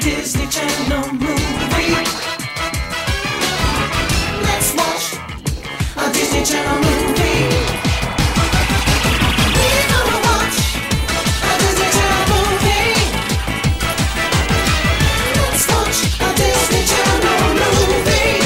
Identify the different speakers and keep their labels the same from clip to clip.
Speaker 1: Disney Channel movie. Let's watch a Disney Channel movie. We're gonna watch a Disney Channel movie. Let's watch a Disney Channel movie.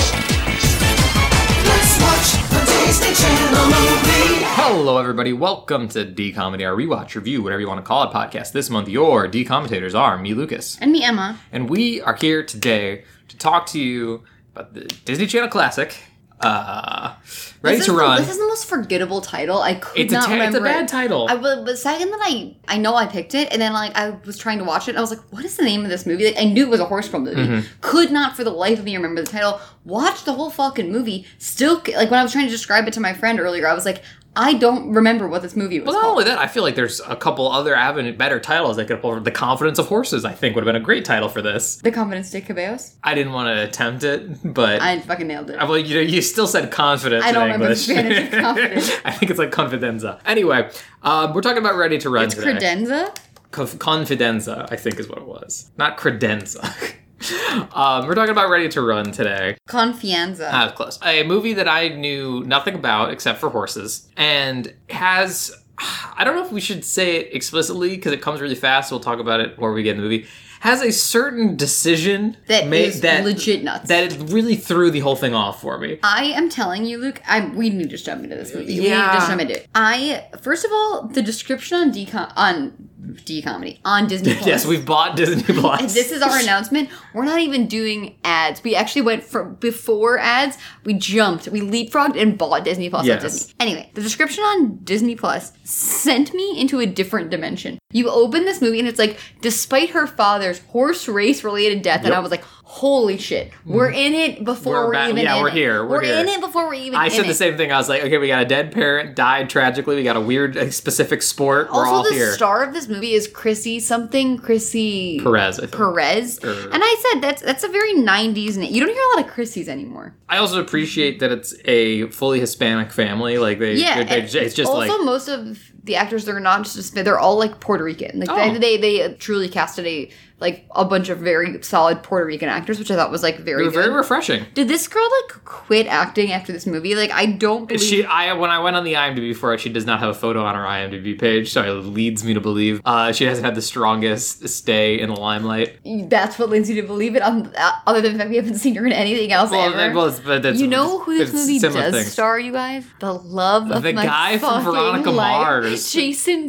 Speaker 1: Let's watch a Disney Channel movie.
Speaker 2: Hello, everybody. Welcome to D Comedy, our rewatch, review, whatever you want to call it, podcast. This month, your D commentators are me, Lucas,
Speaker 3: And me, Emma.
Speaker 2: and we are here today to talk to you about the Disney Channel classic, uh, Ready
Speaker 3: this
Speaker 2: to
Speaker 3: is,
Speaker 2: Run.
Speaker 3: This is the most forgettable title. I could
Speaker 2: it's, a
Speaker 3: not
Speaker 2: ta- it's
Speaker 3: remember.
Speaker 2: a bad
Speaker 3: it.
Speaker 2: title.
Speaker 3: I was the second that I I know I picked it, and then like I was trying to watch it, and I was like, "What is the name of this movie?" Like I knew it was a horse girl movie.
Speaker 2: Mm-hmm.
Speaker 3: Could not for the life of me remember the title. Watched the whole fucking movie. Still, c- like when I was trying to describe it to my friend earlier, I was like, "I don't remember what this movie was
Speaker 2: well, not
Speaker 3: called."
Speaker 2: only that, I feel like there's a couple other avenue, better titles they could have pulled. from. The Confidence of Horses, I think, would have been a great title for this.
Speaker 3: The Confidence de Caballos.
Speaker 2: I didn't want to attempt it, but
Speaker 3: I fucking nailed it.
Speaker 2: I- Well, you know, you still said confidence
Speaker 3: I don't
Speaker 2: in
Speaker 3: remember the
Speaker 2: English.
Speaker 3: Spanish of confidence.
Speaker 2: I think it's like confidenza. Anyway, um, we're talking about ready to run
Speaker 3: it's
Speaker 2: today.
Speaker 3: Credenza.
Speaker 2: Conf- confidenza, I think, is what it was. Not credenza. um, we're talking about ready to run today.
Speaker 3: Confianza.
Speaker 2: That was close. A movie that I knew nothing about except for horses, and has. I don't know if we should say it explicitly because it comes really fast. We'll talk about it where we get in the movie. Has a certain decision
Speaker 3: That
Speaker 2: made
Speaker 3: is legit nuts.
Speaker 2: That it really threw the whole thing off for me.
Speaker 3: I am telling you, Luke. I we need to jump into this movie. We need
Speaker 2: Yeah.
Speaker 3: to jump into it. I first of all, the description on decom on D comedy on Disney. Plus.
Speaker 2: Yes, we've bought Disney Plus.
Speaker 3: This is our announcement. We're not even doing ads. We actually went from before ads. We jumped. We leapfrogged and bought Disney Plus. on
Speaker 2: Yes.
Speaker 3: Disney. Anyway, the description on Disney Plus sent me into a different dimension. You open this movie and it's like, despite her father's horse race related death, and
Speaker 2: Yep. Mm-hmm.
Speaker 3: I was like, holy shit, we're in it before
Speaker 2: We're
Speaker 3: we're,
Speaker 2: back-
Speaker 3: even.
Speaker 2: yeah,
Speaker 3: in
Speaker 2: we're
Speaker 3: it.
Speaker 2: here. We're
Speaker 3: We're, in
Speaker 2: here.
Speaker 3: it before we're even.
Speaker 2: I
Speaker 3: in
Speaker 2: said the
Speaker 3: it.
Speaker 2: same thing. I was like, okay, we got a dead parent died tragically. We got a weird uh, specific sport. We're
Speaker 3: also,
Speaker 2: all
Speaker 3: the
Speaker 2: here.
Speaker 3: star of this movie is Chrissy something. Chrissy
Speaker 2: Perez. I, think.
Speaker 3: Perez.
Speaker 2: Or-
Speaker 3: And I said that's that's a very '90s name. You don't hear a lot of Chrissies anymore.
Speaker 2: I also appreciate that it's a fully Hispanic family. Like they,
Speaker 3: Yeah,
Speaker 2: they- they-
Speaker 3: and
Speaker 2: it's just
Speaker 3: also
Speaker 2: like
Speaker 3: most of the actors they're not just they're all like Puerto Rican. Like
Speaker 2: Oh.
Speaker 3: they, they they truly casted a like a bunch of very solid Puerto Rican actors, which I thought was like very
Speaker 2: they're
Speaker 3: good.
Speaker 2: very refreshing.
Speaker 3: Did this girl like quit acting after this movie? Like I don't believe
Speaker 2: She, I when I went on the IMDb for it, she does not have a photo on her IMDb page, so it leads me to believe uh, she hasn't had the strongest stay in the limelight.
Speaker 3: that's what leads you to believe it. On other than the fact we haven't seen her in anything else
Speaker 2: Well,
Speaker 3: ever.
Speaker 2: that- well, it's- but that's-
Speaker 3: you know who this
Speaker 2: it's
Speaker 3: movie
Speaker 2: similar
Speaker 3: does
Speaker 2: things.
Speaker 3: star, you guys? The love of
Speaker 2: The
Speaker 3: my
Speaker 2: guy from
Speaker 3: fucking
Speaker 2: Veronica
Speaker 3: life,
Speaker 2: Mars.
Speaker 3: Jason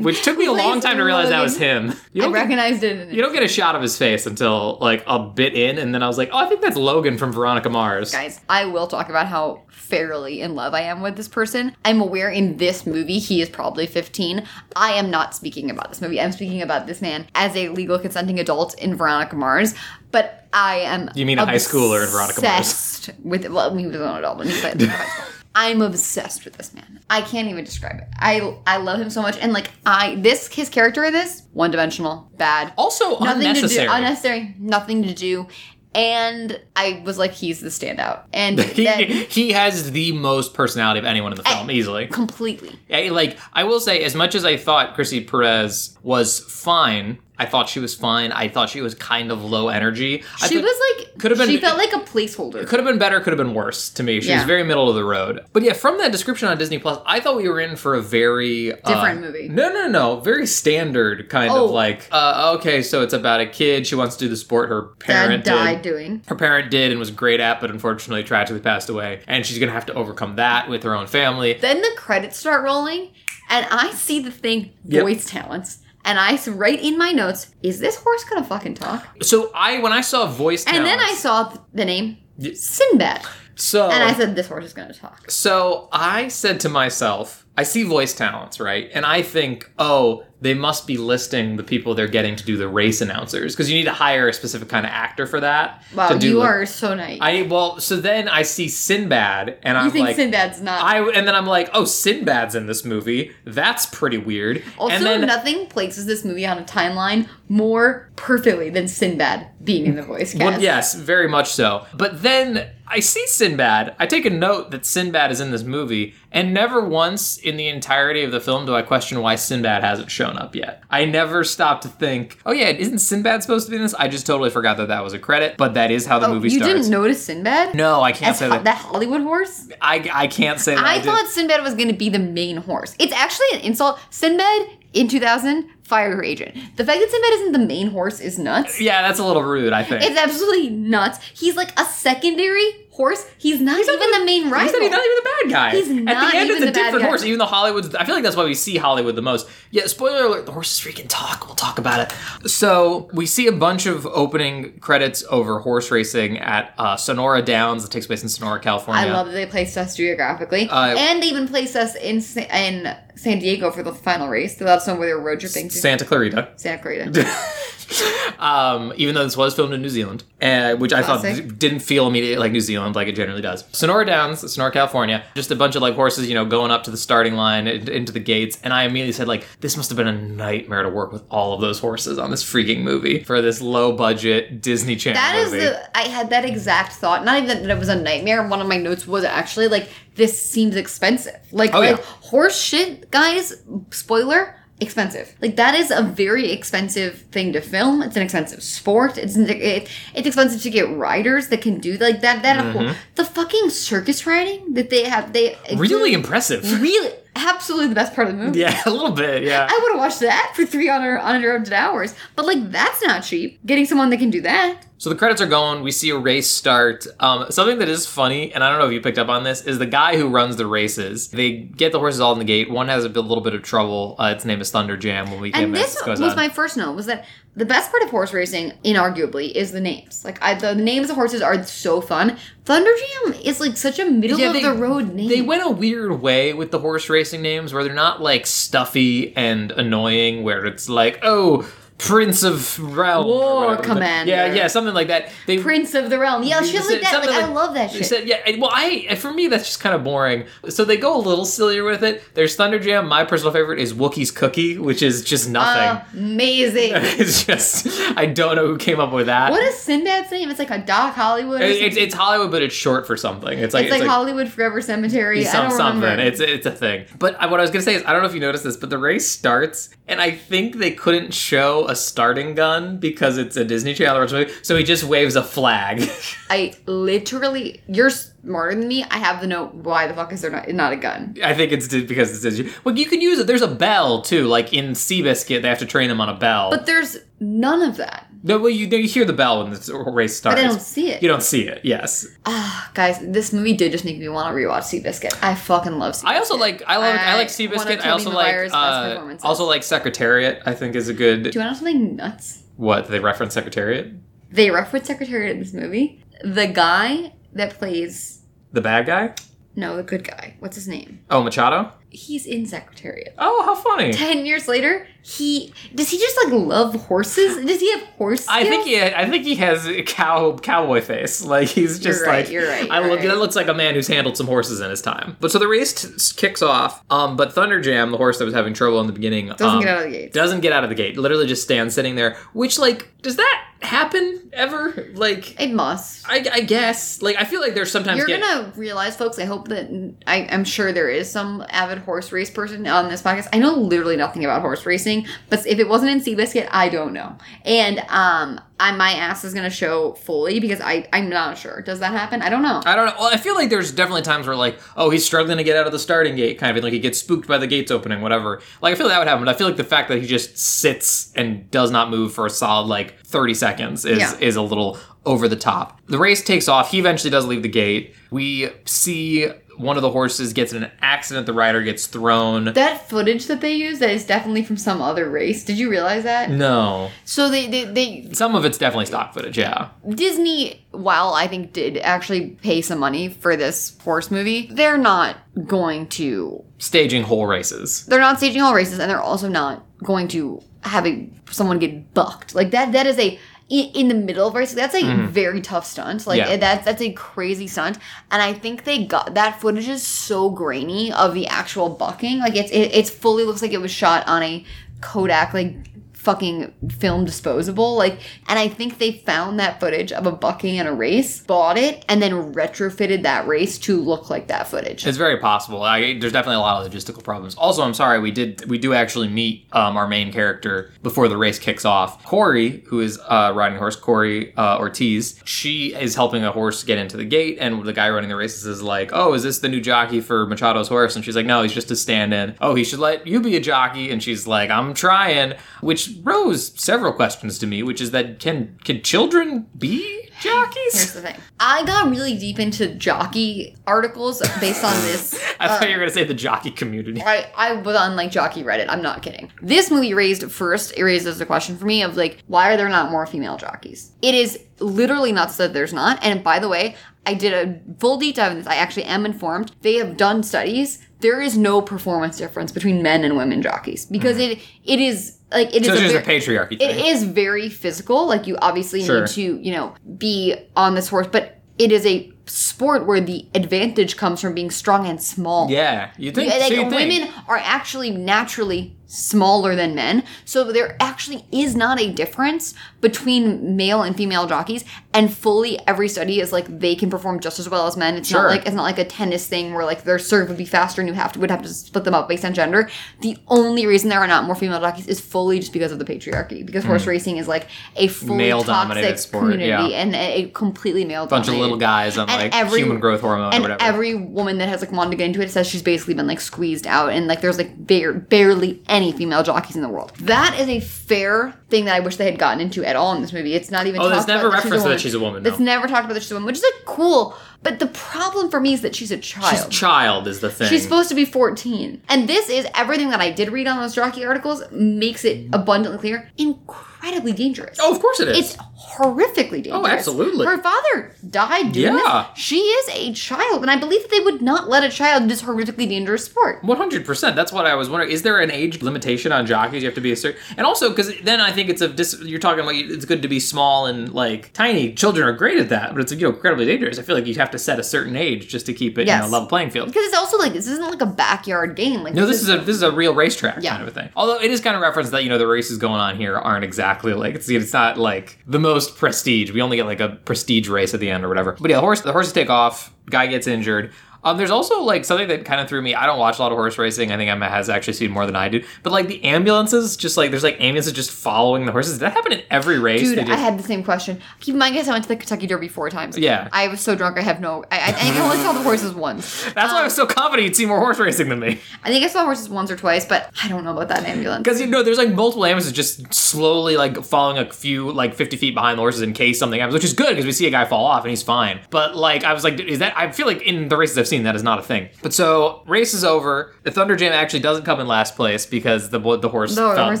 Speaker 2: Which took me a
Speaker 3: who plays
Speaker 2: long time to realize that
Speaker 3: Logan.
Speaker 2: was him. You
Speaker 3: I
Speaker 2: don't get-
Speaker 3: recognized it. In it.
Speaker 2: You don't get a shot of his face until like a bit in, and then I was like, "Oh, I think that's Logan from Veronica Mars."
Speaker 3: guys, I will talk about how fairly in love I am with this person. I'm aware in this movie he is probably 15. I am not speaking about this movie. I'm speaking about this man as a legal consenting adult in Veronica Mars. But I am.
Speaker 2: You mean a high schooler in Veronica Mars.
Speaker 3: obsessed With well, he was an adult when he played in high school. I'm obsessed with this man. I can't even describe it. I I love him so much, and like I this his character in this one dimensional bad
Speaker 2: Also unnecessary.
Speaker 3: to do, unnecessary, nothing to do. And I was like, he's the standout, and
Speaker 2: he,
Speaker 3: then Eh.
Speaker 2: he has the most personality of anyone in the film, easily.
Speaker 3: completely.
Speaker 2: I- like I will say, as much as I thought Chrissy Perez was fine, I thought she was fine. I thought she was kind of low energy. I
Speaker 3: She
Speaker 2: thought-
Speaker 3: was like,
Speaker 2: could've been-
Speaker 3: she felt like a placeholder.
Speaker 2: Could have been better, could have been worse to me. She was
Speaker 3: Yeah.
Speaker 2: very middle of the road. But yeah, from that description on Disney Plus, I thought we were in for a very uh,
Speaker 3: Different movie.
Speaker 2: No, no, no, very standard kind
Speaker 3: Oh.
Speaker 2: of like. Uh, okay, so it's about a kid. She wants to do the sport her
Speaker 3: Dad
Speaker 2: parent
Speaker 3: died
Speaker 2: did.
Speaker 3: doing.
Speaker 2: Her parent did and was great at, but unfortunately tragically passed away. And she's gonna have to overcome that with her own family.
Speaker 3: Then the credits start rolling, and I see the thing
Speaker 2: Yep.
Speaker 3: voice talents, and I s- write in my notes, is this horse gonna fucking talk?
Speaker 2: So I, when I saw voice,
Speaker 3: And then I
Speaker 2: talents-
Speaker 3: saw th- the name
Speaker 2: Y-
Speaker 3: Sinbad,
Speaker 2: so
Speaker 3: and I said, this horse is gonna talk.
Speaker 2: So I said to myself, I see voice talents, right? And I think, oh, they must be listing the people they're getting to do the race announcers because you need to hire a specific kind of actor for that.
Speaker 3: Wow,
Speaker 2: to do
Speaker 3: you
Speaker 2: like-
Speaker 3: are so nice.
Speaker 2: I well, so then I see Sinbad, and
Speaker 3: you
Speaker 2: I'm
Speaker 3: think
Speaker 2: like.
Speaker 3: Sinbad's not?
Speaker 2: I, and then I'm like, oh, Sinbad's in this movie. That's pretty weird.
Speaker 3: Also,
Speaker 2: and then
Speaker 3: nothing places this movie on a timeline more perfectly than Sinbad being in the voice cast.
Speaker 2: Well, yes, very much so. But then I see Sinbad. I take a note that Sinbad is in this movie, and never once in the entirety of the film do I question why Sinbad hasn't shown up yet. I never stop to think, oh yeah, isn't Sinbad supposed to be in this? I just totally forgot that that was a credit, but that is how the
Speaker 3: Oh,
Speaker 2: movie
Speaker 3: you
Speaker 2: starts.
Speaker 3: didn't notice Sinbad?
Speaker 2: no, I can't
Speaker 3: As
Speaker 2: say
Speaker 3: ho-
Speaker 2: that.
Speaker 3: that Hollywood horse?
Speaker 2: I, I can't say that. I,
Speaker 3: I
Speaker 2: did.
Speaker 3: thought Sinbad was going to be the main horse. It's actually an insult. Sinbad in 2000, fire your agent. The fact that Sinbad isn't the main horse is nuts.
Speaker 2: Yeah, that's a little rude. I think.
Speaker 3: It's absolutely nuts. He's like a secondary horse. He's not even the main rival.
Speaker 2: He said he's not even the bad guy.
Speaker 3: He's
Speaker 2: At
Speaker 3: not
Speaker 2: the end, it's
Speaker 3: even
Speaker 2: a
Speaker 3: the bad
Speaker 2: different
Speaker 3: guy.
Speaker 2: horse. Even though Hollywood's, I feel like that's why we see Hollywood the most. Yeah. Spoiler alert: the horses freaking talk. We'll talk about it. So we see a bunch of opening credits over horse racing at uh, Sonora Downs that takes place in Sonora, California.
Speaker 3: I love that they placed us geographically,
Speaker 2: Uh,
Speaker 3: and they even placed us in Sa- in San Diego for the final race. So that's when we were road tripping to
Speaker 2: Santa Clarita.
Speaker 3: Santa Clarita.
Speaker 2: um, even though this was filmed in New Zealand, uh, which I thought
Speaker 3: Classic.
Speaker 2: d- didn't feel immediately like New Zealand, like it generally does. Sonora Downs, Sonora, California, just a bunch of like horses, you know, going up to the starting line and into the gates, and I immediately said like, this must have been a nightmare to work with all of those horses on this freaking movie for this low budget Disney Channel
Speaker 3: That is
Speaker 2: movie.
Speaker 3: the I had that exact thought. Not even that it was a nightmare. One of my notes was actually like this seems expensive. Like
Speaker 2: Oh,
Speaker 3: like
Speaker 2: yeah.
Speaker 3: horse shit, guys. Spoiler. Expensive. Like that is a very expensive thing to film. It's an expensive sport. It's it, it's expensive to get riders that can do like that. That
Speaker 2: Mm-hmm.
Speaker 3: whole, the fucking circus riding that they have. They
Speaker 2: really impressive.
Speaker 3: really absolutely the best part of the movie.
Speaker 2: yeah, a little bit. Yeah.
Speaker 3: I would have watched that for three under uninterrupted hours. But like that's not cheap. Getting someone that can do that.
Speaker 2: So the credits are going. We see a race start. Um, something that is funny, and I don't know if you picked up on this, is the guy who runs the races. They get the horses all in the gate. One has a bit- little bit of trouble. Uh, its name is Thunder Jam. When we came
Speaker 3: And
Speaker 2: in,
Speaker 3: this
Speaker 2: it
Speaker 3: was
Speaker 2: goes on.
Speaker 3: my first note was that the best part of horse racing, inarguably, is the names. Like I, the names of horses are so fun. Thunder Jam is like such a middle
Speaker 2: Yeah,
Speaker 3: of
Speaker 2: they-
Speaker 3: the road name.
Speaker 2: They went a weird way with the horse racing names, where they're not like stuffy and annoying, where it's like, oh, Prince of Realm, or
Speaker 3: War
Speaker 2: whatever.
Speaker 3: Commander.
Speaker 2: Yeah, yeah, something like that. They
Speaker 3: Prince of the Realm. Yeah,
Speaker 2: You
Speaker 3: shit
Speaker 2: said
Speaker 3: like that. Like,
Speaker 2: something
Speaker 3: I love that
Speaker 2: you
Speaker 3: shit.
Speaker 2: said- yeah. and- Well, I and for me that's just kind of boring. So they go a little sillier with it. There's Thunder Jam. My personal favorite is Wookiee's Cookie, which is just
Speaker 3: Uh,
Speaker 2: nothing.
Speaker 3: Amazing.
Speaker 2: it's just I don't know who came up with that.
Speaker 3: what is Sinbad's name? It's like a Doc Hollywood. or
Speaker 2: It-
Speaker 3: something.
Speaker 2: it's, it's Hollywood, but it's short for something. It's like
Speaker 3: It's like, Hollywood Forever Cemetery. I
Speaker 2: some-
Speaker 3: don't
Speaker 2: something.
Speaker 3: remember.
Speaker 2: It's it's a thing. But I, what I was gonna say is I don't know if you noticed this, but the race starts, and I think they couldn't show a starting gun because it's a Disney Channel or something. So he just waves a flag.
Speaker 3: I literally, you're smarter than me. I have the note. Why the fuck is there not, not a gun?
Speaker 2: I think it's di- because it's Disney. Well, you can use it. There's a bell too. Like in Seabiscuit, they have to train them on a bell.
Speaker 3: But there's none of that.
Speaker 2: no, well, you, no, you hear the bell when the race starts.
Speaker 3: But I don't see it.
Speaker 2: You don't see it. Yes,
Speaker 3: Ah, guys, this movie did just make me want to rewatch Seabiscuit. I fucking love Seabiscuit.
Speaker 2: I also like. I like. I,
Speaker 3: I
Speaker 2: like
Speaker 3: Uh, one of
Speaker 2: Seabiscuit. I
Speaker 3: Tobey
Speaker 2: also like.
Speaker 3: Maguire's best
Speaker 2: Uh,
Speaker 3: performances.
Speaker 2: also like Secretariat. I think is a good.
Speaker 3: Do you want to know something nuts?
Speaker 2: What they reference Secretariat?
Speaker 3: They reference Secretariat in this movie. The guy that plays
Speaker 2: The bad guy?
Speaker 3: no, the good guy. What's his name?
Speaker 2: Oh, Machado.
Speaker 3: He's in Secretariat.
Speaker 2: Oh, how funny!
Speaker 3: Ten years later, he does he just like love horses? Does he have horse?
Speaker 2: I think
Speaker 3: skills?
Speaker 2: he. I think he has a cow cowboy face. Like he's just
Speaker 3: You're right,
Speaker 2: like.
Speaker 3: you're right,
Speaker 2: I
Speaker 3: you're
Speaker 2: look.
Speaker 3: right.
Speaker 2: That looks like a man who's handled some horses in his time. But so the race t- kicks off. Um, but Thunderjam, the horse that was having trouble in the beginning,
Speaker 3: doesn't
Speaker 2: um,
Speaker 3: get out of the gates.
Speaker 2: Doesn't get out of the gate. Literally just stands sitting there. Which like, does that happen ever? Like,
Speaker 3: it must.
Speaker 2: I, I guess. Like, I feel like there's sometimes
Speaker 3: You're
Speaker 2: get-
Speaker 3: gonna realize, folks. I hope that I, I'm sure there is some avid horse race person on this podcast. I know literally nothing about horse racing, but if it wasn't in Seabiscuit, I don't know. And um, I my ass is gonna show fully because I I'm not sure. Does that happen? I don't know.
Speaker 2: I don't know. Well, I feel like there's definitely times where like, oh, he's struggling to get out of the starting gate, kind of thing. Like he gets spooked by the gates opening, whatever. Like I feel like that would happen. But I feel like the fact that he just sits and does not move for a solid like 30 seconds is
Speaker 3: Yeah.
Speaker 2: is a little over the top. The race takes off. He eventually does leave the gate. We see one of the horses gets in an accident. The rider gets thrown.
Speaker 3: that footage that they use that is definitely from some other race. Did you realize
Speaker 2: Mm.
Speaker 3: that?
Speaker 2: no,
Speaker 3: So they they, they
Speaker 2: some of it's definitely stock footage. Yeah,
Speaker 3: Disney, while I think did actually pay some money for this horse movie, they're not going to
Speaker 2: staging whole races.
Speaker 3: they're not staging all races and they're also not going to having someone get bucked like that that is a in in the middle of races that's a very tough stunt like
Speaker 2: Yeah.
Speaker 3: that's that's a crazy stunt and i think they got that footage is so grainy of the actual bucking like it's it, it's fully looks like it was shot on a kodak like fucking film disposable. Like, and I think they found that footage of a bucking in a race, bought it, and then retrofitted that race to look like that footage.
Speaker 2: It's very possible. I, there's definitely a lot of logistical problems. Also, I'm sorry we did we do actually meet um, our main character before the race kicks off. Corey, who is uh, riding a horse, Corey uh, Ortiz, she is helping a horse get into the gate, and the guy running the races is like, "Oh, is this the new jockey for Machado's horse?" And she's like, "No, he's just a stand-in." Oh, he should let you be a jockey, and she's like, "I'm trying," which rose several questions to me, which is that can can children be
Speaker 3: Here's
Speaker 2: jockeys?
Speaker 3: the thing. I got really deep into jockey articles based on this.
Speaker 2: I thought you were gonna say the jockey community.
Speaker 3: I, I was on like jockey Reddit. I'm not kidding. This movie raised first, it raises the question for me of like, why are there not more female jockeys? It is literally nuts that there's not. And by the way, I did a full deep dive on this. I actually am informed. They have done studies. There is no performance difference between men and women jockeys because it it is like it
Speaker 2: Mm-hmm.
Speaker 3: is
Speaker 2: So it's just a
Speaker 3: very-
Speaker 2: patriarchy
Speaker 3: it
Speaker 2: thing.
Speaker 3: is very physical. Like you obviously
Speaker 2: Sure.
Speaker 3: need to, you know, be on this horse, but it is a sport where the advantage comes from being strong and small.
Speaker 2: Yeah, you think
Speaker 3: Like
Speaker 2: so you think.
Speaker 3: women are actually naturally smaller than men, so there actually is not a difference between male and female jockeys. And fully, every study is like they can perform just as well as men. It's
Speaker 2: Sure.
Speaker 3: not like it's not like a tennis thing where like their serve would be faster and you have to would have to split them up based on gender. The only reason there are not more female jockeys is fully just because of the patriarchy. Because horse racing is like a fully
Speaker 2: Hmm. Male-dominated
Speaker 3: toxic
Speaker 2: sport,
Speaker 3: community
Speaker 2: yeah.
Speaker 3: and a a completely male
Speaker 2: bunch of little guys on
Speaker 3: And
Speaker 2: like
Speaker 3: every-
Speaker 2: human growth hormone or
Speaker 3: and
Speaker 2: whatever.
Speaker 3: every woman that has like wanted to get into it says she's basically been like squeezed out and like there's like bare, barely any female jockeys in the world that is a fair thing that i wish they had gotten into at all in this movie it's not even
Speaker 2: Oh, there's
Speaker 3: talked
Speaker 2: never
Speaker 3: about
Speaker 2: reference that she's a woman,
Speaker 3: That's
Speaker 2: no.
Speaker 3: never talked about that she's a woman which is like cool but the problem for me is that she's a
Speaker 2: She's
Speaker 3: child
Speaker 2: child is the thing.
Speaker 3: She's supposed to be 14. And this is everything that I did read on those jockey articles makes it abundantly clear incredibly dangerous.
Speaker 2: Oh, of course it is.
Speaker 3: It's horrifically dangerous.
Speaker 2: Oh, absolutely.
Speaker 3: Her father died doing
Speaker 2: Yeah.
Speaker 3: this. She is a child, and I believe that they would not let a child do this horrifically dangerous sport.
Speaker 2: One hundred percent. That's what I was wondering. Is there an age limitation on jockeys? You have to be a certain, and also because then I think it's a dis- you're talking about it's good to be small and like tiny. Children are great at that, but it's you know incredibly dangerous. I feel like you have to set a certain age just to keep it you
Speaker 3: Yes.
Speaker 2: know, level playing field.
Speaker 3: Because it's also like this isn't like a backyard game. Like
Speaker 2: No, this is a this is a real racetrack
Speaker 3: Yeah.
Speaker 2: kind of a thing. Although it is kind of referenced that you know the races going on here aren't exactly like it's it's not like the most prestige. We only get like a prestige race at the end or whatever. But yeah, the horse the horses take off. Guy gets injured. Um, there's also like something that kind of threw me. I don't watch a lot of horse racing. I think Emma has actually seen more than I do. But like the ambulances, just like there's like ambulances just following the horses. Did that happen in every race?
Speaker 3: Dude,
Speaker 2: They
Speaker 3: I
Speaker 2: just-
Speaker 3: had the same question. Keep in mind, guys, I went to the Kentucky Derby four times.
Speaker 2: Yeah.
Speaker 3: I was so drunk, I have no. I, I think I only saw the horses once.
Speaker 2: that's why I was so confident you'd see more horse racing than me.
Speaker 3: I think I saw horses once or twice, but I don't know about that ambulance.
Speaker 2: Because you know, there's like multiple ambulances just slowly like following a few like 50 feet behind the horses in case something happens, which is good because we see a guy fall off and he's fine. But like, I was like, is that? I feel like in the races I've seen that is not a thing. But so race is over. The Thunder Jam actually doesn't come in last place because the the horse
Speaker 3: The
Speaker 2: fell-
Speaker 3: horse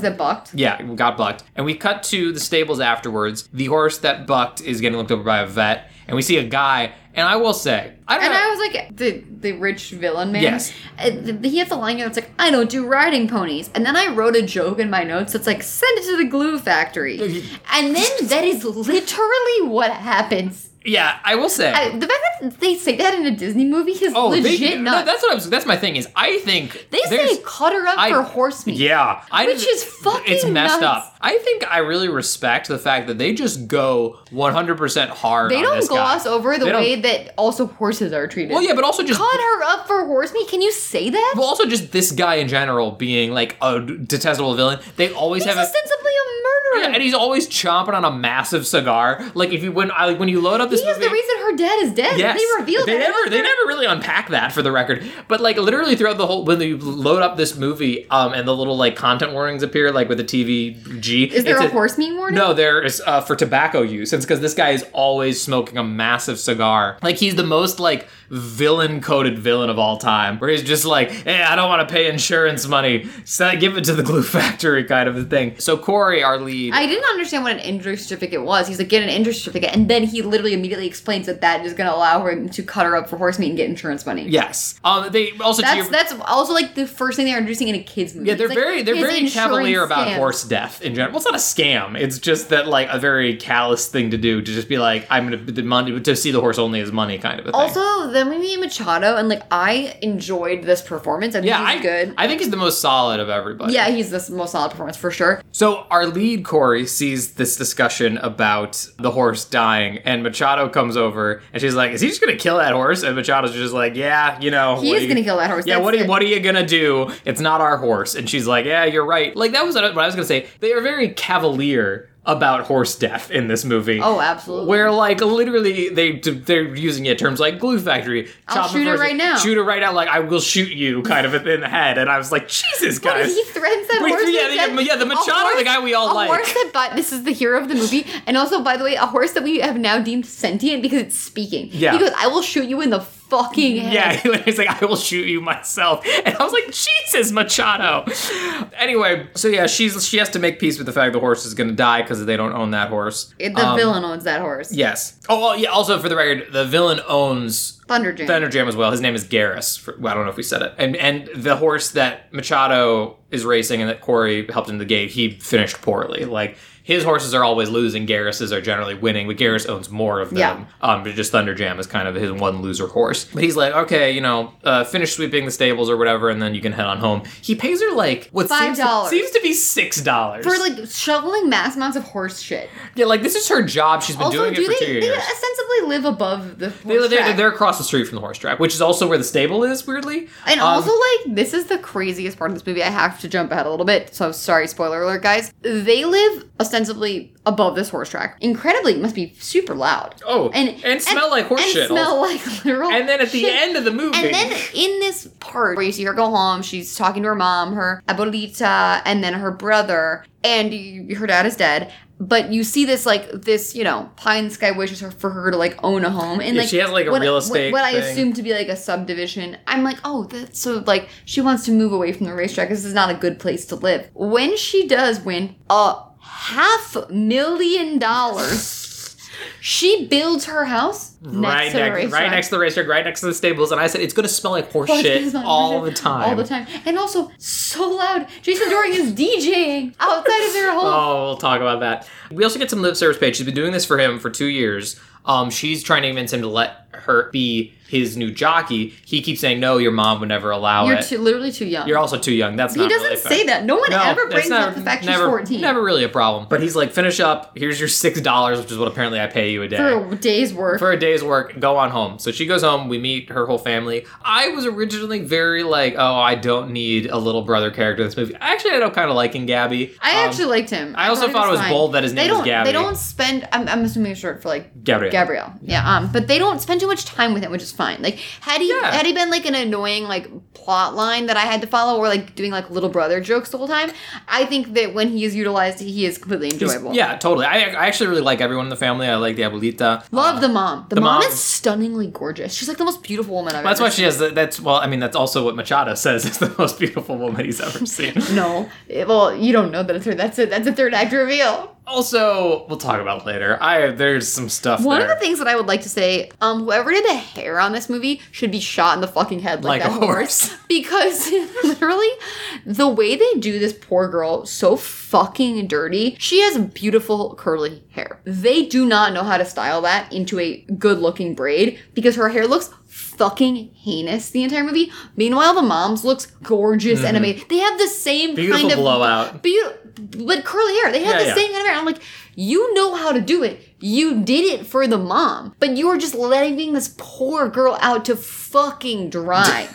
Speaker 3: that bucked.
Speaker 2: yeah, got bucked. And we cut to the stables afterwards. The horse that bucked is getting looked over by a vet, and we see a guy. And I will say, I don't
Speaker 3: And
Speaker 2: know.
Speaker 3: I was like, the the rich villain man.
Speaker 2: Yes.
Speaker 3: Uh, th- He has a line here that's like, I don't do riding ponies. And then I wrote a joke in my notes that's like, send it to the glue factory. and then that is literally what happens.
Speaker 2: yeah, I will say.
Speaker 3: I, the fact that they say that in a Disney movie is
Speaker 2: oh, they-
Speaker 3: legit
Speaker 2: no,
Speaker 3: nuts.
Speaker 2: that's what I was. That's my thing. Is I think
Speaker 3: they
Speaker 2: there's-
Speaker 3: say cutter up
Speaker 2: I-
Speaker 3: for horse meat.
Speaker 2: Yeah, I
Speaker 3: Which
Speaker 2: didn't-
Speaker 3: is fucking
Speaker 2: It's messed
Speaker 3: nuts.
Speaker 2: up. I think I really respect the fact that they just go 100 percent hard.
Speaker 3: They
Speaker 2: on
Speaker 3: don't
Speaker 2: this guy.
Speaker 3: gloss over the
Speaker 2: They don't-
Speaker 3: way that also horses are treated.
Speaker 2: Well, yeah, but also just.
Speaker 3: Cut her up for horse meat? Can you say that?
Speaker 2: well, also just this guy in general being like a detestable villain. They always
Speaker 3: He's
Speaker 2: have a.
Speaker 3: ostensibly a murderer.
Speaker 2: Yeah, and he's always chomping on a massive cigar. Like if you when I like when you load up this
Speaker 3: He is
Speaker 2: movie,
Speaker 3: the reason her dad is dead.
Speaker 2: Yes.
Speaker 3: They revealed
Speaker 2: they
Speaker 3: that.
Speaker 2: never they never really unpack that for the record. But like literally throughout the whole when you load up this movie, um, and the little like content warnings appear like with the TVG.
Speaker 3: Is there
Speaker 2: it's
Speaker 3: a horse meat warning?
Speaker 2: No, there is uh, for tobacco use. It's because this guy is always smoking a massive cigar. Like he's the most like villain coded villain of all time, where he's just like, "Hey, I don't want to pay insurance money. So give it to the glue factory," kind of a thing. So Corey, our lead, read.
Speaker 3: I didn't understand what an injury certificate was. He's like, get an injury certificate, and then he literally immediately explains that that is going to allow him to cut her up for horse meat and get insurance money.
Speaker 2: yes. Um, they also to
Speaker 3: that's
Speaker 2: your-
Speaker 3: that's also like the first thing they're introducing in a kids movie.
Speaker 2: Yeah, they're
Speaker 3: It's, like,
Speaker 2: very they're
Speaker 3: his
Speaker 2: very
Speaker 3: insurance
Speaker 2: cavalier about
Speaker 3: scams.
Speaker 2: horse death in general. Well, it's not a scam. It's just that like a very callous thing to do to just be like I'm gonna the money to see the horse only as money kind of a thing.
Speaker 3: Also, then we meet Machado, and like I enjoyed this performance. I think
Speaker 2: yeah,
Speaker 3: he's
Speaker 2: I
Speaker 3: good.
Speaker 2: I think he's the most solid of everybody.
Speaker 3: yeah, he's the most solid performance for sure.
Speaker 2: So our lead Corey sees this discussion about the horse dying, and Machado comes over and she's like, "Is he just gonna kill that horse?" And Machado's just like, "Yeah, you know,
Speaker 3: He
Speaker 2: what
Speaker 3: is
Speaker 2: are you-
Speaker 3: gonna kill that horse.
Speaker 2: Yeah,
Speaker 3: That's
Speaker 2: what are, you,
Speaker 3: it.
Speaker 2: what are you gonna do? It's not our horse. And she's like, yeah, you're right. Like that was what I was gonna say. They are very cavalier about horse death in this movie.
Speaker 3: Oh, absolutely.
Speaker 2: Where like literally they they're using it terms like glue factory.
Speaker 3: I'll
Speaker 2: chop a
Speaker 3: shoot it
Speaker 2: person,
Speaker 3: right now.
Speaker 2: Shoot it right now. Like I will shoot you, kind of in the head. And I was like, Jesus,
Speaker 3: What
Speaker 2: guys.
Speaker 3: is- he threatens that
Speaker 2: Wait,
Speaker 3: horse.
Speaker 2: yeah,
Speaker 3: he
Speaker 2: yeah,
Speaker 3: said-
Speaker 2: yeah, the
Speaker 3: a
Speaker 2: Machado, the guy we all
Speaker 3: a
Speaker 2: like.
Speaker 3: horse that bought, this is the hero of the movie, and also, by the way, a horse that we have now deemed sentient because it's speaking.
Speaker 2: Yeah.
Speaker 3: He goes, "I will shoot you in the fucking head."
Speaker 2: Yeah, he's like, I will shoot you myself. And I was like, Jesus, Machado. Anyway, so yeah, she's she has to make peace with the fact the horse is gonna die because they don't own that horse.
Speaker 3: It- the
Speaker 2: Um,
Speaker 3: villain owns that horse.
Speaker 2: Yes. Oh, well, yeah. Also, for the record, the villain owns
Speaker 3: Thunderjam.
Speaker 2: Thunder Jam as well. His name is Garrus. For, well, I don't know if we said it. And and the horse that Machado is racing and that Corey helped into the gate, he finished poorly. Like his horses are always losing. Garrus's are generally winning, but Garrus owns more of them.
Speaker 3: Yeah.
Speaker 2: Um, but just Thunder Jam is kind of his one loser horse. But he's like, okay, you know, uh, finish sweeping the stables or whatever, and then you can head on home. He pays her like what seems to,
Speaker 3: $5.
Speaker 2: seems to be six dollars
Speaker 3: For like shoveling mass amounts of horse shit.
Speaker 2: Yeah, like this is her job. She's been
Speaker 3: Also,
Speaker 2: doing
Speaker 3: do
Speaker 2: it for
Speaker 3: they,
Speaker 2: two
Speaker 3: they
Speaker 2: years.
Speaker 3: ostensibly live above the horse
Speaker 2: They, they're,
Speaker 3: track.
Speaker 2: they're across the street from the horse track, which is also where the stable is, weirdly.
Speaker 3: And
Speaker 2: Um,
Speaker 3: also, like, this is the craziest part of this movie. I have to jump ahead a little bit, so sorry, spoiler alert, guys. They live ostensibly above this horse track. Incredibly, it must be super loud.
Speaker 2: Oh, and smell like horse
Speaker 3: and
Speaker 2: shit
Speaker 3: Smell like literal.
Speaker 2: and then at the
Speaker 3: shit.
Speaker 2: end of the movie,
Speaker 3: And then in this part where you see her go home, she's talking to her mom, her abuelita, and then her brother, and you, her dad is dead. But you see this like this, you know, Pine Sky wishes her for her to like own a home, and
Speaker 2: Yeah,
Speaker 3: like
Speaker 2: she has, like, a
Speaker 3: what-
Speaker 2: real
Speaker 3: what-
Speaker 2: estate
Speaker 3: What, I
Speaker 2: thing.
Speaker 3: assume to be like a subdivision. I'm like, oh, that's so like she wants to move away from the racetrack. This is not a good place to live. When she does win a half million dollars. She builds her house
Speaker 2: right,
Speaker 3: next to the
Speaker 2: next, right
Speaker 3: racetrack.
Speaker 2: next to the racetrack, right next to the stables, and I said it's going to smell like horse
Speaker 3: Like,
Speaker 2: shit
Speaker 3: it's not
Speaker 2: all
Speaker 3: even-
Speaker 2: the time.
Speaker 3: All the time. And also, so loud. Jason Doring is DJing outside of their home.
Speaker 2: Oh, we'll talk about that. We also get some lip service page. She's been doing this for him for two years. Um, she's trying to convince him to let her be his new jockey. He keeps saying, "No, your mom would never allow
Speaker 3: You're
Speaker 2: it.
Speaker 3: too, literally too young.
Speaker 2: Oh, You're also too young." That's
Speaker 3: he
Speaker 2: not
Speaker 3: doesn't
Speaker 2: really fair.
Speaker 3: say that. No one
Speaker 2: No,
Speaker 3: ever
Speaker 2: that's
Speaker 3: brings
Speaker 2: never-
Speaker 3: up the fact
Speaker 2: never,
Speaker 3: she's 14.
Speaker 2: Never really a problem. But he's like, finish up. Here's your six dollars, which is what apparently I pay you a day.
Speaker 3: For a day's work.
Speaker 2: For a day's work, go on home. So she goes home. We meet her whole family. I was originally very like, oh, I don't need a little brother character in this movie. Actually, I ended up kind of liking Gabby.
Speaker 3: I
Speaker 2: Um,
Speaker 3: actually liked him.
Speaker 2: I also
Speaker 3: he
Speaker 2: thought it was
Speaker 3: fine.
Speaker 2: bold that his
Speaker 3: they
Speaker 2: name was
Speaker 3: don't,
Speaker 2: Gabby.
Speaker 3: They don't spend. I'm, I'm assuming it's short for like
Speaker 2: Gabrielle.
Speaker 3: Gabrielle. Yeah. Um. But they don't spend too much time with him, which is fine. Like had he
Speaker 2: Yeah.
Speaker 3: had he been like an annoying like plot line that I had to follow, or like doing like little brother jokes the whole time, I think that when he is utilized, he is completely
Speaker 2: He's-
Speaker 3: enjoyable.
Speaker 2: Yeah, totally. I, I actually really like everyone in the family. I like the abuelita.
Speaker 3: Love the mom. The,
Speaker 2: the
Speaker 3: mom,
Speaker 2: mom-
Speaker 3: is stunningly gorgeous. She's like the most beautiful woman I've
Speaker 2: That's
Speaker 3: ever
Speaker 2: why she has. The, that's well. I mean, that's also what Machado says is the most beautiful woman he's ever seen.
Speaker 3: seen. No, Eh, well, you don't know that it's her. That's a that's a third act reveal.
Speaker 2: also, we'll talk about it later. I there's some stuff.
Speaker 3: One of
Speaker 2: there.
Speaker 3: the things that I would like to say, um, whoever did the hair on this movie should be shot in the fucking head like, oh
Speaker 2: Like
Speaker 3: that
Speaker 2: a
Speaker 3: horse.
Speaker 2: horse.
Speaker 3: Because literally, the way they do this poor girl so fucking dirty. She has beautiful curly hair. They do not know how to style that into a good looking braid because her hair looks fucking heinous the entire movie. Meanwhile, the mom's looks gorgeous and amazing. They have the same
Speaker 2: Mm-hmm. Beautiful
Speaker 3: kind of
Speaker 2: blowout.
Speaker 3: But you, but curly hair. They had
Speaker 2: Yeah,
Speaker 3: the
Speaker 2: yeah.
Speaker 3: same kind of hair. I'm like, you know how to do it. You did it for the mom, but you are just letting this poor girl out to fucking dry.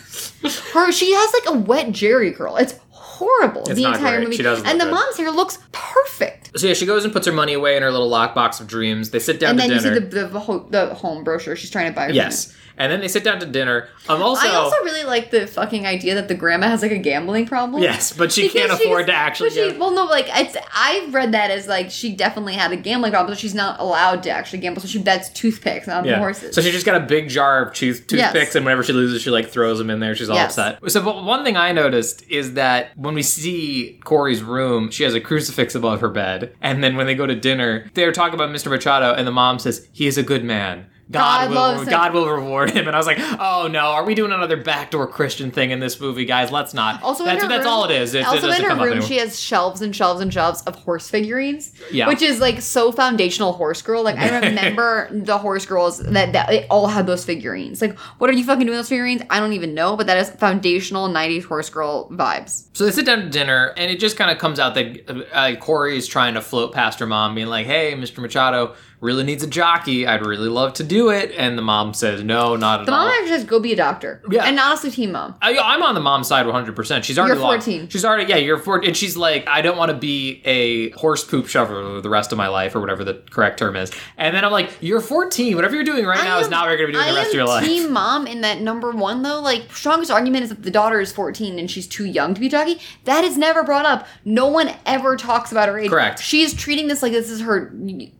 Speaker 3: Her, she has like a wet Jerry curl. It's horrible.
Speaker 2: It's
Speaker 3: the
Speaker 2: not
Speaker 3: entire
Speaker 2: great.
Speaker 3: movie,
Speaker 2: She doesn't
Speaker 3: and the
Speaker 2: look good.
Speaker 3: mom's hair looks perfect.
Speaker 2: So yeah, she goes and puts her money away in her little lockbox of dreams. They sit down
Speaker 3: And
Speaker 2: to
Speaker 3: then you
Speaker 2: dinner.
Speaker 3: see the the, ho- the home brochure she's trying to buy. her from
Speaker 2: yes, and then they sit down to dinner. Um, also,
Speaker 3: it. I also really like the fucking idea that the grandma has like a gambling problem.
Speaker 2: yes, but she
Speaker 3: Because
Speaker 2: can't afford
Speaker 3: she's-
Speaker 2: to actually.
Speaker 3: but she-
Speaker 2: get-
Speaker 3: well, no, like it's. I've read that as like she definitely had a gambling problem, but she's not allowed to actually gamble, so she bets toothpicks on
Speaker 2: yeah.
Speaker 3: the horses.
Speaker 2: So she just got a big jar of tooth- toothpicks,
Speaker 3: Yes.
Speaker 2: and whenever she loses, she like throws them in there. She's all
Speaker 3: Yes.
Speaker 2: upset. So, but one thing I noticed is that when we see Corey's room, she has a crucifix above her bed. And then when they go to dinner, they're talking about Mr. Machado, and the mom says, He is a good man. God,
Speaker 3: God loves
Speaker 2: will
Speaker 3: him."
Speaker 2: God will reward him. And I was like, Oh no, are we doing another backdoor Christian thing in this movie, guys? Let's not.
Speaker 3: Also,
Speaker 2: that's
Speaker 3: in her
Speaker 2: that's
Speaker 3: room,
Speaker 2: all it is. It- it
Speaker 3: also, in
Speaker 2: doesn't
Speaker 3: her
Speaker 2: come up
Speaker 3: room,
Speaker 2: anywhere.
Speaker 3: she has shelves and shelves and shelves of horse figurines.
Speaker 2: Yeah.
Speaker 3: which is like so foundational horse girl. Like I remember the horse girls that that they all had those figurines. Like, what are you fucking doing with those figurines? I don't even know, but that is foundational '90s horse girl vibes.
Speaker 2: So they sit down to dinner, and it just kind of comes out that uh, Corey is trying to float past her mom, being like, "Hey, Mr. Machado really needs a jockey. I'd really love to do it." And the mom says, "No, not at
Speaker 3: The
Speaker 2: all."
Speaker 3: mom actually says, "Go be a doctor."
Speaker 2: Yeah.
Speaker 3: and honestly, team mom.
Speaker 2: I, I'm on the mom's side 100. percent She's already
Speaker 3: You're
Speaker 2: lost-
Speaker 3: 14.
Speaker 2: She's already yeah. You're 14, and she's like, I don't want to be a horse poop shover the rest of my life, or whatever the correct term is. And then I'm like, you're 14. Whatever you're doing right now is
Speaker 3: am-
Speaker 2: not what you're gonna be doing
Speaker 3: I
Speaker 2: the rest of your
Speaker 3: am
Speaker 2: life.
Speaker 3: Team mom in that number one though, like strongest argument is that the daughter is fourteen and she's too young to be jockey. That is never brought up. No one ever talks about her age.
Speaker 2: Correct.
Speaker 3: She's treating this like this is her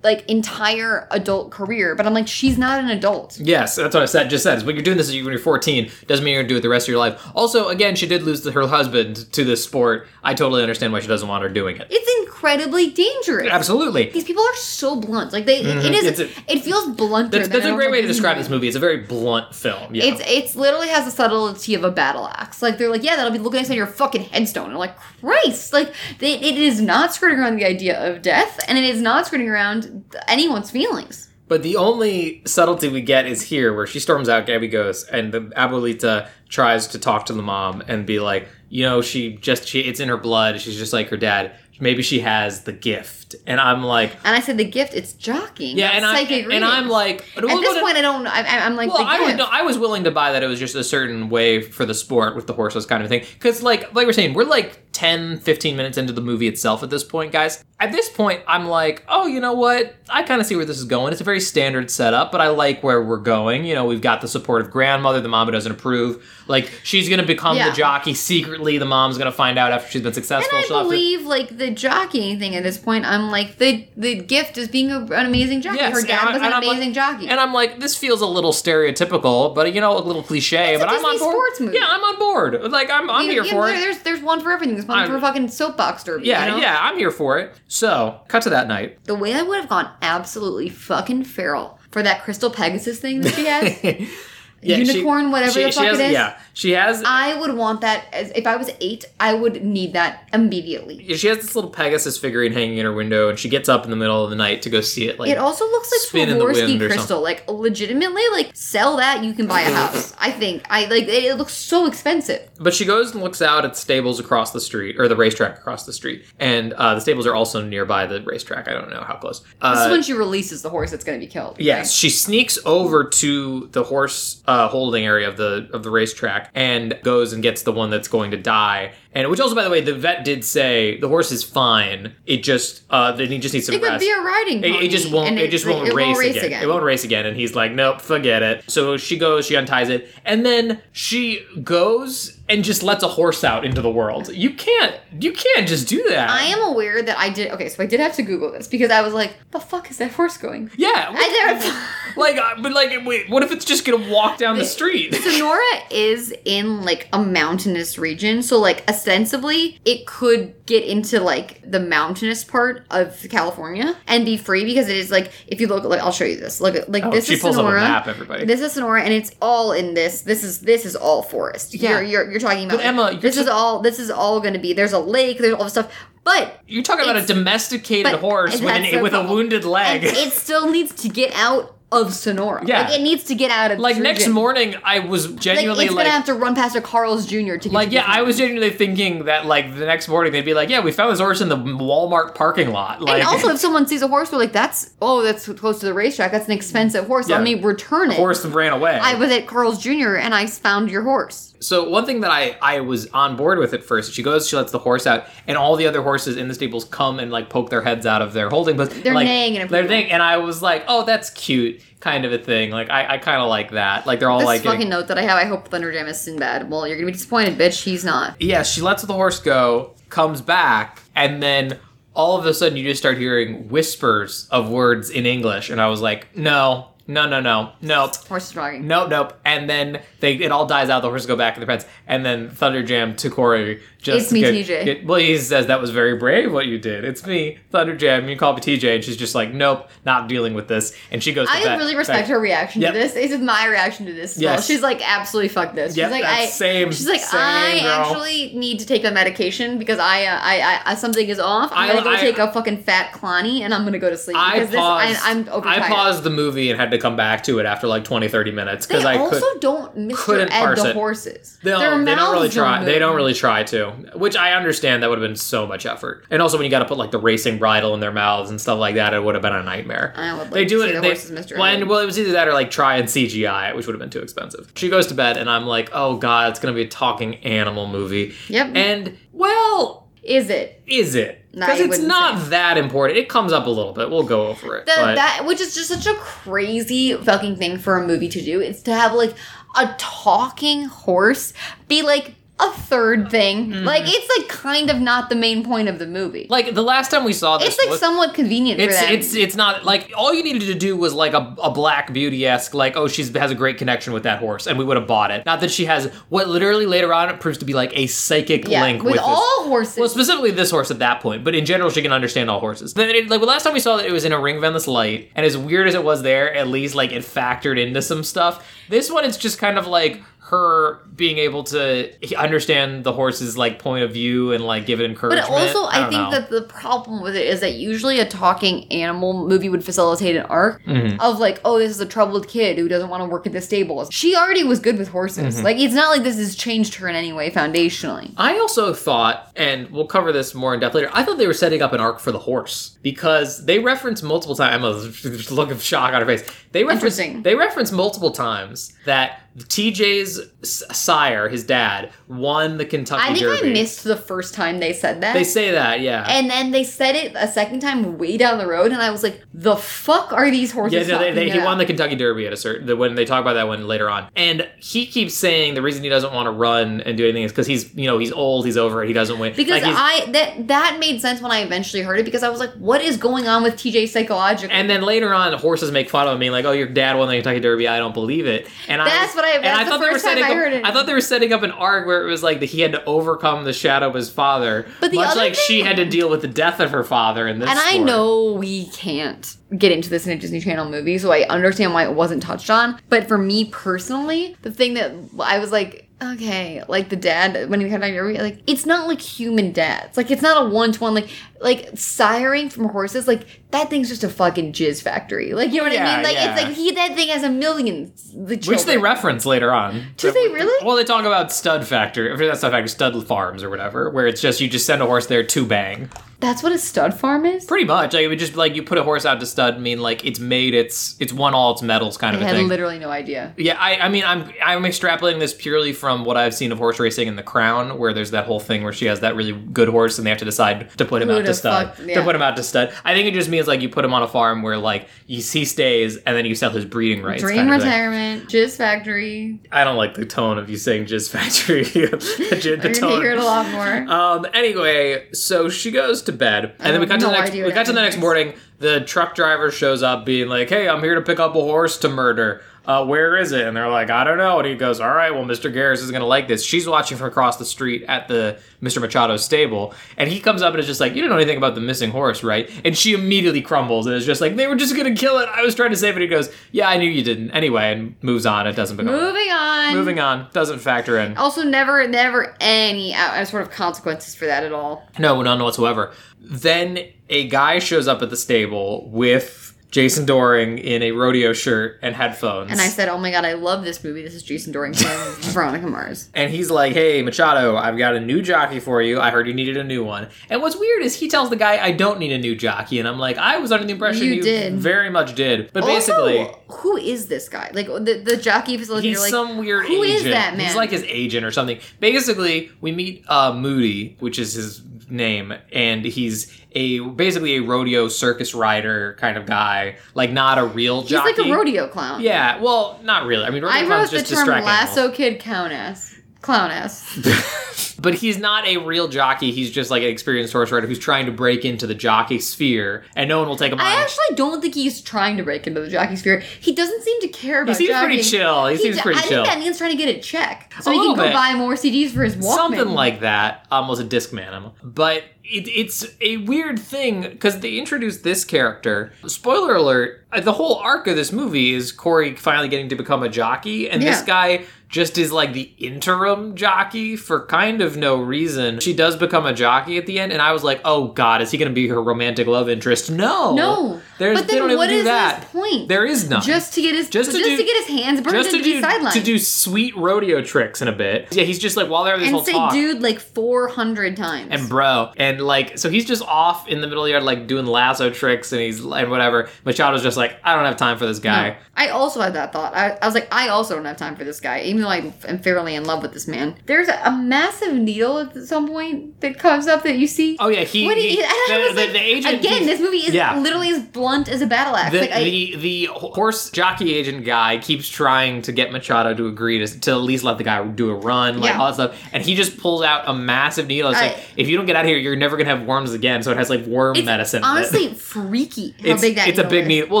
Speaker 3: like entire adult career, but I'm like, she's not an adult.
Speaker 2: Yes, that's what I said. Just said is when you're doing this when you're 14 doesn't mean you're gonna do it the rest of your life. Also, again, she did lose her husband to this sport. I totally understand why she doesn't want her doing it.
Speaker 3: It's incredibly dangerous.
Speaker 2: Absolutely.
Speaker 3: These people are so blunt. Like they, it is.
Speaker 2: Mm-hmm. It's a-
Speaker 3: it feels blunter.
Speaker 2: That's,
Speaker 3: than
Speaker 2: that's
Speaker 3: I
Speaker 2: a great way to
Speaker 3: normally
Speaker 2: describe
Speaker 3: do.
Speaker 2: this movie. It's a very blunt film. Yeah.
Speaker 3: It's it's literally has the subtlety of a battle axe. Like they're like, yeah, that'll be looking nice on your fucking headstone. And I'm like, Christ! Like they, it is not skirting around the idea of death, and it is not skirting around anyone's feelings.
Speaker 2: But the only subtlety we get is here, where she storms out, Gabby goes, and the abuelita tries to talk to the mom and be like, you know, she just she it's in her blood. She's just like her dad. Maybe she has the gift. And I'm like,
Speaker 3: And I said, the gift, it's jockeying.
Speaker 2: yeah,
Speaker 3: It's
Speaker 2: and I'm
Speaker 3: psychic
Speaker 2: and I'm
Speaker 3: readings.
Speaker 2: like,
Speaker 3: at this point, I don't. I, I- I'm like,
Speaker 2: Well,
Speaker 3: the
Speaker 2: I, would,
Speaker 3: gift.
Speaker 2: no, I was willing to buy that it was just a certain way for the sport with the horses kind of thing. Because, like, like we're saying, we're like 10, 15 minutes into the movie itself at this point, guys. At this point, I'm like, oh, you know what? I kind of see where this is going. It's a very standard setup, but I like where we're going. You know, we've got the support of grandmother. The mama doesn't approve. Like, she's going to become
Speaker 3: Yeah.
Speaker 2: the jockey secretly. The mom's going to find out after she's been successful.
Speaker 3: And
Speaker 2: She'll
Speaker 3: I
Speaker 2: have to-
Speaker 3: believe like the jockeying thing at this point. I'm like the the gift is being a, an amazing jockey.
Speaker 2: Yes,
Speaker 3: Her dad
Speaker 2: and I-
Speaker 3: was an
Speaker 2: and I'm like-
Speaker 3: amazing jockey.
Speaker 2: And I'm like, this feels a little stereotypical, but you know, a little cliche.
Speaker 3: It's a
Speaker 2: but I'm on
Speaker 3: Disney
Speaker 2: board.
Speaker 3: sports movie.
Speaker 2: Yeah, I'm on board. Like, I'm, I'm
Speaker 3: You-
Speaker 2: here
Speaker 3: you-
Speaker 2: for it.
Speaker 3: There's there's one for everything. There's one
Speaker 2: I'm-
Speaker 3: for fucking soapbox derby.
Speaker 2: Yeah,
Speaker 3: you know?
Speaker 2: yeah, I'm here for it. So, cut to that night.
Speaker 3: The way I would have gone absolutely fucking feral for that crystal Pegasus thing that she has.
Speaker 2: Yeah, she-
Speaker 3: Unicorn, whatever the fuck
Speaker 2: has,
Speaker 3: it is.
Speaker 2: Yeah, she has.
Speaker 3: I would want that as if I was eight. I would need that immediately.
Speaker 2: she has this little Pegasus figurine hanging in her window, and she gets up in the middle of the night to go see it. Like,
Speaker 3: It also looks like
Speaker 2: spin in the
Speaker 3: Swarovski
Speaker 2: wind or
Speaker 3: crystal. Like legitimately, like sell that you can buy a house. I think I like it, it looks so expensive.
Speaker 2: but she goes and looks out at stables across the street, or the racetrack across the street, and uh, the stables are also nearby the racetrack. I don't know how close. Uh,
Speaker 3: This is when she releases the horse that's going to be killed.
Speaker 2: Yes,
Speaker 3: right?
Speaker 2: she sneaks over to the horse uh, holding area of the of the racetrack and goes and gets the one that's going to die. And which also, by the way, the vet did say the horse is fine. It just uh, then he just needs some
Speaker 3: It could
Speaker 2: rest.
Speaker 3: be a riding.
Speaker 2: It, it just
Speaker 3: pony,
Speaker 2: won't.
Speaker 3: and
Speaker 2: It just
Speaker 3: it's-
Speaker 2: won't, race, again. It won't race again. And he's like, nope, forget it. So she goes. She unties it, and then she goes and just lets a horse out into the world. You can't. You can't just do that.
Speaker 3: I am aware that I did. Okay, so I did have to Google this because I was like, "The fuck is that horse going?"
Speaker 2: Yeah.
Speaker 3: I never-
Speaker 2: like, uh, but like, wait, what if it's just gonna walk down the street?
Speaker 3: Sonora is in like a mountainous region, so like ostensibly it could get into like the mountainous part of California and be free because it is like if you look like I'll show you this. Look like
Speaker 2: Oh,
Speaker 3: this
Speaker 2: she
Speaker 3: is
Speaker 2: pulls up a
Speaker 3: Sonora.
Speaker 2: map, everybody.
Speaker 3: This is Sonora and it's all in this. This is this is all forest.
Speaker 2: Yeah.
Speaker 3: You're you're, you're talking about
Speaker 2: But Emma, you're
Speaker 3: this
Speaker 2: t-
Speaker 3: is all this is all going to be. There's a lake, there's all this stuff. But
Speaker 2: You're talking about a
Speaker 3: It's-
Speaker 2: domesticated
Speaker 3: but
Speaker 2: horse with,
Speaker 3: that's
Speaker 2: an,
Speaker 3: their
Speaker 2: with a
Speaker 3: problem.
Speaker 2: wounded
Speaker 3: and
Speaker 2: leg.
Speaker 3: it still needs to get out of Sonora.
Speaker 2: Yeah.
Speaker 3: Like it needs to get out of
Speaker 2: like
Speaker 3: this
Speaker 2: next
Speaker 3: region.
Speaker 2: morning, I was
Speaker 3: Like,
Speaker 2: genuinely
Speaker 3: it's
Speaker 2: like,
Speaker 3: gonna have to run past a Carl's Jr. to get
Speaker 2: like
Speaker 3: to
Speaker 2: yeah, I
Speaker 3: Disneyland.
Speaker 2: was genuinely thinking that like the next morning they'd be like, yeah, we found this horse in the Walmart parking lot. Like,
Speaker 3: and also, if someone sees a horse, we're like, "That's oh, that's close to the racetrack. That's an expensive horse.
Speaker 2: Yeah.
Speaker 3: Let me return it."
Speaker 2: horse ran away.
Speaker 3: I was at Carl's Jr. and I found your horse.
Speaker 2: So one thing that I I was on board with at first, she goes, she lets the horse out, and all the other horses in the stables come and like poke their heads out of their holding, but
Speaker 3: They're
Speaker 2: like,
Speaker 3: neighing and
Speaker 2: they're
Speaker 3: everything.
Speaker 2: neighing, and I was like, oh, that's cute, kind of a thing. Like I, I kind of like that. Like they're all
Speaker 3: This
Speaker 2: like,
Speaker 3: fucking
Speaker 2: getting-
Speaker 3: note that I have. I hope Thunderdam is Sinbad. Well, you're gonna be disappointed, bitch. He's not.
Speaker 2: yeah. She lets the horse go, comes back, and then all of a sudden you just start hearing whispers of words in English, and I was like, no, no, no, no, nope.
Speaker 3: Horse is jogging.
Speaker 2: Nope, nope. And then they it all dies out. The horses go back in the fence, and then Thunder Jam to Corey Just
Speaker 3: me,
Speaker 2: get-
Speaker 3: TJ.
Speaker 2: get- well, he says that was very brave what you did. It's me, Thunder Jam. You call me TJ, and she's just like, nope, not dealing with this. And she goes. to
Speaker 3: I
Speaker 2: that-
Speaker 3: really respect
Speaker 2: that-
Speaker 3: her reaction
Speaker 2: Yep.
Speaker 3: to this. This is my reaction to this. as well.
Speaker 2: Yes.
Speaker 3: She's like, absolutely fuck this.
Speaker 2: Yep,
Speaker 3: she's like,
Speaker 2: that's
Speaker 3: I
Speaker 2: same-
Speaker 3: She's like,
Speaker 2: same,
Speaker 3: I
Speaker 2: girl."
Speaker 3: actually need to take my medication because I, uh, I, I, I something is off. I'm
Speaker 2: I-
Speaker 3: gonna go
Speaker 2: I-
Speaker 3: take a fucking fat Clonny and I'm gonna go to sleep
Speaker 2: I
Speaker 3: because
Speaker 2: paused.
Speaker 3: this I, I'm overtired.
Speaker 2: I paused the movie and had to come back to it after like 20, 30 minutes
Speaker 3: They
Speaker 2: because I
Speaker 3: also
Speaker 2: could.
Speaker 3: don't
Speaker 2: couldn't
Speaker 3: Mr. Ed
Speaker 2: parse
Speaker 3: the
Speaker 2: it.
Speaker 3: horses.
Speaker 2: They
Speaker 3: Their
Speaker 2: don't, they don't really
Speaker 3: mouths
Speaker 2: try. They
Speaker 3: move.
Speaker 2: don't really try to, which I understand. That would have been so much effort, and also when you got to put like the racing bridle in their mouths and stuff like that, it would have been a nightmare.
Speaker 3: I would like
Speaker 2: they
Speaker 3: to
Speaker 2: do
Speaker 3: see
Speaker 2: it.
Speaker 3: the
Speaker 2: they,
Speaker 3: horses, Mr.
Speaker 2: Well,
Speaker 3: Ed.
Speaker 2: and- well, it was either that or like try and CGI, it, which would have been too expensive. She goes to bed, and I'm like, oh god, it's gonna be a talking animal movie.
Speaker 3: Yep.
Speaker 2: And well,
Speaker 3: Is it
Speaker 2: is it?
Speaker 3: No,
Speaker 2: Because
Speaker 3: I
Speaker 2: it's
Speaker 3: wouldn't
Speaker 2: not that important. It comes up a little bit. We'll go over it.
Speaker 3: the,
Speaker 2: but-
Speaker 3: that which is just such a crazy fucking thing for a movie to do? It's to have like a talking horse be like a third thing.
Speaker 2: Mm-hmm.
Speaker 3: Like it's like kind of not the main point of the movie.
Speaker 2: like the last time we saw this,
Speaker 3: it's like
Speaker 2: was-
Speaker 3: somewhat convenient
Speaker 2: It's
Speaker 3: for them.
Speaker 2: it's it's not like all you needed to do was like a, a black beauty esque like oh she's has a great connection with that horse and we would have bought it. Not that she has what literally later on it proves to be like a psychic
Speaker 3: yeah,
Speaker 2: link
Speaker 3: with,
Speaker 2: with, this-
Speaker 3: all horses.
Speaker 2: Well, specifically this horse at that point, but in general, she can understand all horses. Then, it, like last time we saw that it was in a ring Venice light, and as weird as it was there, at least like it factored into some stuff. This one, it's just kind of like her being able to he- understand the horse's like point of view and like give it
Speaker 3: but
Speaker 2: encouragement.
Speaker 3: it also, I,
Speaker 2: don't
Speaker 3: think
Speaker 2: know.
Speaker 3: that the problem with it is that usually a talking animal movie would facilitate an arc
Speaker 2: Mm-hmm.
Speaker 3: of like, oh, this is a troubled kid who doesn't want to work at the stables. She already was good with horses.
Speaker 2: Mm-hmm.
Speaker 3: Like, it's not like this has changed her in any way foundationally.
Speaker 2: I also thought, and we'll cover this more in depth later. I thought they were setting up an arc for the horse because they reference multiple times. I'm a look of shock on her face. They reference
Speaker 3: Interesting.
Speaker 2: they reference multiple times that TJ's s- sire, his dad, won the Kentucky
Speaker 3: I think
Speaker 2: Derby.
Speaker 3: I missed the first time they said that.
Speaker 2: They say that, yeah.
Speaker 3: and then they said it a second time way down the road, and I was like, "The fuck are these horses?"
Speaker 2: yeah, no, they,
Speaker 3: talking
Speaker 2: they, he
Speaker 3: about?
Speaker 2: won the Kentucky Derby at a certain the, when they talk about that one later on, and he keeps saying the reason he doesn't want to run and do anything is because he's you know he's old, he's over it, he doesn't win. Like,
Speaker 3: Because
Speaker 2: he's-
Speaker 3: I that that made sense when I eventually heard it because I was like, what is going on with TJ psychologically?
Speaker 2: And then later on, horses make fun of me, like, "Oh, your dad won the Kentucky Derby." I don't believe it. And
Speaker 3: That's
Speaker 2: I,
Speaker 3: what I-
Speaker 2: and
Speaker 3: that's
Speaker 2: I
Speaker 3: the
Speaker 2: thought they were
Speaker 3: first time
Speaker 2: setting
Speaker 3: I
Speaker 2: up-
Speaker 3: heard it.
Speaker 2: I thought they were setting up an arc where it was like that he had to overcome the shadow of his father,
Speaker 3: But the
Speaker 2: much
Speaker 3: other
Speaker 2: like she
Speaker 3: thing-
Speaker 2: had to deal with the death of her father in this.
Speaker 3: and I
Speaker 2: story.
Speaker 3: know we can't get into this in a Disney Channel movie, so I understand why it wasn't touched on. But for me personally, the thing that I was like, okay, like the dad when he had on your like it's not like human dads, like it's not a one to one, like like siring from horses, like that thing's just a fucking jizz factory, like you know what
Speaker 2: Yeah,
Speaker 3: I mean? Like it's
Speaker 2: yeah.
Speaker 3: like he that thing has a million, the
Speaker 2: which they
Speaker 3: children.
Speaker 2: reference later on.
Speaker 3: Do they really?
Speaker 2: Well, they talk about stud factory, or not stud factory, stud farms or whatever, where it's just you just send a horse there to bang.
Speaker 3: That's what a stud farm is.
Speaker 2: Pretty much, like it would just like you put a horse out to stud, mean like it's made, it's it's won all its medals, kind
Speaker 3: I
Speaker 2: of a
Speaker 3: had
Speaker 2: thing.
Speaker 3: literally no idea.
Speaker 2: Yeah, I, I mean, I'm I'm extrapolating this purely from what I've seen of horse racing in The Crown, where there's that whole thing where she has that really good horse, and they have to decide to put him
Speaker 3: Who
Speaker 2: out to
Speaker 3: the
Speaker 2: stud.
Speaker 3: fuck-
Speaker 2: To
Speaker 3: yeah.
Speaker 2: put him out to stud. I think it just means like you put him on a farm where like you, he stays, and then you sell his breeding rights.
Speaker 3: Dream
Speaker 2: kind of thing.
Speaker 3: retirement, jizz factory.
Speaker 2: I don't like the tone of you saying "jizz factory." the
Speaker 3: You're gonna
Speaker 2: tone.
Speaker 3: hear it a lot more.
Speaker 2: Um. Anyway, so she goes to bed, and then we
Speaker 3: have
Speaker 2: got to the
Speaker 3: no
Speaker 2: next.
Speaker 3: idea
Speaker 2: We
Speaker 3: what
Speaker 2: got to the
Speaker 3: happened
Speaker 2: next
Speaker 3: next.
Speaker 2: morning. The truck driver shows up, being like, "Hey, I'm here to pick up a horse to murder. Uh, where is it?" And they're like, "I don't know." And he goes, "All right, well, Mr. Garris is gonna like this." She's watching from across the street at the Mr. Machado's stable, and he comes up and is just like, "You don't know anything about the missing horse, right?" And she immediately crumbles and is just like, "They were just gonna kill it. I was trying to save it." He goes, "Yeah, I knew you didn't." Anyway, and moves on. It doesn't pick up.
Speaker 3: Moving on.
Speaker 2: Moving on doesn't factor in.
Speaker 3: Also, never, never any uh, sort of consequences for that at all.
Speaker 2: No, none whatsoever. Then a guy shows up at the stable with Jason Doring in a rodeo shirt and headphones.
Speaker 3: And I said, "Oh my god, I love this movie. This is Jason Doring from Veronica Mars."
Speaker 2: And he's like, hey, Machado, I've got a new jockey for you. I heard you needed a new one. And what's weird is he tells the guy, I don't need a new jockey. And I'm like, I was under the impression you,
Speaker 3: You did.
Speaker 2: very much did. But basically,
Speaker 3: also, who is this guy? Like the the jockey facility.
Speaker 2: he's
Speaker 3: you're like,
Speaker 2: some weird
Speaker 3: Who is
Speaker 2: agent.
Speaker 3: that man?
Speaker 2: He's like his agent or something. Basically, we meet uh, Moody, which is his name, and he's a basically a rodeo circus rider kind of guy, like not a real
Speaker 3: he's
Speaker 2: jockey.
Speaker 3: like a rodeo clown.
Speaker 2: Yeah, well, not really. I mean, rodeo
Speaker 3: I
Speaker 2: clowns
Speaker 3: wrote the
Speaker 2: just
Speaker 3: term
Speaker 2: distract animals.
Speaker 3: lasso kid countess. Clown ass.
Speaker 2: But he's not a real jockey. He's just like an experienced horse rider who's trying to break into the jockey sphere, and no one will take him
Speaker 3: I
Speaker 2: on.
Speaker 3: actually don't think he's trying to break into the jockey sphere. He doesn't seem to care about.
Speaker 2: seems pretty
Speaker 3: jockeying.
Speaker 2: chill. He seems pretty
Speaker 3: I
Speaker 2: chill.
Speaker 3: think that means trying to get a check so
Speaker 2: A
Speaker 3: he can
Speaker 2: little
Speaker 3: go
Speaker 2: bit.
Speaker 3: buy more CDs for his Walkman.
Speaker 2: Something like that. Almost a disc man. I'm- But it, it's a weird thing because they introduced this character. Spoiler alert uh, the whole arc of this movie is Corey finally getting to become a jockey, and this
Speaker 3: Yeah.
Speaker 2: guy just is like the interim jockey for kind of no reason. She does become a jockey at the end, and I was like, oh god, is he going to be her romantic love interest? No.
Speaker 3: No.
Speaker 2: There's,
Speaker 3: but
Speaker 2: they
Speaker 3: then
Speaker 2: don't even
Speaker 3: what
Speaker 2: do
Speaker 3: is
Speaker 2: that.
Speaker 3: his point?
Speaker 2: There is none.
Speaker 3: just to get his
Speaker 2: Just
Speaker 3: just,
Speaker 2: to
Speaker 3: just
Speaker 2: do-
Speaker 3: to get his hands burned
Speaker 2: Just
Speaker 3: into
Speaker 2: to do
Speaker 3: the sideline
Speaker 2: to do sweet rodeo tricks in a bit. Yeah, he's just like while they're having this
Speaker 3: and
Speaker 2: whole
Speaker 3: say
Speaker 2: talk.
Speaker 3: dude like four hundred times.
Speaker 2: and bro and like so he's just off in the middle of the yard like doing lasso tricks and he's and whatever machado's just like i don't have time for this
Speaker 3: No.
Speaker 2: guy
Speaker 3: I also had that thought. I, I was like, I also don't have time for this guy, even though I am fairly in love with this man. There's a, a massive needle at some point that comes up that you see.
Speaker 2: oh yeah he,
Speaker 3: What do
Speaker 2: he-
Speaker 3: you- and I
Speaker 2: the,
Speaker 3: was
Speaker 2: the,
Speaker 3: like,
Speaker 2: the agent
Speaker 3: again,
Speaker 2: he-
Speaker 3: this movie is
Speaker 2: yeah.
Speaker 3: literally as blunt as a battle axe.
Speaker 2: the,
Speaker 3: like, I,
Speaker 2: the the horse jockey agent guy keeps trying to get Machado to agree to, to at least let the guy do a run, like
Speaker 3: Yeah.
Speaker 2: all that stuff, and he just pulls out a massive needle. It's
Speaker 3: I-
Speaker 2: like if you don't get out of here, you're never gonna have worms again. So it has like worm
Speaker 3: it's
Speaker 2: medicine. in it.
Speaker 3: honestly freaky how
Speaker 2: it's,
Speaker 3: big that
Speaker 2: it's a big
Speaker 3: is.
Speaker 2: needle. Well,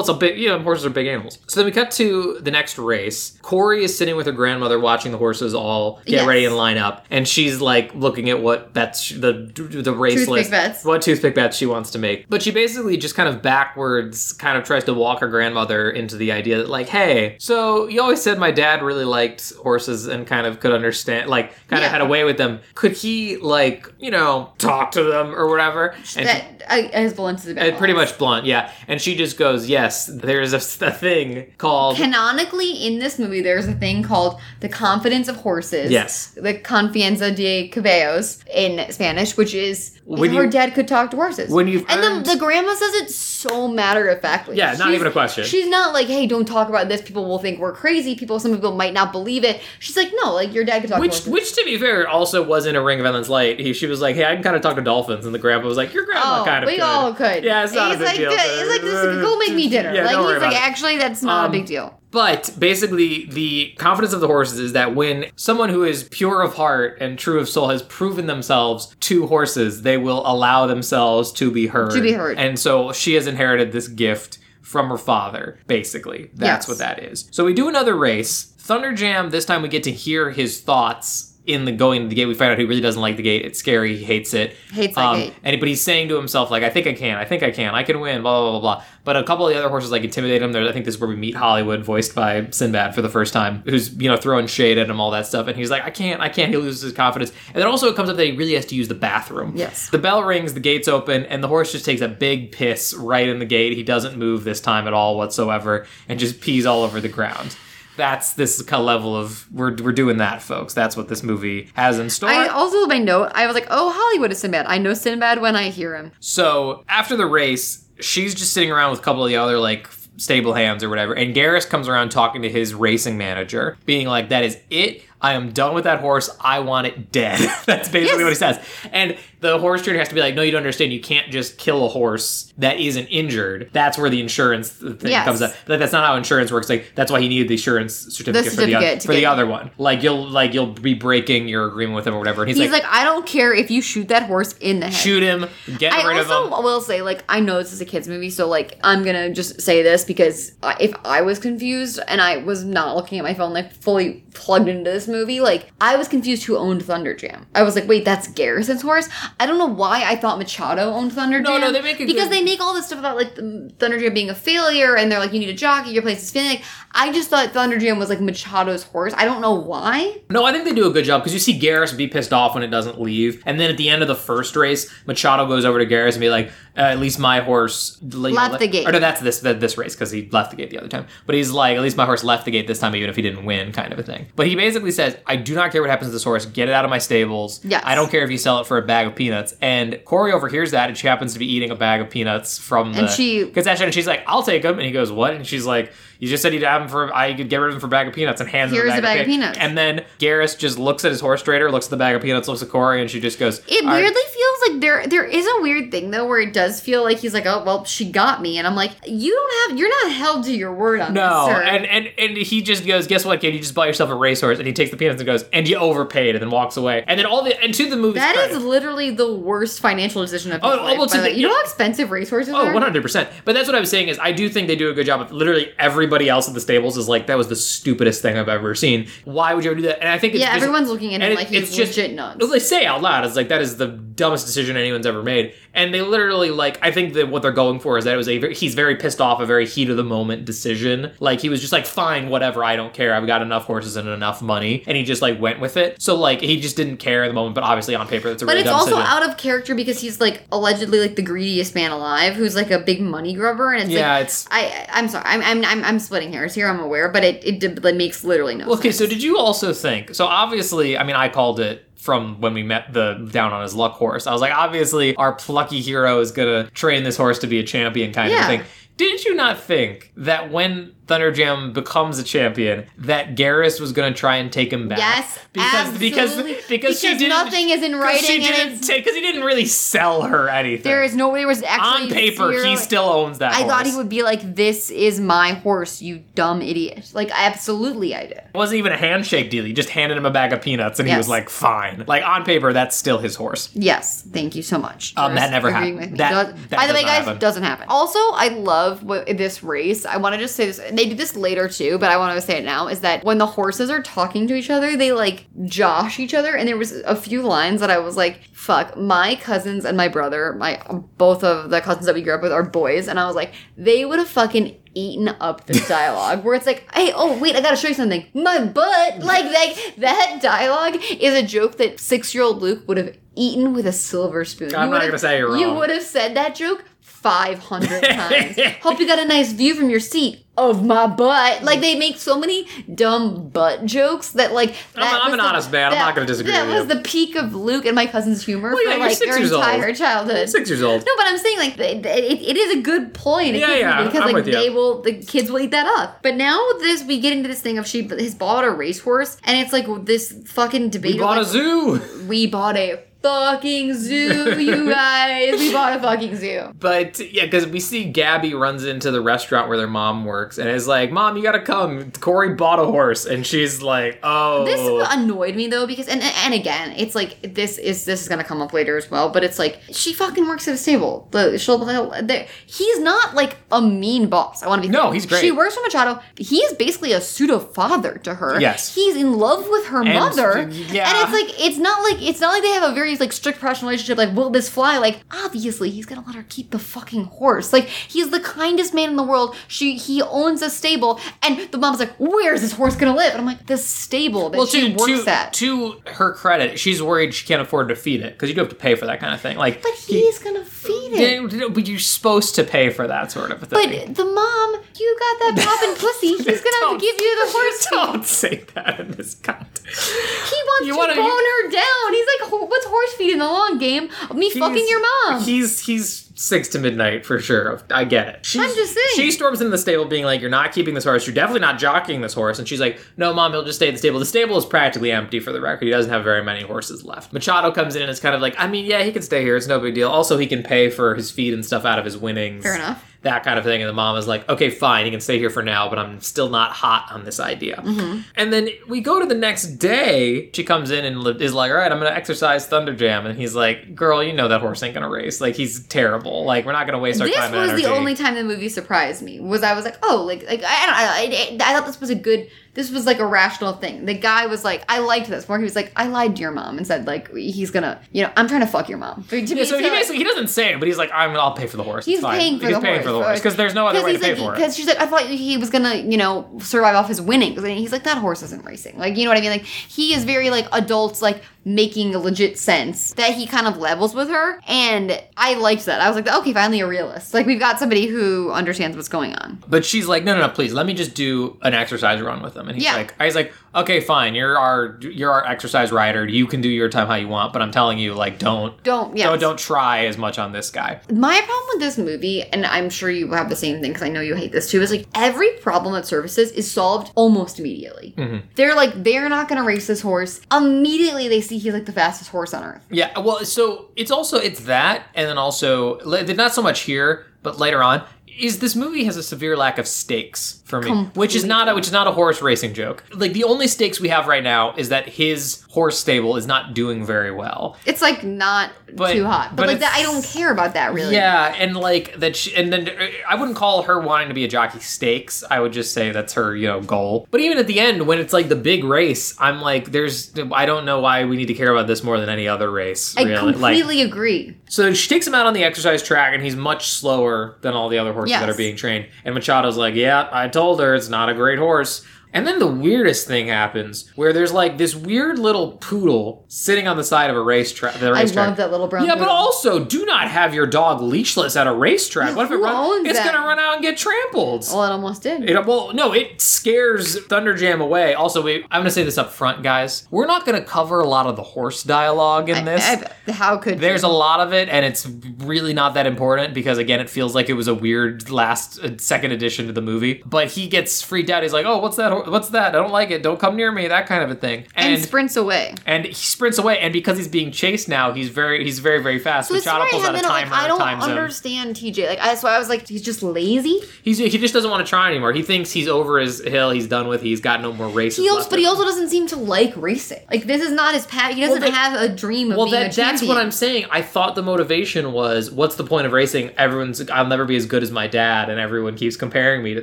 Speaker 2: it's a big. You know, horses are big animals. So then we cut to the next race. Corey is sitting with her grandmother, watching the horses all get
Speaker 3: Yes.
Speaker 2: ready and line up, and she's like looking at what bets she- the the race
Speaker 3: Toothpick
Speaker 2: list,
Speaker 3: bets.
Speaker 2: what toothpick bets she wants to make. But she basically just kind of backwards, kind of tries to walk her grandmother into the idea that like, hey, so you always said my dad really liked horses and kind of could understand, like, kind
Speaker 3: Yeah.
Speaker 2: of had a way with them. Could he like, you know, talk to them or whatever? And
Speaker 3: That I, as blunt as a battle
Speaker 2: uh, pretty
Speaker 3: axe.
Speaker 2: much blunt, yeah. And she just goes, "Yes, there is a, s- a thing called
Speaker 3: Canonically, in this movie, there's a thing called the confidence of horses.
Speaker 2: Yes.
Speaker 3: the confianza de caballos in Spanish, which is
Speaker 2: When
Speaker 3: her
Speaker 2: you-
Speaker 3: dad could talk to horses.
Speaker 2: when you've
Speaker 3: and
Speaker 2: earned-
Speaker 3: the, the grandma says it so matter of factly.
Speaker 2: Yeah, not even a question.
Speaker 3: She's not like, "Hey, don't talk about this. People will think we're crazy. People, some people might not believe it." She's like, "No, like your dad could talk
Speaker 2: which,
Speaker 3: to horses."
Speaker 2: which to be fair, also was in a Ring of Endless Light. He, she was like, "Hey, I can kind of talk to dolphins," and the grandpa was like, "Your grandma
Speaker 3: Oh,
Speaker 2: kind of
Speaker 3: we
Speaker 2: could."
Speaker 3: all could.
Speaker 2: Yeah, it's not
Speaker 3: he's
Speaker 2: a big
Speaker 3: like,
Speaker 2: deal.
Speaker 3: "Good," He's like, this, "Go make me dinner."
Speaker 2: Yeah,
Speaker 3: like
Speaker 2: don't worry
Speaker 3: he's like,
Speaker 2: about it.
Speaker 3: "Actually, that's not
Speaker 2: Um,
Speaker 3: a big deal."
Speaker 2: But basically, the confidence of the horses is that when someone who is pure of heart and true of soul has proven themselves to horses, they will allow themselves to be heard.
Speaker 3: To be heard.
Speaker 2: And so she has inherited this gift from her father, basically. That's
Speaker 3: Yes.
Speaker 2: what that is. So we do another race. Thunder Jam, this time we get to hear his thoughts in the going to the gate. We find out he really doesn't like the gate. It's scary. He hates it. Um,
Speaker 3: Hates that gate.
Speaker 2: And but he's saying to himself like, "I think I can. I think I can. I can win." Blah blah blah blah. But a couple of the other horses like intimidate him. There, I think this is where we meet Hollywood, voiced by Sinbad for the first time, who's you know throwing shade at him, all that stuff. And he's like, "I can't. I can't." He loses his confidence. And then also it comes up that he really has to use the bathroom.
Speaker 3: Yes.
Speaker 2: The bell rings. The gates open, and the horse just takes a big piss right in the gate. He doesn't move this time at all whatsoever, and just pees all over the ground. That's this kind of level of we're, we're doing that, folks. That's what this movie has in store.
Speaker 3: I also my note. I was like, "Oh, Hollywood is Sinbad. I know Sinbad when I hear him."
Speaker 2: So after the race, she's just sitting around with a couple of the other like f- stable hands or whatever, and Garrus comes around talking to his racing manager, being like, "That is it. I am done with that horse. I want it dead." That's basically
Speaker 3: Yes.
Speaker 2: what he says. And the horse trainer has to be like, "No, you don't understand. You can't just kill a horse that isn't injured." That's where the insurance th- thing
Speaker 3: Yes.
Speaker 2: comes up. But that's not how insurance works. Like that's why he needed the insurance certificate, for the
Speaker 3: certificate
Speaker 2: other,
Speaker 3: to
Speaker 2: for the
Speaker 3: get-
Speaker 2: other one. Like you'll like you'll be breaking your agreement with him or whatever. And he's,
Speaker 3: He's
Speaker 2: like,
Speaker 3: like, I don't care if you shoot that horse in the head.
Speaker 2: "Shoot him. Get
Speaker 3: I
Speaker 2: rid of
Speaker 3: also
Speaker 2: him."
Speaker 3: will say, like, I know this is a kids' movie, so like, I'm gonna just say this because I, if I was confused and I was not looking at my phone, like fully plugged into this movie, like I was confused who owned Thunder Jam. I was like, wait, that's Garrison's horse. I don't know why I thought Machado owned Thunder
Speaker 2: No,
Speaker 3: Jam.
Speaker 2: no, they make a
Speaker 3: because
Speaker 2: good-
Speaker 3: they make all this stuff about like the- Thunder Jam being a failure, and they're like, you need a jockey, your place is failing. Like, I just thought Thunder Jam was like Machado's horse. I don't know why.
Speaker 2: No, I think they do a good job because you see Garrus be pissed off when it doesn't leave, and then at the end of the first race, Machado goes over to Garrus and be like, uh, "At least my horse le-
Speaker 3: Left
Speaker 2: le-
Speaker 3: the gate.
Speaker 2: Or no, that's this that, this race because he left the gate the other time. But he's like, "At least my horse left the gate this time, even if he didn't win," kind of a thing. But he basically says, "I do not care what happens to this horse. Get it out of my stables.
Speaker 3: Yes.
Speaker 2: I don't care if you sell it for a bag of peanuts." And Corey overhears that, and she happens to be eating a bag of peanuts from the
Speaker 3: And she-
Speaker 2: concession, and she's like, "I'll take him," and he goes, "What?" And she's like, "You just said you'd have him for I could get rid of him for a bag of peanuts," and hands him
Speaker 3: Here's
Speaker 2: a bag,
Speaker 3: a bag of
Speaker 2: pe-
Speaker 3: peanuts.
Speaker 2: And then Garrus just looks at his horse trader, looks at the bag of peanuts, looks at Corey, and she just goes,
Speaker 3: It
Speaker 2: "All right."
Speaker 3: weirdly feels like there there is a weird thing though where it does feel like he's like, oh well, she got me, and I'm like, you don't have, you're not held to your word on
Speaker 2: No,
Speaker 3: this, sir.
Speaker 2: and, and and he just goes, guess what, kid? You just bought yourself a racehorse, and he takes the peanuts and goes, and you overpaid, and then walks away. And then all the and to the movie.
Speaker 3: that is literally the worst financial decision I've
Speaker 2: Oh,
Speaker 3: ever
Speaker 2: well,
Speaker 3: made.
Speaker 2: to the-
Speaker 3: You know how expensive racehorses
Speaker 2: Oh,
Speaker 3: are.
Speaker 2: 100%. But that's what I was saying is I do think they do a good job of literally everybody else at the stables is like, that was the stupidest thing I've ever seen. Why would you ever do that? And I think it's
Speaker 3: Yeah,
Speaker 2: just-
Speaker 3: everyone's looking at
Speaker 2: and
Speaker 3: him
Speaker 2: it-
Speaker 3: like he's
Speaker 2: it's just-
Speaker 3: legit nuts.
Speaker 2: Well, they say out loud, it's like, that is the dumbest decision anyone's ever made. And they literally, like, I think that what they're going for is that it was a, ver- he's very pissed off, a very heat of the moment decision. Like, he was just like, fine, whatever, I don't care. I've got enough horses and enough money. And he just, like, went with it. So, like, he just didn't care at the moment, but obviously on paper, it's a
Speaker 3: But
Speaker 2: really
Speaker 3: it's
Speaker 2: dumb
Speaker 3: also
Speaker 2: decision.
Speaker 3: out of character because he's like allegedly like the greediest man alive, who's like a big money grubber, and it's
Speaker 2: yeah,
Speaker 3: like
Speaker 2: it's.
Speaker 3: I I'm sorry, I'm I'm I'm, I'm splitting hairs here. I'm aware, but it it, did- it makes literally no.
Speaker 2: Okay,
Speaker 3: sense.
Speaker 2: so did you also think? So obviously, I mean, I called it from when we met the down on his luck horse. I was like, obviously, our plucky hero is gonna train this horse to be a champion, kind
Speaker 3: Yeah.
Speaker 2: of thing. Did you not think that when Thunderjam becomes a champion, that Garrus was gonna try and take him back?
Speaker 3: Yes,
Speaker 2: because because
Speaker 3: absolutely.
Speaker 2: because, she
Speaker 3: Because
Speaker 2: didn't,
Speaker 3: nothing is in
Speaker 2: 'cause
Speaker 3: writing
Speaker 2: She
Speaker 3: and
Speaker 2: didn't
Speaker 3: it's-
Speaker 2: because he didn't really sell her anything.
Speaker 3: there is no there was actually
Speaker 2: on paper,
Speaker 3: zero-
Speaker 2: he still owns that.
Speaker 3: I
Speaker 2: horse.
Speaker 3: thought he would be like, "This is my horse, you dumb idiot!" Like, absolutely, I did.
Speaker 2: It wasn't even a handshake deal. He just handed him a bag of peanuts, and he
Speaker 3: Yes.
Speaker 2: was like, "Fine." Like on paper, that's still his horse.
Speaker 3: Yes, thank you so much.
Speaker 2: Um,
Speaker 3: for
Speaker 2: that never
Speaker 3: agreeing
Speaker 2: happened.
Speaker 3: with me.
Speaker 2: That-
Speaker 3: Does-
Speaker 2: that
Speaker 3: by the
Speaker 2: does
Speaker 3: way,
Speaker 2: not
Speaker 3: guys,
Speaker 2: happen.
Speaker 3: doesn't happen. Also, I love what, this race. I want to just say this. and They do this later too, but I want to say it now. Is that when the horses are talking to each other, they like josh each other, and there was a few lines that I was like, "Fuck!" My cousins and my brother, my both of the cousins that we grew up with are boys, and I was like, they would have fucking eaten up this dialogue where it's like hey oh wait i gotta show you something my butt like like that dialogue is a joke that six-year-old luke would have eaten with a silver spoon
Speaker 2: I'm not
Speaker 3: would've-
Speaker 2: gonna say you're
Speaker 3: You
Speaker 2: wrong.
Speaker 3: would have said that joke 500 times. Hope you got a nice view from your seat of my butt. Like they make so many dumb butt jokes that like that
Speaker 2: I'm- I'm
Speaker 3: was
Speaker 2: an honest man. I'm not gonna disagree
Speaker 3: That
Speaker 2: with
Speaker 3: was
Speaker 2: you.
Speaker 3: the peak of Luke and my cousin's humor
Speaker 2: Well, yeah,
Speaker 3: for
Speaker 2: you're
Speaker 3: like
Speaker 2: six
Speaker 3: their
Speaker 2: years old.
Speaker 3: entire childhood.
Speaker 2: Six years old.
Speaker 3: No, but I'm saying like it, it, it is a good point. It
Speaker 2: Yeah,
Speaker 3: could be,
Speaker 2: yeah,
Speaker 3: because
Speaker 2: I'm
Speaker 3: like
Speaker 2: with you.
Speaker 3: they will, the kids will eat that up. But now this, we get into this thing of she has bought a racehorse, and it's like this fucking debate.
Speaker 2: He
Speaker 3: of,
Speaker 2: bought
Speaker 3: like,
Speaker 2: a zoo.
Speaker 3: we bought a fucking zoo, you guys. We bought a fucking zoo.
Speaker 2: But yeah, because we see Gabby runs into the restaurant where their mom works and is like, "Mom, you gotta come." Corey bought a horse, and she's like, "Oh."
Speaker 3: This is what annoyed me though because and and again, it's like this is this is gonna come up later as well. But it's like she fucking works at a stable. The she'll there. He's not like a mean boss. I want to be
Speaker 2: No,
Speaker 3: clear.
Speaker 2: he's great.
Speaker 3: She works for Machado. He is basically a pseudo father to her.
Speaker 2: Yes.
Speaker 3: he's in love with her
Speaker 2: And-
Speaker 3: mother.
Speaker 2: yeah.
Speaker 3: and it's like it's not like it's not like they have a very like strict professional relationship. Like will this fly? Like obviously he's gonna let her keep the fucking horse. Like he's the kindest man in the world. She he owns a stable, and the mom's like, where's this horse gonna live? And I'm like, the stable that
Speaker 2: well,
Speaker 3: she
Speaker 2: to,
Speaker 3: works
Speaker 2: to,
Speaker 3: at.
Speaker 2: to her credit, she's worried she can't afford to feed it because you do have to pay for that kind of thing. Like,
Speaker 3: but he's gonna feed it.
Speaker 2: Yeah, But you're supposed to pay for that sort of a thing.
Speaker 3: But the mom, you got that poppin' pussy. He's gonna have to
Speaker 2: Don't-
Speaker 3: give you the horse.
Speaker 2: Don't say that in this context.
Speaker 3: He wants
Speaker 2: You
Speaker 3: to
Speaker 2: wanna-
Speaker 3: bone her down. He's like, "Ho- what's horse feed in the long game? Me fucking
Speaker 2: He's-
Speaker 3: your mom.
Speaker 2: He's he's six to midnight for sure. I get it. She's,
Speaker 3: just saying.
Speaker 2: She storms into the stable, being like, "You're not keeping this horse. You're definitely not jockeying this horse." And she's like, "No, mom. He'll just stay at the stable. The stable is practically empty for the record. He doesn't have very many horses left." Machado comes in and is kind of like, "I mean, yeah, he can stay here. It's no big deal. Also, he can pay for his feed and stuff out of his winnings."
Speaker 3: Fair enough.
Speaker 2: That kind of thing. And the mom is like, okay, fine, he can stay here for now, but I'm still not hot on this idea.
Speaker 3: Mm-hmm.
Speaker 2: And then we go to the next day. She comes in and li- is like, all right, I'm going to exercise Thunder Jam. And he's like, girl, you know that horse ain't going to race. Like, he's terrible. Like, we're not going to waste our
Speaker 3: this
Speaker 2: time and
Speaker 3: was
Speaker 2: energy.
Speaker 3: the only time the movie surprised me was i was like oh like like i don't I, I, I thought this was a good this was like a rational thing the guy was like i liked this where he was like i lied to your mom and said like he's gonna you know i'm trying to fuck your mom To me,
Speaker 2: Yeah, so
Speaker 3: it's
Speaker 2: he
Speaker 3: like-
Speaker 2: basically he doesn't say it, but he's like, I'm, I'll pay for the horse. It's
Speaker 3: He's
Speaker 2: fine.
Speaker 3: paying for
Speaker 2: he's
Speaker 3: the
Speaker 2: paying
Speaker 3: horse
Speaker 2: for the horse because there's no other way to
Speaker 3: he's
Speaker 2: pay
Speaker 3: like,
Speaker 2: for it.
Speaker 3: Because she's like, I thought he was gonna, you know, survive off his winnings, and he's like, that horse isn't racing. Like, you know what I mean? Like, he is very like adults, like making legit sense that he kind of levels with her, and I liked that. I was like, okay, finally a realist. Like, we've got somebody who understands what's going on.
Speaker 2: But she's like, no, no, no, please, let me just do an exercise run with him. And he's
Speaker 3: Yeah.
Speaker 2: like, I was like, okay, fine, you're our you're our exercise rider. You can do your time how you want, but I'm telling you, like, don't
Speaker 3: Don't- yes.
Speaker 2: don't, don't try as much on this guy.
Speaker 3: My problem with this movie, and I'm sure you have the same thing because I know you hate this too, is like every problem that
Speaker 2: Mm-hmm.
Speaker 3: surfaces is solved almost immediately. They're like, they're not going to race this horse. Immediately, they see he's like the fastest horse on earth.
Speaker 2: Yeah, well, so it's also it's that, and then also like, not so much here, but later on is this movie has a severe lack of stakes for me, which is not a, which is not a horse racing joke. Like the only stakes we have right now is that his horse stable is not doing very well.
Speaker 3: It's like not
Speaker 2: But-
Speaker 3: too hot, but,
Speaker 2: but
Speaker 3: like that, I
Speaker 2: it's-
Speaker 3: don't care about that really.
Speaker 2: Yeah, and like that, she, and then uh, I wouldn't call her wanting to be a jockey stakes. I would just say that's her, you know, goal. But even at the end, when it's like the big race, I'm like, there's, I don't know why we need to care about this more than any other race.
Speaker 3: I
Speaker 2: really. like,
Speaker 3: completely agree.
Speaker 2: So she takes him out on the exercise track, and he's much slower than all the other horses that
Speaker 3: Yes.
Speaker 2: are being trained. And Machado's like, "Yeah, I told her it's not a great horse." And then the weirdest thing happens, where there's like this weird little poodle sitting on the side of a racetrack. The
Speaker 3: I
Speaker 2: racetrack.
Speaker 3: love that little brown.
Speaker 2: Yeah, but
Speaker 3: poodle.
Speaker 2: also do not have your dog leashless at a racetrack. What if it
Speaker 3: Who
Speaker 2: runs?
Speaker 3: owns
Speaker 2: It's
Speaker 3: that?
Speaker 2: gonna run out and get trampled.
Speaker 3: well, it almost did.
Speaker 2: It, well, no, it scares Thunderjam away. Also, we, I'm going to say this up front, guys. We're not going to cover a lot of the horse dialogue in this.
Speaker 3: I- I- how could
Speaker 2: There's
Speaker 3: you?
Speaker 2: a lot of it, and it's really not that important because, again, it feels like it was a weird last uh, second edition to the movie. But he gets freaked out. He's like, "Oh, what's that? ho- What's that? I don't like it. Don't come near me." That kind of a thing.
Speaker 3: and,
Speaker 2: And and,
Speaker 3: sprints away.
Speaker 2: he sprints away. And because he's being chased now, he's very he's very very fast.
Speaker 3: So that's
Speaker 2: Machado
Speaker 3: where I
Speaker 2: pulls out
Speaker 3: have
Speaker 2: a
Speaker 3: been like,
Speaker 2: timer,
Speaker 3: I don't
Speaker 2: time zone.
Speaker 3: understand TJ. Like, I, that's why I was like, he's just lazy.
Speaker 2: He's he just doesn't want to try anymore. He thinks he's over his hill. He's done with. it. He's got no more races.
Speaker 3: He also,
Speaker 2: left
Speaker 3: but he also doesn't seem to like racing. Like, this is not his path. He doesn't
Speaker 2: that-
Speaker 3: have a dream of
Speaker 2: Well,
Speaker 3: being
Speaker 2: that,
Speaker 3: a
Speaker 2: that's what
Speaker 3: champion.
Speaker 2: I'm saying. I thought the motivation was, what's the point of racing? Everyone's, I'll never be as good as my dad, and everyone keeps comparing me to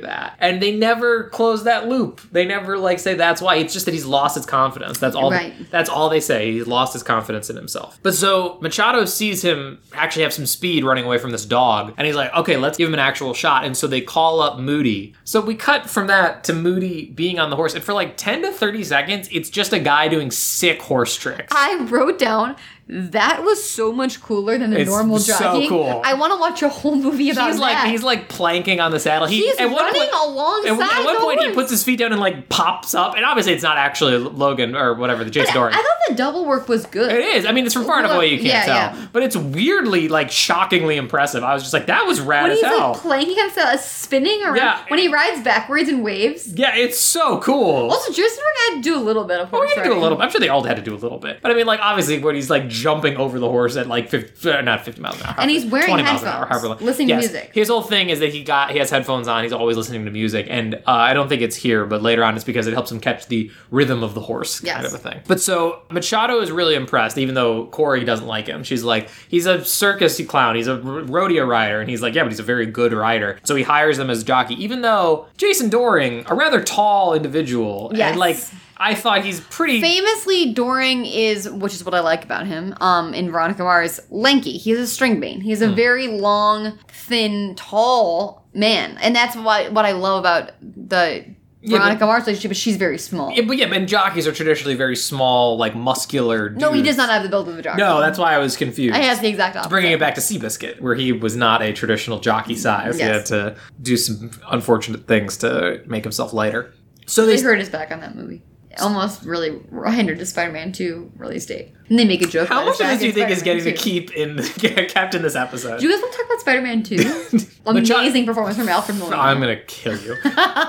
Speaker 2: that. And they never close that loop. They never like say that's why. It's just that he's lost his confidence. That's all.
Speaker 3: Right.
Speaker 2: that's all they say. He's lost his confidence in himself. But so Machado sees him actually have some speed running away from this dog, and he's like, okay, let's give him an actual shot. And so they call up Moody. So we cut from that to Moody being on the horse, and for like ten to thirty seconds, it's just a guy doing sick horse tricks.
Speaker 3: I wrote down that was so much cooler than the
Speaker 2: It's
Speaker 3: normal
Speaker 2: so
Speaker 3: jogging.
Speaker 2: cool.
Speaker 3: I want to watch a whole movie about
Speaker 2: he's
Speaker 3: that.
Speaker 2: like he's like planking on the saddle. He,
Speaker 3: He's
Speaker 2: at one
Speaker 3: running
Speaker 2: point-
Speaker 3: alongside.
Speaker 2: At, one- at one
Speaker 3: the
Speaker 2: point, he
Speaker 3: horse.
Speaker 2: puts his feet down and like pops up, and obviously it's not actually Logan or whatever the Jason
Speaker 3: I
Speaker 2: Doran.
Speaker 3: thought the double work was good.
Speaker 2: It is. I mean, it's from far enough away you can't
Speaker 3: Yeah,
Speaker 2: tell,
Speaker 3: yeah.
Speaker 2: but it's weirdly like shockingly impressive. I was just like, that was rad
Speaker 3: when
Speaker 2: as
Speaker 3: he's
Speaker 2: hell.
Speaker 3: like playing against that, spinning around.
Speaker 2: Yeah.
Speaker 3: When he rides backwards and waves.
Speaker 2: yeah, it's so cool.
Speaker 3: Also, Jason Doran had to do a little bit of
Speaker 2: we
Speaker 3: horse
Speaker 2: had to do a
Speaker 3: riding.
Speaker 2: little. I'm sure they all had to do a little bit, but I mean, like obviously when he's like jumping over the horse at like 50, uh, not 50 miles an hour,
Speaker 3: And he's wearing
Speaker 2: 20 miles an hour,
Speaker 3: headphones,
Speaker 2: however long.
Speaker 3: listening to
Speaker 2: Yes.
Speaker 3: music.
Speaker 2: His whole thing is that he got he has headphones on. He's always listening to music, and uh, I don't think it's here, but later on it's because it helps him catch the rhythm of the horse, kind
Speaker 3: Yes.
Speaker 2: of a thing. But so Machado is really impressed, even though Corey doesn't like him. She's like, he's a circus clown, he's a r- rodeo rider, and he's like, yeah, but he's a very good rider. So he hires him as jockey, even though Jason Doring, a rather tall individual,
Speaker 3: Yes.
Speaker 2: and like. I thought he's pretty
Speaker 3: Famously, Doring is, which is what I like about him, um, in Veronica Mars, lanky. He's a string bean. He's
Speaker 2: Hmm.
Speaker 3: a very long, thin, tall man. And that's what, what I love about the
Speaker 2: Yeah,
Speaker 3: Veronica Mars relationship, is she's very small.
Speaker 2: Yeah, but yeah, and jockeys are traditionally very small, like muscular.
Speaker 3: no, he
Speaker 2: dudes.
Speaker 3: does not have the build of a jockey.
Speaker 2: No, that's why I was confused.
Speaker 3: I has the exact opposite.
Speaker 2: Bringing it back to Seabiscuit, where he was not a traditional jockey size. He had
Speaker 3: Yes.
Speaker 2: to do some unfortunate things to make himself lighter. So
Speaker 3: They
Speaker 2: they.
Speaker 3: hurt his back on that movie. It Almost really hindered the Spider-Man 2 release date. And they make a joke
Speaker 2: How much
Speaker 3: about his
Speaker 2: of this
Speaker 3: back
Speaker 2: do you
Speaker 3: in
Speaker 2: think is
Speaker 3: Spider-Man
Speaker 2: getting to
Speaker 3: 2.
Speaker 2: keep in kept in this episode?
Speaker 3: Do you guys want to talk about Spider-Man 2?
Speaker 2: John-
Speaker 3: Amazing performance from Alfred Molina.
Speaker 2: I'm gonna kill you.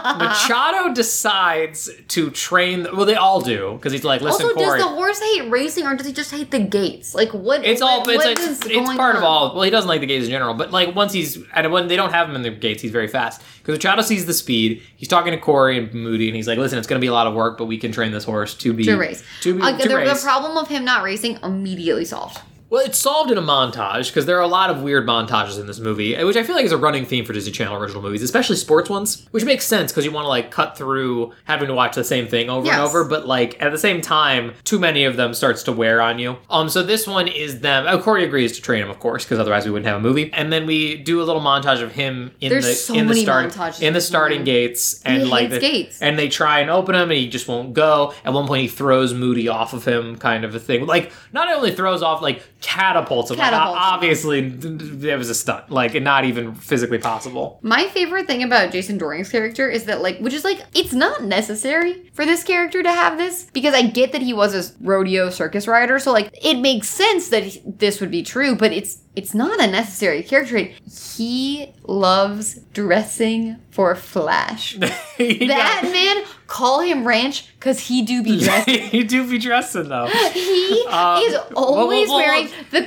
Speaker 2: Machado decides to train. Well, they all do because he's like, listen,
Speaker 3: Also,
Speaker 2: Corey.
Speaker 3: does the horse hate racing or does he just hate the gates? Like what?
Speaker 2: It's all.
Speaker 3: what-
Speaker 2: It's,
Speaker 3: what
Speaker 2: it's,
Speaker 3: is
Speaker 2: it's
Speaker 3: going
Speaker 2: part of
Speaker 3: on?
Speaker 2: all. Well, he doesn't like the gates in general, but like once he's and when they don't have him in the gates, he's very fast because Machado sees the speed. He's talking to Corey and Moody, and he's like, "Listen, it's going to be a lot of work, but we can train this horse to be
Speaker 3: To race.
Speaker 2: to be
Speaker 3: Uh,
Speaker 2: to
Speaker 3: the,
Speaker 2: race."
Speaker 3: the problem of him not racing immediately solved.
Speaker 2: well, it's solved in a montage because there are a lot of weird montages in this movie, which I feel like is a running theme for Disney Channel original movies, especially sports ones, which makes sense because you want to like cut through having to watch the same thing over and
Speaker 3: Yes.
Speaker 2: over. But like at the same time, too many of them starts to wear on you. Um, so this one is them. Oh, Corey agrees to train him, of course, because otherwise we wouldn't have a movie. And then we do a little montage of him in
Speaker 3: There's
Speaker 2: the
Speaker 3: so
Speaker 2: in the
Speaker 3: many
Speaker 2: start
Speaker 3: montages
Speaker 2: in
Speaker 3: in
Speaker 2: the
Speaker 3: this
Speaker 2: starting
Speaker 3: movie.
Speaker 2: gates and
Speaker 3: He
Speaker 2: like
Speaker 3: hates
Speaker 2: the,
Speaker 3: gates.
Speaker 2: and they try and open him and he just won't go. At one point, he throws Moody off of him, kind of a thing. Like, not only throws off, like, catapults him. Like,
Speaker 3: Catapults.
Speaker 2: o- obviously, it was a stunt. Like, and not even physically possible.
Speaker 3: My favorite thing about Jason Doring's character is that, like, which is like, it's not necessary for this character to have this because I get that he was a rodeo circus rider, so like, it makes sense that he- this would be true, but it's it's not a necessary character trait. He loves dressing for Flash. That man, call him Ranch, cause he do be dressing.
Speaker 2: you do be dressing though.
Speaker 3: He
Speaker 2: Um,
Speaker 3: is
Speaker 2: well, well,
Speaker 3: always
Speaker 2: well,
Speaker 3: wearing the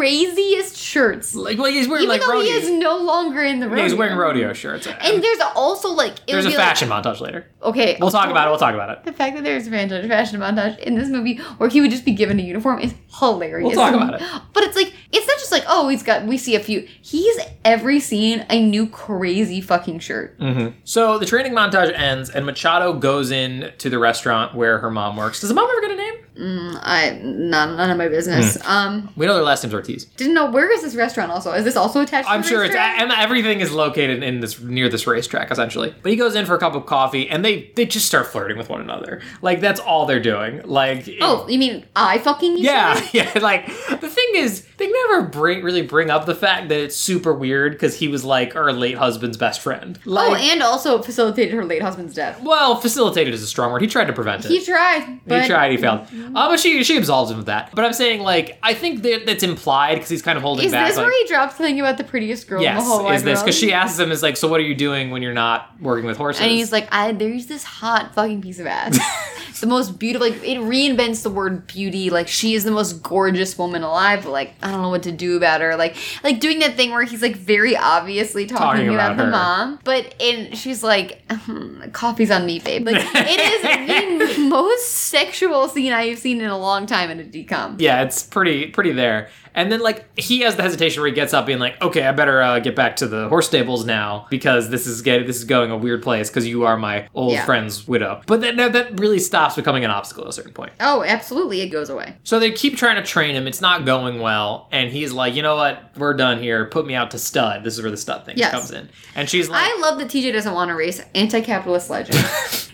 Speaker 3: craziest shirts,
Speaker 2: Like, well, he's wearing
Speaker 3: even
Speaker 2: like
Speaker 3: though
Speaker 2: rodeo.
Speaker 3: he is no longer in the rodeo.
Speaker 2: Yeah, he's wearing rodeo shirts.
Speaker 3: And there's also like it'll
Speaker 2: There's a
Speaker 3: be like-
Speaker 2: fashion montage later.
Speaker 3: okay, oh,
Speaker 2: We'll talk about it. We'll talk about it.
Speaker 3: The fact that there's a franchise fashion montage in this movie where he would just be given a uniform is hilarious.
Speaker 2: We'll talk about it.
Speaker 3: But it's like it's not just like oh he's got we see a few. He's every scene a new crazy fucking shirt.
Speaker 2: Mm. So the training montage ends, and Machado goes in to the restaurant where her mom works. Does the mom ever get a name?
Speaker 3: I none none of my business.
Speaker 2: Mm.
Speaker 3: Um,
Speaker 2: We know their last name's Ortiz.
Speaker 3: didn't know where is this restaurant also? Is this also attached?
Speaker 2: I'm
Speaker 3: to the
Speaker 2: sure it's
Speaker 3: restaurant?
Speaker 2: and everything is located in this near this racetrack essentially. But he goes in for a cup of coffee, and they they just start flirting with one another. Like that's all they're doing. Like it-
Speaker 3: Oh, you mean I fucking each other?
Speaker 2: Yeah, yeah. Like the thing is, they never bring really bring up the fact that it's super weird because he was like our late husband's best friend. Like,
Speaker 3: Oh, and also facilitated her late husband's death.
Speaker 2: well, facilitated is a strong word. He tried to prevent it.
Speaker 3: He tried, but
Speaker 2: he tried. He failed. Uh, but she she absolves him of that. But I'm saying like I think that that's implied because he's kind of holding
Speaker 3: Is
Speaker 2: back.
Speaker 3: this
Speaker 2: like,
Speaker 3: where he dropped something about the prettiest girl in the whole wide
Speaker 2: yes, is this
Speaker 3: world?
Speaker 2: because she asks him is like so what are you doing when you're not working with horses?
Speaker 3: And he's like, I there's this hot fucking piece of ass. it's the most beautiful. Like it reinvents the word beauty. Like she is the most gorgeous woman alive. But like I don't know what to do about her. Like like doing that thing where he's like very obviously talking,
Speaker 2: Talking
Speaker 3: about,
Speaker 2: about
Speaker 3: the
Speaker 2: her.
Speaker 3: mom, but and she's like, "Hmm, coffee's on me, babe. Like it is the most sexual scene I've seen in a long time in a decom.
Speaker 2: yeah, it's pretty pretty there. And then like he has the hesitation where he gets up being like, okay, I better uh, get back to the horse stables now because this is get this is going a weird place because you are my old
Speaker 3: Yeah.
Speaker 2: friend's widow. But that no, that really stops becoming an obstacle at a certain point.
Speaker 3: Oh, absolutely, it goes away.
Speaker 2: So they keep trying to train him. It's not going well, and he's like, you know what, we're done here. Put me out to stud. This is where the stud thing
Speaker 3: Yes.
Speaker 2: comes in. And she's like,
Speaker 3: I love that TJ doesn't want to race. Anti-capitalist legend.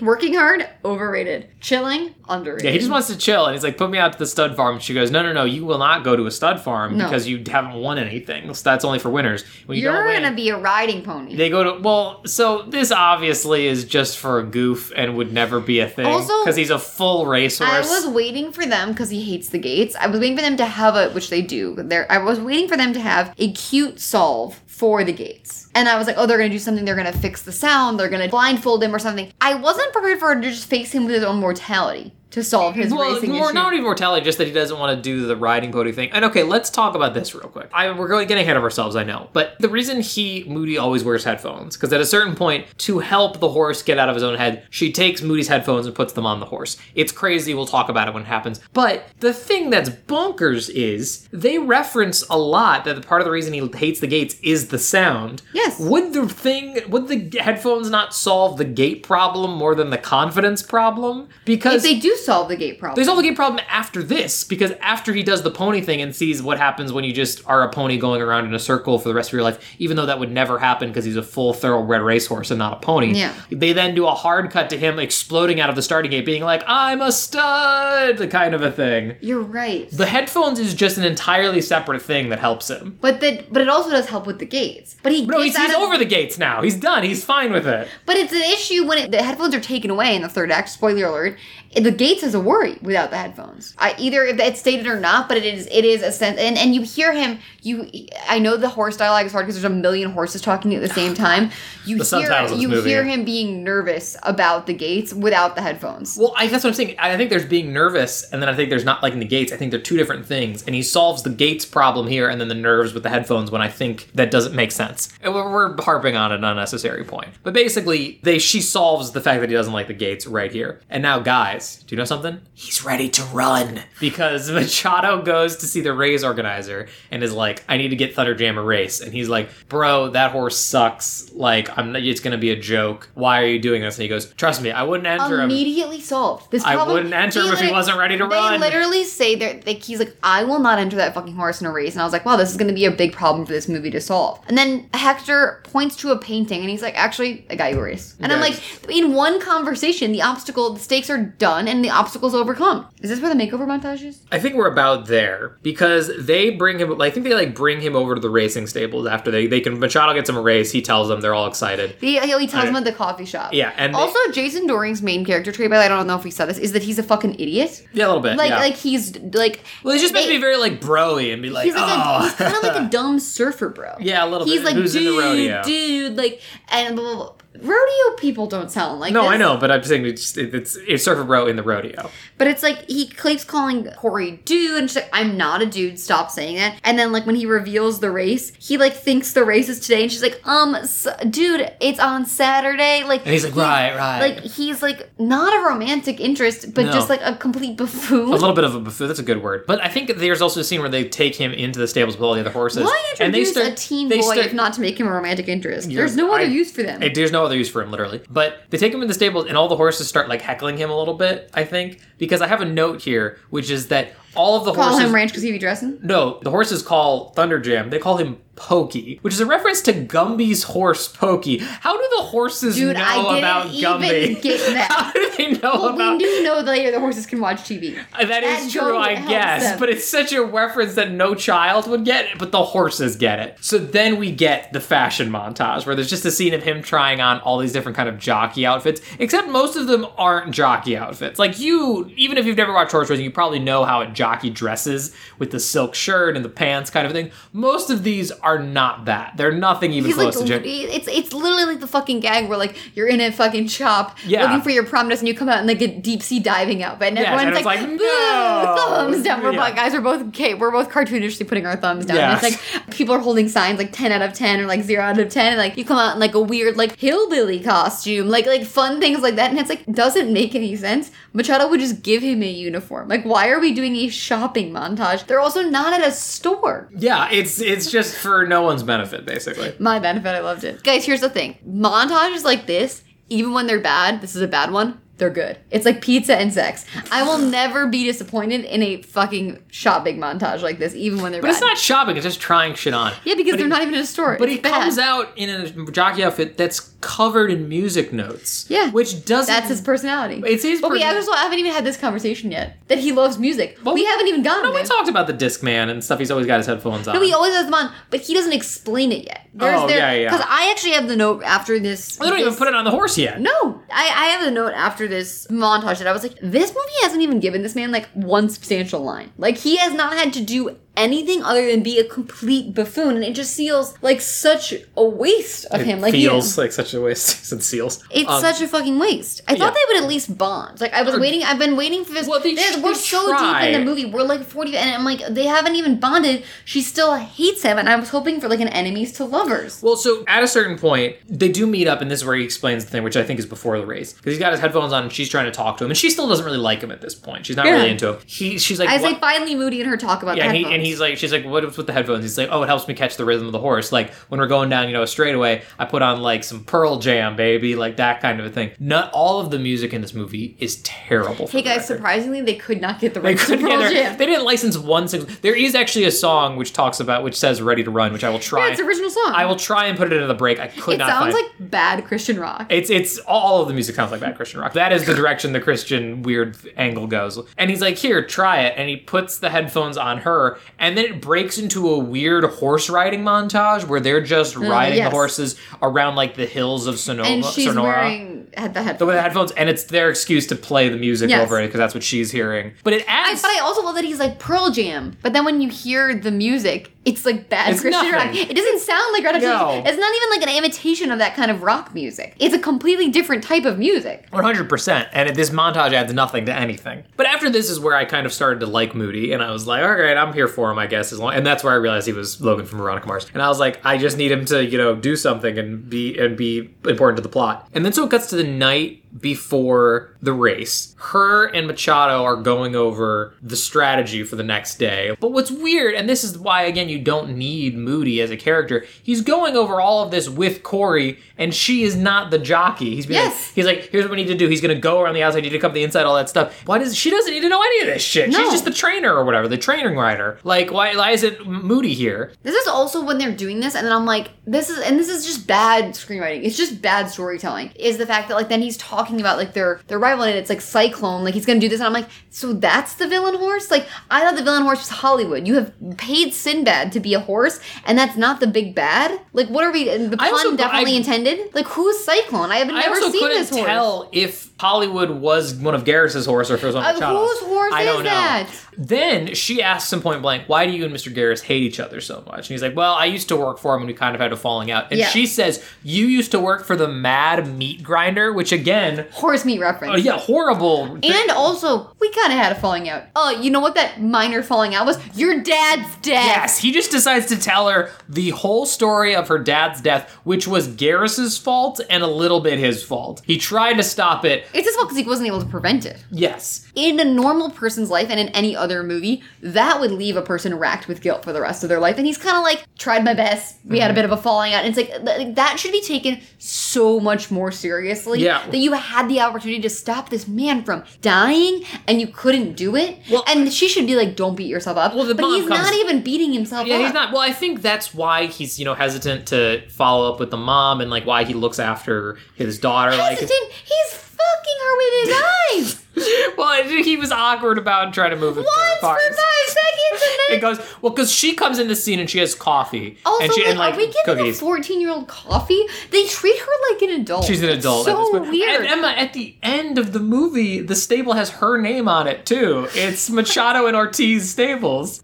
Speaker 3: Working hard, overrated. Chilling, underrated.
Speaker 2: Yeah, he just wants to chill, and he's like, "Put me out to the stud farm." She goes, "No, no, no, you will not go to a stud farm
Speaker 3: No.
Speaker 2: because you haven't won anything. So that's only for winners. When you
Speaker 3: You're
Speaker 2: don't win,
Speaker 3: gonna be a riding pony.
Speaker 2: they go to well. So this obviously is just for a goof and would never be a thing
Speaker 3: Also-
Speaker 2: because he's a full racehorse.
Speaker 3: I was waiting for them because he hates the gates. I was waiting for them to have a, which they do. There, I was waiting for them to have a cute solve for the gates, and I was like, oh, they're gonna do something. They're gonna fix the sound. They're gonna blindfold him or something. I wasn't prepared for her to just face him with his own mortality to solve his
Speaker 2: well,
Speaker 3: racing
Speaker 2: more,
Speaker 3: issue.
Speaker 2: not even mortality, just that he doesn't want to do the riding pony thing. And okay, let's talk about this real quick. I, we're going getting ahead of ourselves, I know, but the reason he Moody always wears headphones because at a certain point, to help the horse get out of his own head, she takes Moody's headphones and puts them on the horse. It's crazy. We'll talk about it when it happens. But the thing that's bonkers is they reference a lot that the part of the reason he hates the gates is the sound.
Speaker 3: Yes.
Speaker 2: Would the thing would the headphones not solve the gate problem more than the confidence problem?
Speaker 3: if
Speaker 2: Because
Speaker 3: they do solve the gate problem,
Speaker 2: they solve the gate problem after this because after he does the pony thing and sees what happens when you just are a pony going around in a circle for the rest of your life, even though that would never happen because he's a full thoroughbred racehorse and not a pony.
Speaker 3: Yeah.
Speaker 2: They then do a hard cut to him exploding out of the starting gate, being like, "I'm a stud," kind of a thing.
Speaker 3: you're right.
Speaker 2: The headphones is just an entirely separate thing that helps him.
Speaker 3: but that, but it also does help with the gates. But he
Speaker 2: No, he's,
Speaker 3: gets out
Speaker 2: he's
Speaker 3: of-
Speaker 2: over the gates now. He's done. He's fine with it.
Speaker 3: But it's an issue when it, the headphones are taken away in the third act. Spoiler alert: the gates is a worry without the headphones. I either if it's stated or not, but it is it is a sense. And and you hear him. You I know the horse dialogue is hard because there's a million horses talking at the same time. You
Speaker 2: The subtitles
Speaker 3: hear
Speaker 2: of this
Speaker 3: you
Speaker 2: movie.
Speaker 3: hear him being nervous about the gates without the headphones.
Speaker 2: Well, I, that's what I'm saying. I think there's being nervous, and then I think there's not liking the gates. I think they're two different things. And he solves the gates problem here, and then the nerves with the headphones. When I think that doesn't make sense, and we're, we're harping on an unnecessary point. But basically, they she solves the fact that he doesn't like the gates right here. And now, guys, do you know something? He's ready to run because Machado goes to see the race organizer and is like, "I need to get Thunderjam a race," and he's like, "Bro, that horse sucks. Like, I'm it's gonna be a joke. Why are you doing this?" And he goes, "Trust me, I wouldn't enter him."
Speaker 3: Immediately solved. This
Speaker 2: I
Speaker 3: problem.
Speaker 2: wouldn't enter
Speaker 3: they
Speaker 2: him if he
Speaker 3: liter-
Speaker 2: wasn't ready to
Speaker 3: they
Speaker 2: run.
Speaker 3: literally say that like he's like, I will not enter that fucking horse in a race, and I was like, wow, this is going to be a big problem for this movie to solve. And then Hector points to a painting, and he's like, actually, I got you a race. And I'm
Speaker 2: Yeah.
Speaker 3: like, in one conversation, the obstacle, the stakes are done, and and the obstacles overcome. Is this where the makeover montage is?
Speaker 2: I think we're about there because they bring him. I think they like bring him over to the racing stables after they they can. Machado gets him a race. He tells them they're all excited.
Speaker 3: He, he he tells
Speaker 2: I-
Speaker 3: him at the coffee shop.
Speaker 2: Yeah, and they-
Speaker 3: also Jason Doring's main character trait, by the way, I don't know if we said this, is that he's a fucking idiot.
Speaker 2: Yeah, a little bit.
Speaker 3: Like
Speaker 2: Uh, yeah.
Speaker 3: like he's like
Speaker 2: well, he's just meant to
Speaker 3: they-
Speaker 2: be very like broy and be like,
Speaker 3: he's like a,
Speaker 2: oh,
Speaker 3: he's kind of like a dumb surfer bro.
Speaker 2: Yeah, a little
Speaker 3: He's
Speaker 2: bit.
Speaker 3: like
Speaker 2: Who's in the rodeo?"
Speaker 3: dude, dude, like and blah, blah, blah. rodeo people don't sound like
Speaker 2: no,
Speaker 3: this.
Speaker 2: I know, but I'm saying it's it's, it's surfer bro in the rodeo.
Speaker 3: But it's like he keeps calling Corey dude, and she's like, I'm not a dude, stop saying that. And then like when he reveals the race, he like thinks the race is today, and she's like, um, s dude, it's on Saturday. Like,
Speaker 2: And he's like, "Right, right."
Speaker 3: Like he's like not a romantic interest, but
Speaker 2: No.
Speaker 3: just like a complete
Speaker 2: A
Speaker 3: buffoon.
Speaker 2: little bit of a buffoon. That's a good word. But I think there's also a scene where they take him into the stables with all the other horses.
Speaker 3: Why
Speaker 2: and they
Speaker 3: introduce
Speaker 2: start,
Speaker 3: a teen
Speaker 2: they
Speaker 3: boy
Speaker 2: start-
Speaker 3: if not to make him a romantic interest?
Speaker 2: You're-
Speaker 3: There's no other
Speaker 2: I-
Speaker 3: use for them.
Speaker 2: Eh, There's no other use for him, literally. But they take him to the stables, and all the horses start like heckling him a little bit. I think because I have a note here, which is that all of the
Speaker 3: Call
Speaker 2: horses.
Speaker 3: him Ranch because he be dressing.
Speaker 2: no, the horses call Thunder Jam. They call him Pokey, which is a reference to Gumby's horse Pokey. How do the horses
Speaker 3: Dude,
Speaker 2: know
Speaker 3: I didn't
Speaker 2: about
Speaker 3: even
Speaker 2: Gumby?
Speaker 3: get that.
Speaker 2: How do they know
Speaker 3: Well,
Speaker 2: about?
Speaker 3: we do know that later the horses can watch TV.
Speaker 2: Uh, that
Speaker 3: That
Speaker 2: is true,
Speaker 3: don't
Speaker 2: I
Speaker 3: help
Speaker 2: guess.
Speaker 3: them.
Speaker 2: But it's such a reference that no child would get it, but the horses get it. So then we get the fashion montage where there's just a scene of him trying on all these different kind of jockey outfits, except most of them aren't jockey outfits. Like you, even if you've never watched horse racing, you probably know how a jockey dresses with the silk shirt and the pants kind of thing. Most of these are not that. They're nothing even
Speaker 3: He's like,
Speaker 2: close to jockey.
Speaker 3: it's it's literally like the fucking gag where like you're in a fucking shop
Speaker 2: Yeah.
Speaker 3: looking for your prom dress and you come out in like a deep sea diving outfit and
Speaker 2: Yes, and
Speaker 3: everyone's
Speaker 2: it's
Speaker 3: like,
Speaker 2: like,
Speaker 3: "Boo,
Speaker 2: no."
Speaker 3: thumbs down. We're
Speaker 2: Yeah.
Speaker 3: both- guys, we're both okay. We're both cartoonishly putting our thumbs down. And
Speaker 2: Yes.
Speaker 3: it's like people are holding signs like ten out of ten or like zero out of ten. And like you come out in like a weird like hillbilly costume, like like fun things like that. And it's like doesn't make any sense. Machado would just give him a uniform. Like why are we doing a shopping montage? They're also not at a store.
Speaker 2: Yeah, it's it's just for no one's benefit, basically.
Speaker 3: My benefit, I loved it. Guys, here's the thing. Montages like this, even when they're bad, this is a bad one, they're good. It's like pizza and sex. I will never be disappointed in a fucking shopping montage like this, even when they're
Speaker 2: But
Speaker 3: bad.
Speaker 2: it's not shopping, it's just trying shit on.
Speaker 3: yeah, because
Speaker 2: But
Speaker 3: they're
Speaker 2: it-
Speaker 3: not even in a store.
Speaker 2: But
Speaker 3: it's
Speaker 2: he
Speaker 3: bad.
Speaker 2: comes out in a jockey outfit that's covered in music notes.
Speaker 3: Yeah.
Speaker 2: Which doesn't.
Speaker 3: That's his personality.
Speaker 2: It's his
Speaker 3: But we
Speaker 2: person-
Speaker 3: also haven't even had this conversation yet. That he loves music. we haven't even gotten
Speaker 2: No, we
Speaker 3: there.
Speaker 2: talked about the disc man and stuff. He's always got his headphones on.
Speaker 3: No, he always has them on, but he doesn't explain it yet. There's
Speaker 2: Oh,
Speaker 3: there,
Speaker 2: yeah, yeah.
Speaker 3: Because I actually have the note after this.
Speaker 2: they don't even
Speaker 3: this-
Speaker 2: put it on the horse yet.
Speaker 3: No, I, I have a note after this montage that I was like, this movie hasn't even given this man like one substantial line. Like he has not had to do anything other than be a complete buffoon, and it just feels like such a waste of
Speaker 2: It
Speaker 3: him. Like he-
Speaker 2: feels like such a waste since seals.
Speaker 3: It's
Speaker 2: Um,
Speaker 3: such a fucking waste. I
Speaker 2: yeah.
Speaker 3: thought they would at least bond. Like I was waiting. I've been waiting for this.
Speaker 2: Well, they
Speaker 3: There's-
Speaker 2: should-
Speaker 3: we're
Speaker 2: they
Speaker 3: so deep in
Speaker 2: try.
Speaker 3: the movie. We're like 40, and I'm like, they haven't even bonded. She still hates him, and I was hoping for like an enemies to lovers.
Speaker 2: Well, so at a certain point, they do meet up, and this is where he explains the thing, which I think is before the race, because he's got his headphones on, and she's trying to talk to him, and she still doesn't really like him at this point. She's not
Speaker 3: Yeah.
Speaker 2: really into him. He, she's like,
Speaker 3: I was
Speaker 2: "What-
Speaker 3: like, finally, Moody and her talk about
Speaker 2: Yeah, and,
Speaker 3: that.
Speaker 2: he, and he's like, she's like, what's with the headphones? He's like, oh, it helps me catch the rhythm of the horse. Like when we're going down, you know, a straightaway, I put on like some Pearl Jam, baby, like that kind of a thing. Not all of the music in this movie is terrible. for
Speaker 3: Hey
Speaker 2: the
Speaker 3: guys,
Speaker 2: record.
Speaker 3: surprisingly, they could not get the
Speaker 2: They,
Speaker 3: rights to
Speaker 2: couldn't get
Speaker 3: Pearl
Speaker 2: their-
Speaker 3: Jam.
Speaker 2: they didn't license one single. There is actually a song which talks about, which says "Ready to Run," which I will try.
Speaker 3: Yeah, it's the original song.
Speaker 2: I will try and put it into the break. I could
Speaker 3: It
Speaker 2: not.
Speaker 3: sounds
Speaker 2: find
Speaker 3: like bad Christian rock.
Speaker 2: It's it's all of the music sounds like bad Christian rock. That is the direction the Christian weird angle goes. And he's like, "Here, try it." And he puts the headphones on her, and then it breaks into a weird horse riding montage where they're just riding
Speaker 3: Uh, yes.
Speaker 2: the horses around like the hills of Sonoma.
Speaker 3: and she's
Speaker 2: Sonora.
Speaker 3: wearing had the head.
Speaker 2: with the headphones, and it's their excuse to play the music
Speaker 3: Yes.
Speaker 2: over it because that's what she's hearing. But it
Speaker 3: I,
Speaker 2: adds.
Speaker 3: but I also love that he's like Pearl Jam. But then when you hear the music, it's like bad
Speaker 2: It's
Speaker 3: Christian rock.
Speaker 2: nothing.
Speaker 3: It doesn't sound like Red Hot Chili-
Speaker 2: No.
Speaker 3: It's not even like an imitation of that kind of rock music. It's a completely different type of music.
Speaker 2: One hundred percent, and it- this montage adds nothing to anything. But after this is where I kind of started to like Moody, and I was like, all right, I'm here for him, I guess. As long, and that's where I realized he was Logan from Veronica Mars, and I was like, I just need him to, you know, do something and be and be important to the plot. And then so it cuts to the night before the race. Her and Machado are going over the strategy for the next day. But what's weird, and this is why again you you don't need Moody as a character. He's going over all of this with Corey, and she is not the jockey. He's being like-
Speaker 3: Yes.
Speaker 2: he's like, here's what we need to do. He's gonna go around the outside, you need to come to the inside, all that stuff. Why does she doesn't need to know any of this shit?
Speaker 3: No.
Speaker 2: She's just the trainer or whatever, the training rider. Like, why why isn't Moody here?
Speaker 3: This is also when they're doing this, and then I'm like, this is, and this is just bad screenwriting. It's just bad storytelling. Is the fact that like then he's talking about like their their rival, and it's like Cyclone, like he's gonna do this, and I'm like, so that's the villain horse. Like I thought the villain horse was Hollywood. You have paid Sinbad to be a horse, and that's not the big bad. Like what are we? and The
Speaker 2: I
Speaker 3: pun
Speaker 2: also-
Speaker 3: definitely
Speaker 2: I-
Speaker 3: intended. Like who's Cyclone? I have
Speaker 2: I
Speaker 3: never
Speaker 2: also
Speaker 3: seen
Speaker 2: couldn't
Speaker 3: this horse.
Speaker 2: tell if Hollywood was one of Garris's horse or if it was one of
Speaker 3: Uh,
Speaker 2: Chada's.
Speaker 3: whose horse
Speaker 2: I don't
Speaker 3: is
Speaker 2: know.
Speaker 3: that?
Speaker 2: Then she asks him point blank, "Why do you and Mr. Garris hate each other so much?" And he's like, "Well, I used to work for him, and we kind of had a falling out." And
Speaker 3: Yeah.
Speaker 2: she says, "You used to work for the Mad Meat Grinder," which again,
Speaker 3: Horse meat reference.
Speaker 2: oh yeah, horrible.
Speaker 3: And also, we kind of had a falling out. Oh, you know what that minor falling out was? Your dad's dead.
Speaker 2: Yes, he just decides to tell her the whole story of her dad's death, which was Garris's fault and a little bit his fault. He tried to stop it.
Speaker 3: It's his fault because he wasn't able to prevent it.
Speaker 2: Yes,
Speaker 3: In a normal person's life and in any other movie, that would leave a person racked with guilt for the rest of their life. And he's kind of like, tried my best. We
Speaker 2: Mm-hmm.
Speaker 3: had a bit of a falling out. And it's like, th- that should be taken so much more seriously.
Speaker 2: Yeah.
Speaker 3: That you had the opportunity to stop this man from dying and you couldn't do it.
Speaker 2: Well-
Speaker 3: and she should be like, don't beat yourself up.
Speaker 2: Well, the
Speaker 3: but
Speaker 2: mom
Speaker 3: he's
Speaker 2: comes-
Speaker 3: not even beating himself
Speaker 2: Yeah,
Speaker 3: up.
Speaker 2: he's not. Well, I think that's why he's you know hesitant to follow up with the mom and like why he looks after his daughter. Like,
Speaker 3: Hesitant. He's fucking her with his eyes.
Speaker 2: well, I think he was awkward about trying to move it
Speaker 3: Once for
Speaker 2: far.
Speaker 3: five seconds and then
Speaker 2: It goes well because she comes in the scene and she has coffee
Speaker 3: Also,
Speaker 2: and she
Speaker 3: like,
Speaker 2: and like
Speaker 3: are we giving
Speaker 2: cookies.
Speaker 3: a fourteen-year-old coffee? They treat her like an adult.
Speaker 2: She's an
Speaker 3: It's
Speaker 2: adult.
Speaker 3: So
Speaker 2: at this point.
Speaker 3: weird.
Speaker 2: And Emma, at the end of the movie, the stable has her name on it too. It's Machado and Ortiz Stables.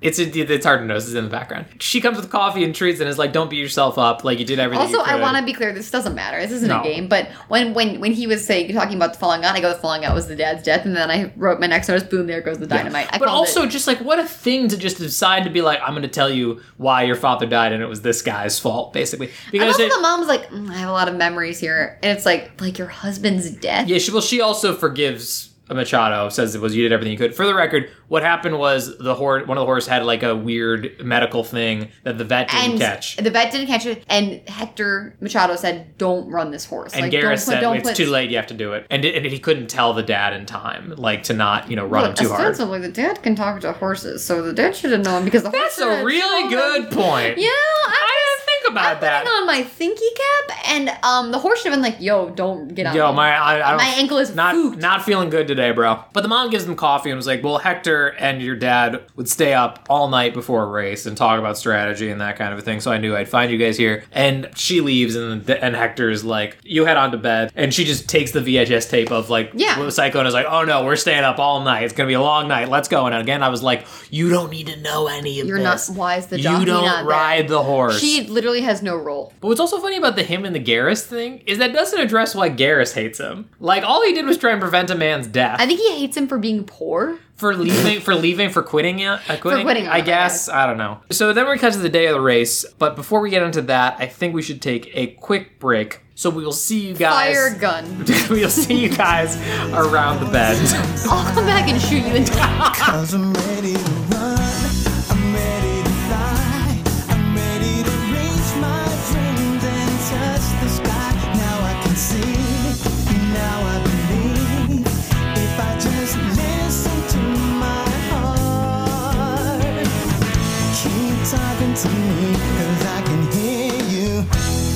Speaker 2: It's it's hard to notice. It's in the background. She comes with coffee and treats and is like, "Don't beat yourself up. Like you did everything."
Speaker 3: also,
Speaker 2: you
Speaker 3: I
Speaker 2: could."
Speaker 3: want to be clear. This doesn't matter. This isn't
Speaker 2: No.
Speaker 3: a game. But when when when he was saying talking about the falling out, I go the falling out was the dad's death, and then I wrote my next notice. Boom! There goes the dynamite. I
Speaker 2: but
Speaker 3: called
Speaker 2: also,
Speaker 3: it.
Speaker 2: just like what a thing to just decide to be like, I'm going to tell you why your father died and it was this guy's fault, basically.
Speaker 3: And
Speaker 2: Because
Speaker 3: also
Speaker 2: it,
Speaker 3: the mom's like, "Mm, I have a lot of memories here, and it's like like your husband's death.
Speaker 2: yeah, she, well, she also forgives Machado. Says it was you did everything you could. For the record, what happened was the horse, one of the horse had like a weird medical thing that the vet didn't
Speaker 3: and
Speaker 2: catch.
Speaker 3: the vet didn't catch it. And Hector Machado said, "Don't run this horse."
Speaker 2: And
Speaker 3: like,
Speaker 2: Garrett
Speaker 3: don't put-
Speaker 2: said
Speaker 3: don't
Speaker 2: it's
Speaker 3: put-
Speaker 2: too late. You have to do it. And, it- and he couldn't tell the dad in time, like to not you know run him
Speaker 3: Look,
Speaker 2: too hard.
Speaker 3: ostensibly, the dad can talk to horses, so the dad should have known because the
Speaker 2: That's
Speaker 3: horse
Speaker 2: a
Speaker 3: had
Speaker 2: really
Speaker 3: told
Speaker 2: good
Speaker 3: him-
Speaker 2: point.
Speaker 3: Yeah, I,
Speaker 2: I didn't think
Speaker 3: I'm
Speaker 2: about that.
Speaker 3: putting on my thinky cap, and um, the horse should have been like, "Yo, don't get on."
Speaker 2: Yo,
Speaker 3: me."
Speaker 2: my I, I don't,
Speaker 3: My ankle is
Speaker 2: not
Speaker 3: fooked.
Speaker 2: not feeling good today, bro. But the mom gives them coffee and was like, "Well, Hector and your dad would stay up all night before a race and talk about strategy and that kind of a thing. So I knew I'd find you guys here." And she leaves, and and Hector's like, "You head on to bed," and she just takes the VHS tape of like,
Speaker 3: Yeah.
Speaker 2: Psycho and is like, "Oh no, we're staying up all night. It's gonna be a long night. Let's go." And again, I was like, "You don't need to know any of
Speaker 3: You're not-
Speaker 2: this.
Speaker 3: why is the
Speaker 2: you
Speaker 3: jockey
Speaker 2: don't
Speaker 3: not there?"
Speaker 2: ride the horse."
Speaker 3: she literally has no role.
Speaker 2: But what's also funny about the him and the Garrus thing is that doesn't address why Garrus hates him. Like all he did was try and prevent a man's death
Speaker 3: I think he hates him for being poor.
Speaker 2: for leaving, for leaving, for quitting it, uh, quitting.
Speaker 3: quitting,
Speaker 2: I
Speaker 3: I
Speaker 2: guess I don't know. So then we cut to the day of the race. But before we get into that, I think we should take a quick break. So we will see you guys.
Speaker 3: Fire gun.
Speaker 2: we'll see you guys around the bend.
Speaker 3: I'll come back and shoot you in the
Speaker 4: Cause I'm ready to run, I'm ready to fly, I'm ready to reach my dreams and touch the sky. Now I can see, now I believe. If I just listen to my heart, keep talking to me, cause I can hear you,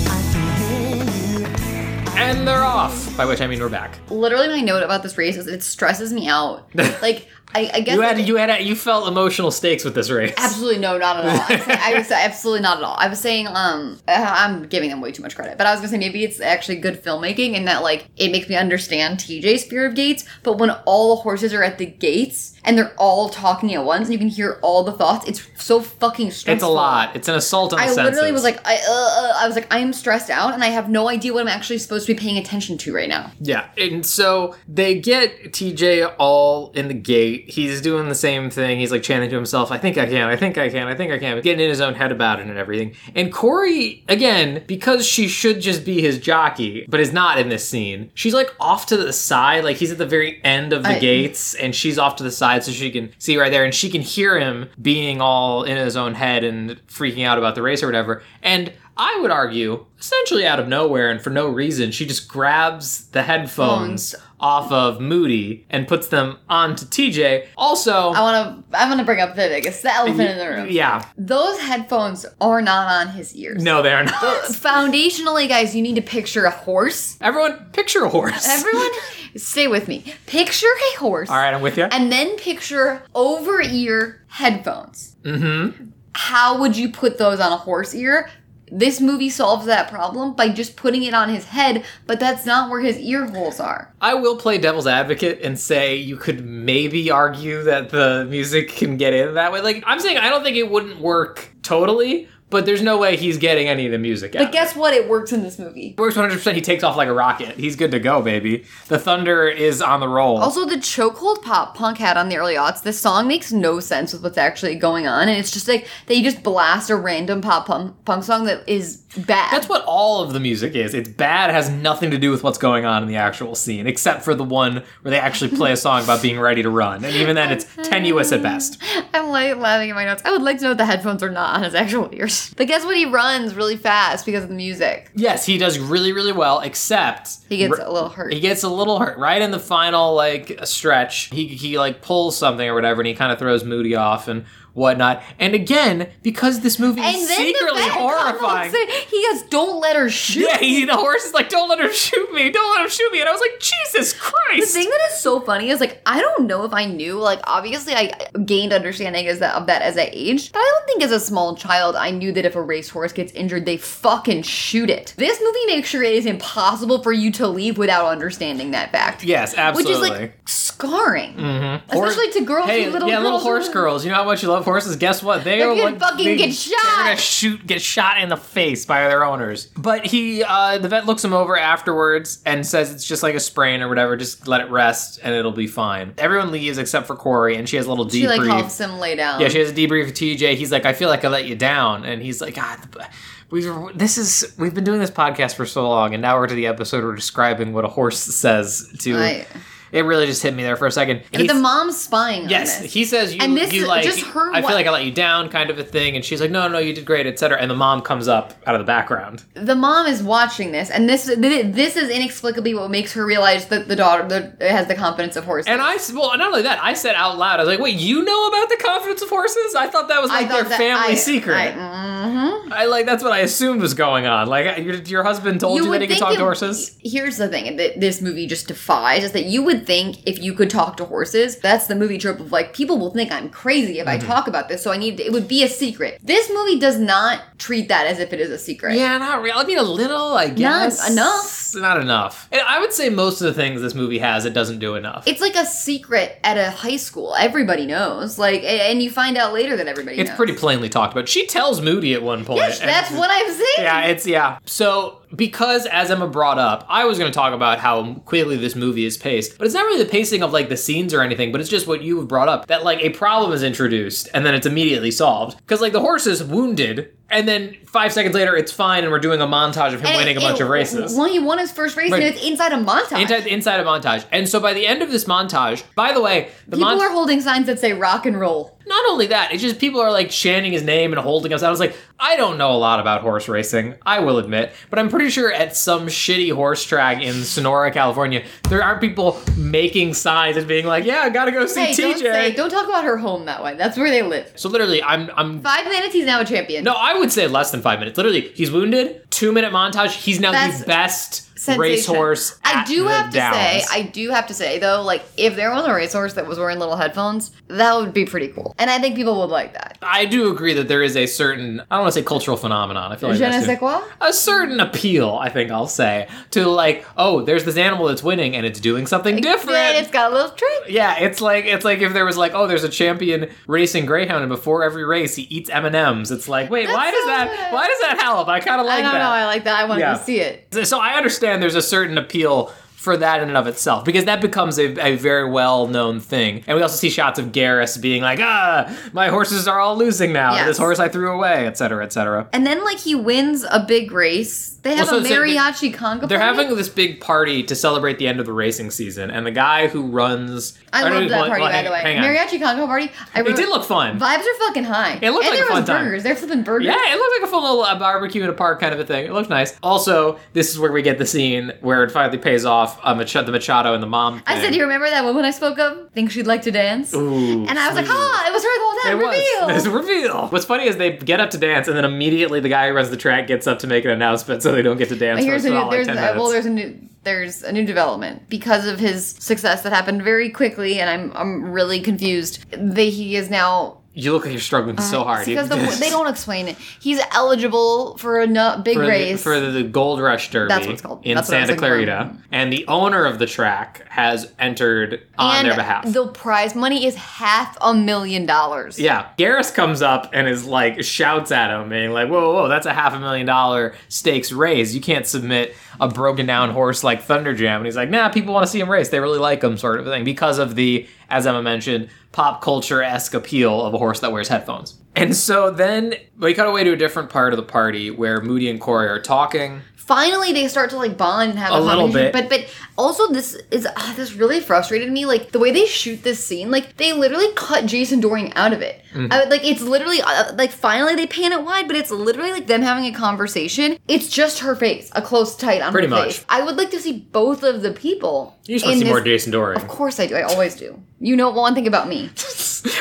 Speaker 4: I can hear you.
Speaker 2: And they're off. By which I mean we're back.
Speaker 3: literally, my note about this race is it stresses me out. Like, I, I guess
Speaker 2: You had you had you felt emotional stakes with this race.
Speaker 3: Absolutely no, not at all. I was, I was absolutely not at all. I was saying, um, uh, I'm giving them way too much credit, but I was gonna say maybe it's actually good filmmaking in that like it makes me understand TJ's fear of gates. But when all the horses are at the gates and they're all talking at once and you can hear all the thoughts, it's so fucking stressful.
Speaker 2: It's a lot. It's an assault on the
Speaker 3: I literally
Speaker 2: senses.
Speaker 3: was like, I, uh, uh, I was like, I am stressed out, and I have no idea what I'm actually supposed to be paying attention to right now.
Speaker 2: Yeah. And so they get TJ all in the gate basically he's doing the same thing. He's like chanting to himself, "I think I can, I think I can, I think I can," getting in his own head about it and everything. And Corey, again, because she should just be his jockey, but is not in this scene. She's like off to the side, like he's at the very end of the
Speaker 3: I-
Speaker 2: gates, and she's off to the side so she can see right there, and she can hear him being all in his own head and freaking out about the race or whatever. And I would argue, essentially out of nowhere and for no reason, she just grabs the headphones off of Moody and puts them onto TJ. Also,
Speaker 3: I want to. I want to bring up the biggest the elephant in the room.
Speaker 2: yeah,
Speaker 3: Those headphones are not on his ears.
Speaker 2: no, they are not.
Speaker 3: Foundationally, guys, you need to picture a horse.
Speaker 2: Everyone, picture a horse.
Speaker 3: Everyone, stay with me. Picture a horse.
Speaker 2: All right, I'm with you.
Speaker 3: And then picture over ear headphones. Mm-hmm. How would you put those on a horse ear? This movie solves that problem by just putting it on his head, but that's not where his ear holes are.
Speaker 2: I will play devil's advocate and say you could maybe argue that the music can get in that way. Like I'm saying, I don't think it wouldn't work totally, but there's no way he's getting any of the music out.
Speaker 3: But guess what? It works in this movie.
Speaker 2: works 100%. He takes off like a rocket. He's good to go, baby. The thunder is on the roll.
Speaker 3: Also, the chokehold pop punk had on the early aughts, this song makes no sense with what's actually going on, and it's just like they just blast a random pop punk, punk song that is bad.
Speaker 2: That's what all of the music is. It's bad, it has nothing to do with what's going on in the actual scene, except for the one where they actually play a song about being ready to run. And even then, it's tenuous at best.
Speaker 3: I'm like laughing at my notes. I would like to know if the headphones are not on his actual ears. But guess what? He runs really fast because of the music.
Speaker 2: Yes, he does really, really well, except
Speaker 3: He gets a little hurt.
Speaker 2: He gets a little hurt right in the final like stretch. He he like pulls something or whatever, and he kind of throws Moody off and whatnot. And again, because this movie
Speaker 3: and
Speaker 2: is
Speaker 3: then
Speaker 2: secretly
Speaker 3: the vet
Speaker 2: horrifying.
Speaker 3: comes in. He goes, "Don't let her shoot."
Speaker 2: Yeah, he, the horse is like, "Don't let her shoot me! Don't let her shoot me!" And I was like, "Jesus
Speaker 3: The
Speaker 2: Christ!"
Speaker 3: thing that is so funny is like I don't know if I knew like obviously I gained understanding as that of that as I aged, but I don't think as a small child I knew that if a racehorse gets injured they fucking shoot it. This movie makes sure it is impossible for you to leave without understanding that fact.
Speaker 2: yes, absolutely.
Speaker 3: Which is like scarring, especially
Speaker 2: Hor-
Speaker 3: to girls.
Speaker 2: Hey,
Speaker 3: who little
Speaker 2: yeah,
Speaker 3: girls
Speaker 2: little horse
Speaker 3: who-
Speaker 2: girls. You know how much you love horses. Guess what? They
Speaker 3: They're
Speaker 2: are
Speaker 3: gonna
Speaker 2: like,
Speaker 3: fucking
Speaker 2: they-
Speaker 3: get shot.
Speaker 2: They're gonna shoot, get shot in the face by their owners. But he, uh, the vet looks him over afterwards and says it's just like a sprain or whatever. Just let it rest and it'll be fine. Everyone leaves except for Corey, and she has a little debrief.
Speaker 3: She like helps him lay down.
Speaker 2: Yeah, she has a debrief with TJ. He's like, I feel like I let you down, and he's like, "Ah, God, we were, this is we've been doing this podcast for so long, and now we're to the episode where we're describing what a horse says to.
Speaker 3: Right.
Speaker 2: It really just hit me there for a second.
Speaker 3: But the
Speaker 2: He's-
Speaker 3: mom's spying
Speaker 2: Yes,
Speaker 3: on this.
Speaker 2: he says you.
Speaker 3: And this
Speaker 2: you
Speaker 3: is
Speaker 2: like,
Speaker 3: just her
Speaker 2: I feel
Speaker 3: wa-
Speaker 2: like I let you down, kind of a thing. And she's like, no, no, you did great, etc. And the mom comes up out of the background.
Speaker 3: the mom is watching this, and this th- this is inexplicably what makes her realize that the daughter the, has the confidence of horses.
Speaker 2: And I s- well, not only that, I said out loud, I was like, wait, you know about the confidence of horses? I thought that was like their family secret.
Speaker 3: I, mm-hmm.
Speaker 2: I, like that's what I assumed was going on. Like your, your husband told you, that he could talk to horses.
Speaker 3: Here's the thing that this movie just defies is that you would think if you could talk to horses, that's the movie trope of like people will think I'm crazy if I
Speaker 2: Mm-hmm.
Speaker 3: talk about this, so I need to, it would be a secret. This movie does not treat that as if it is a secret.
Speaker 2: Yeah, not real. I mean, a little, I guess.
Speaker 3: enough.
Speaker 2: Not enough. And I would say most of the things this movie has, it doesn't do enough.
Speaker 3: It's like a secret at a high school. Everybody knows. Like, a- and you find out later that everybody
Speaker 2: it's
Speaker 3: knows.
Speaker 2: pretty plainly talked about. She tells Moody at one point.
Speaker 3: Yes,
Speaker 2: and-
Speaker 3: that's what I'm saying.
Speaker 2: yeah, it's yeah. So because as Emma brought up, I was going to talk about how quickly this movie is paced, but it's not really the pacing of like the scenes or anything, but it's just what you have brought up that like a problem is introduced and then it's immediately solved because like the horse is wounded and then five seconds later it's fine and we're doing a montage of him
Speaker 3: And
Speaker 2: winning a
Speaker 3: it-
Speaker 2: bunch
Speaker 3: it-
Speaker 2: of races.
Speaker 3: Well, he won his first race,
Speaker 2: Right.
Speaker 3: and it's inside a montage.
Speaker 2: Inside, inside a montage, and so by the end of this montage, by the way, the
Speaker 3: People
Speaker 2: montage.
Speaker 3: are holding signs that say rock and roll.
Speaker 2: Not only that, it's just people are like chanting his name and holding us. I was like, I don't know a lot about horse racing, I will admit, but I'm pretty sure at some shitty horse track in Sonora, California, there aren't people making signs and being like, "Yeah, I gotta go see
Speaker 3: Hey,
Speaker 2: TJ."
Speaker 3: don't say, don't talk about her home that way. That's where they live.
Speaker 2: so literally, I'm I'm
Speaker 3: Five Manatees now a champion.
Speaker 2: no, I would say less than five minutes. Literally, he's wounded. Two minute montage. He's now
Speaker 3: That's
Speaker 2: the best
Speaker 3: Sensation.
Speaker 2: racehorse.
Speaker 3: I
Speaker 2: at
Speaker 3: do
Speaker 2: the
Speaker 3: have to
Speaker 2: downs.
Speaker 3: say, I do have to say though, like if there was a racehorse that was wearing little headphones, that would be pretty cool, and I think people would like that.
Speaker 2: I do agree that there is a certain I don't want to say cultural phenomenon. I feel like
Speaker 3: Je ne
Speaker 2: that's too-
Speaker 3: sais quoi?
Speaker 2: a certain appeal, I think I'll say, to like, oh, there's this animal that's winning and it's doing something different.
Speaker 3: And it's got a little trick.
Speaker 2: yeah, it's like it's like if there was like, oh, there's a champion racing greyhound, and before every race he eats M and M's. It's like, wait, why
Speaker 3: That's
Speaker 2: does
Speaker 3: so
Speaker 2: that
Speaker 3: good.
Speaker 2: why does that help? I kind of like
Speaker 3: I don't know. I
Speaker 2: that.
Speaker 3: like that. I want to
Speaker 2: Yeah.
Speaker 3: go see it.
Speaker 2: So I understand there's a certain appeal for that in and of itself because that becomes a, a very well known thing. And we also see shots of Garrus being like, ah, my horses are all losing now.
Speaker 3: Yes.
Speaker 2: This horse I threw away, et cetera, et cetera.
Speaker 3: And then like he wins a big race. They have
Speaker 2: Well,
Speaker 3: a
Speaker 2: so- so they-
Speaker 3: mariachi conga.
Speaker 2: They're
Speaker 3: party?
Speaker 2: having this big party to celebrate the end of the racing season, and the guy who runs.
Speaker 3: I
Speaker 2: or no,
Speaker 3: love that
Speaker 2: well,
Speaker 3: party
Speaker 2: well,
Speaker 3: by
Speaker 2: hang-
Speaker 3: the way.
Speaker 2: hang on.
Speaker 3: Mariachi conga party. I
Speaker 2: It did look fun.
Speaker 3: Vibes are fucking high.
Speaker 2: It looked like
Speaker 3: and
Speaker 2: a
Speaker 3: there was
Speaker 2: fun time.
Speaker 3: burgers. They're flipping burgers.
Speaker 2: Yeah, it looked like a fun little uh, barbecue in a park kind of a thing. It looked nice. Also, this is where we get the scene where it finally pays off uh, Mach- the Machado and the mom.
Speaker 3: I said,
Speaker 2: thing.
Speaker 3: you remember that woman I spoke of? Think she'd like to dance?
Speaker 2: Ooh,
Speaker 3: and I was like,
Speaker 2: sweet.
Speaker 3: ah, it was her the whole
Speaker 2: It
Speaker 3: time. Reveal.
Speaker 2: was. It's a reveal. What's funny is they get up to dance, and then immediately the guy who runs the track gets up to make an announcement, so they don't get to dance.
Speaker 3: But
Speaker 2: for
Speaker 3: here's a
Speaker 2: about,
Speaker 3: new,
Speaker 2: like,
Speaker 3: there's
Speaker 2: 10
Speaker 3: a, well,
Speaker 2: minutes.
Speaker 3: there's a new there's a new development because of his success that happened very quickly, and I'm I'm really confused. That he is now
Speaker 2: you look like you're struggling so hard.
Speaker 3: Uh, It's because the, they don't explain it. He's eligible for a nu- big
Speaker 2: for The,
Speaker 3: race.
Speaker 2: for the Gold Rush Derby
Speaker 3: That's what it's called.
Speaker 2: in
Speaker 3: That's what I was
Speaker 2: Santa
Speaker 3: looking for.
Speaker 2: Clarita, and the owner of the track has entered on
Speaker 3: and
Speaker 2: their behalf.
Speaker 3: the prize money is half a million dollars.
Speaker 2: Yeah, Garrus comes up and is like shouts at him, being like, "Whoa, whoa, that's a half a million dollar stakes raise. You can't submit a broken down horse like Thunderjam." And he's like, "Nah, people want to see him race. They really like him, sort of thing, because of the, as Emma mentioned, pop culture esque appeal of a horse that wears headphones." And so then we cut away to a different part of the party where Moody and Corey are talking.
Speaker 3: finally they start to like bond and have a,
Speaker 2: A little
Speaker 3: conversation.
Speaker 2: bit.
Speaker 3: But but also this is ah, this really frustrated me. Like the way they shoot this scene, like they literally cut Jason Doring out of it.
Speaker 2: Mm-hmm.
Speaker 3: I would like it's literally uh, like finally they pan it wide, but it's literally like them having a conversation. It's just her face, a close tight on
Speaker 2: Pretty
Speaker 3: her
Speaker 2: much.
Speaker 3: face. I would like to see both of the people.
Speaker 2: You just want
Speaker 3: in
Speaker 2: to see
Speaker 3: this-
Speaker 2: more Jason Doring.
Speaker 3: Of course I do. I always do. You know one thing about me.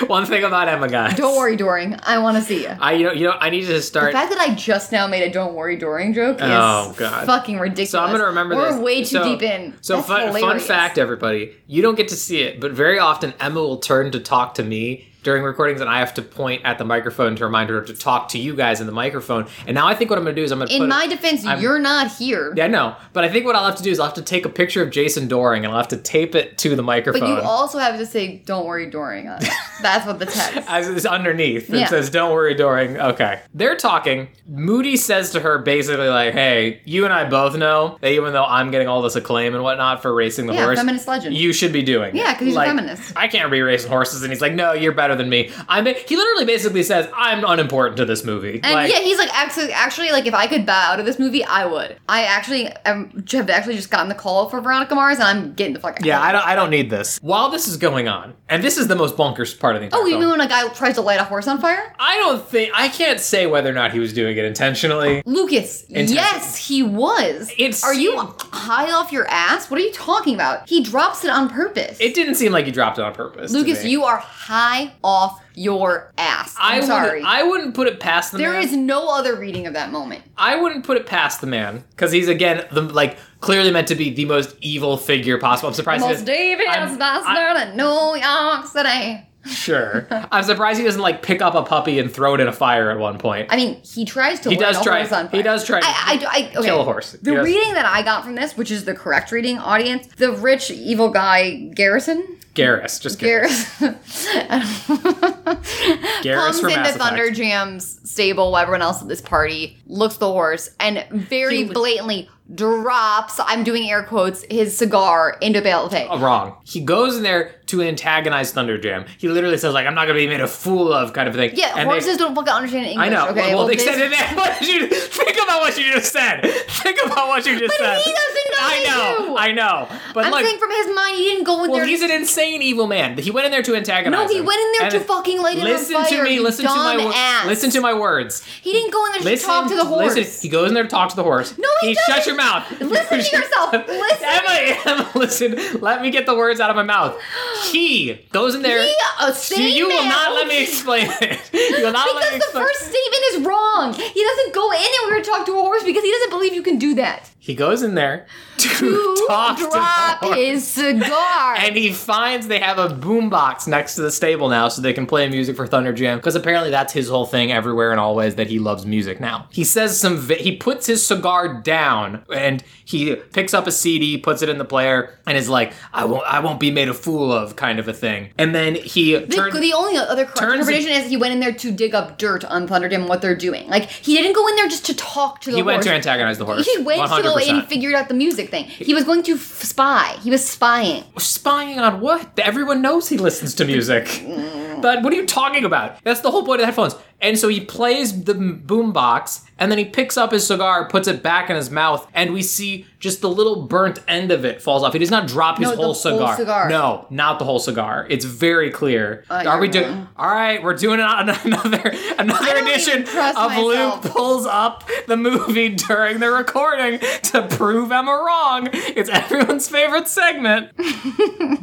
Speaker 2: One thing about Emma, guys.
Speaker 3: Don't worry, Doring. I want to see you.
Speaker 2: I you know you know I need to
Speaker 3: The
Speaker 2: start.
Speaker 3: fact that I just now made a "Don't worry, Doring" joke is
Speaker 2: Oh, God.
Speaker 3: fucking ridiculous.
Speaker 2: So I'm gonna remember
Speaker 3: We're
Speaker 2: this.
Speaker 3: way too
Speaker 2: So-
Speaker 3: deep in.
Speaker 2: So
Speaker 3: That's
Speaker 2: fun, fun
Speaker 3: hilarious.
Speaker 2: fact, everybody, you don't get to see it, but very often Emma will turn to talk to me during recordings, and I have to point at the microphone to remind her to talk to you guys in the microphone. And now I think what I'm gonna do is I'm gonna
Speaker 3: In
Speaker 2: put
Speaker 3: my defense,
Speaker 2: I'm-
Speaker 3: you're not here,
Speaker 2: yeah, no. But I think what I'll have to do is I'll have to take a picture of Jason Doring and I'll have to tape it to the microphone.
Speaker 3: but you also have to say "Don't worry, Doring." on it. That's what the text.
Speaker 2: As it's underneath, it
Speaker 3: Yeah.
Speaker 2: says, "Don't worry, Doring." Okay, they're talking. Moody says to her, basically, like, "Hey, you and I both know that even though I'm getting all this acclaim and whatnot for racing the
Speaker 3: Yeah,
Speaker 2: horse,
Speaker 3: feminist legend.
Speaker 2: you should be doing.
Speaker 3: Yeah,
Speaker 2: it.
Speaker 3: 'cause he's a
Speaker 2: Like,
Speaker 3: feminist.
Speaker 2: I can't be racing horses." And he's like, "No, you're better than me. I'm." He literally basically says, "I'm unimportant to this movie."
Speaker 3: and
Speaker 2: like,
Speaker 3: yeah, he's like actually, actually, like if I could bow out of this movie, I would. I actually am, have actually just gotten the call for Veronica Mars, and I'm getting the fuck out.
Speaker 2: yeah, I don't. I don't need this. While this is going on, and this is the most bonkers part of the entire
Speaker 3: Oh, you
Speaker 2: film.
Speaker 3: mean when a guy tries to light a horse on fire?
Speaker 2: I don't think I can't say whether or not he was doing it intentionally.
Speaker 3: Lucas,
Speaker 2: Intense.
Speaker 3: yes, he was.
Speaker 2: It's-
Speaker 3: are you high off your ass? What are you talking about? He drops it on purpose.
Speaker 2: It didn't seem like he dropped it on purpose. to
Speaker 3: Lucas,
Speaker 2: me.
Speaker 3: you are high off your ass.
Speaker 2: I
Speaker 3: I'm sorry.
Speaker 2: Wouldn't, I wouldn't put it past the
Speaker 3: there
Speaker 2: man.
Speaker 3: is no other reading of that moment.
Speaker 2: I wouldn't put it past the man because he's again the like clearly meant to be the most evil figure possible. I'm surprised. he
Speaker 3: Most
Speaker 2: doesn't-
Speaker 3: devious
Speaker 2: I'm-
Speaker 3: bastard in New York City.
Speaker 2: Sure, I'm surprised he doesn't like pick up a puppy and throw it in a fire at one point.
Speaker 3: I mean, he tries to.
Speaker 2: He
Speaker 3: light
Speaker 2: does
Speaker 3: a
Speaker 2: try-
Speaker 3: Horse on
Speaker 2: he
Speaker 3: fire.
Speaker 2: does try to
Speaker 3: I, I, I, okay.
Speaker 2: kill a horse.
Speaker 3: The
Speaker 2: Yes.
Speaker 3: reading that I got from this, which is the correct reading, audience, the rich evil guy Garrison.
Speaker 2: Garrus, just Garrus.
Speaker 3: Garrus comes
Speaker 2: from Mass
Speaker 3: into
Speaker 2: Effect.
Speaker 3: Thunder Jam's stable while everyone else at this party looks at the horse and very
Speaker 2: He-
Speaker 3: blatantly drops. I'm doing air quotes his cigar into Bale Pay.
Speaker 2: Uh, Wrong. He goes in there to antagonize Thunderjam. He literally says like, "I'm not gonna be made a fool of," kind of thing.
Speaker 3: yeah,
Speaker 2: And they-
Speaker 3: horses don't fucking understand English.
Speaker 2: I know.
Speaker 3: Okay,
Speaker 2: well,
Speaker 3: this-
Speaker 2: except that, what did you think about what you just said? Think about what you just
Speaker 3: But
Speaker 2: said.
Speaker 3: he doesn't know
Speaker 2: I
Speaker 3: they
Speaker 2: know.
Speaker 3: do.
Speaker 2: I know. But
Speaker 3: I'm
Speaker 2: look,
Speaker 3: saying from his mind, he didn't go in
Speaker 2: Well,
Speaker 3: there.
Speaker 2: he's an insane evil man. He went in there to antagonize.
Speaker 3: No, he
Speaker 2: him.
Speaker 3: went in there
Speaker 2: And
Speaker 3: to fucking light it on
Speaker 2: listen
Speaker 3: fire,
Speaker 2: to me.
Speaker 3: you
Speaker 2: Listen to my
Speaker 3: dumb
Speaker 2: wo-
Speaker 3: ass.
Speaker 2: listen to my words.
Speaker 3: he didn't go in there to
Speaker 2: Listen,
Speaker 3: talk to the horse.
Speaker 2: Listen. He goes in there to talk to the horse.
Speaker 3: No, he
Speaker 2: shuts
Speaker 3: doesn't.
Speaker 2: your mouth.
Speaker 3: Listen to yourself. Listen.
Speaker 2: Emma, Emma, listen. Let me get the words out of my mouth. He goes in there.
Speaker 3: He, a
Speaker 2: you
Speaker 3: sane
Speaker 2: you will
Speaker 3: man,
Speaker 2: not let me explain it. You will not let
Speaker 3: Because
Speaker 2: me
Speaker 3: the
Speaker 2: explain.
Speaker 3: first statement is wrong. He doesn't go anywhere to talk to a horse because he doesn't believe you can do that.
Speaker 2: He goes in there to, talk to the
Speaker 3: drop
Speaker 2: horse.
Speaker 3: his cigar.
Speaker 2: And he finds they have a boombox next to the stable now so they can play music for Thunder Jam because apparently that's his whole thing everywhere and always that he loves music now. He says some, vi- he puts his cigar down and he picks up a CD, puts it in the player and is like, I won't, I won't be made a fool of kind of a thing. And then he
Speaker 3: the,
Speaker 2: turns,
Speaker 3: the only other correct
Speaker 2: turns
Speaker 3: interpretation is he went in there to dig up dirt on Thunderdam, what they're doing. Like he didn't go in there just to talk to the
Speaker 2: he went
Speaker 3: horse.
Speaker 2: to antagonize the horse.
Speaker 3: He went to the oh, and he figured out the music thing. He was going to f- spy. He was spying.
Speaker 2: Spying on what? Everyone knows he listens to music. but what are you talking about? That's the whole point of the headphones. And so he plays the m- boombox, and then he picks up his cigar, puts it back in his mouth, and we see just the little burnt end of it falls off. He does not drop his
Speaker 3: No, the
Speaker 2: whole,
Speaker 3: whole
Speaker 2: cigar.
Speaker 3: cigar.
Speaker 2: No, not the whole cigar. It's very clear. are
Speaker 3: you're
Speaker 2: we doing?
Speaker 3: wrong.
Speaker 2: All right, we're doing an- another another
Speaker 3: don't
Speaker 2: edition
Speaker 3: even trust
Speaker 2: of
Speaker 3: myself.
Speaker 2: Luke pulls up the movie during the recording to prove Emma wrong. It's everyone's favorite segment.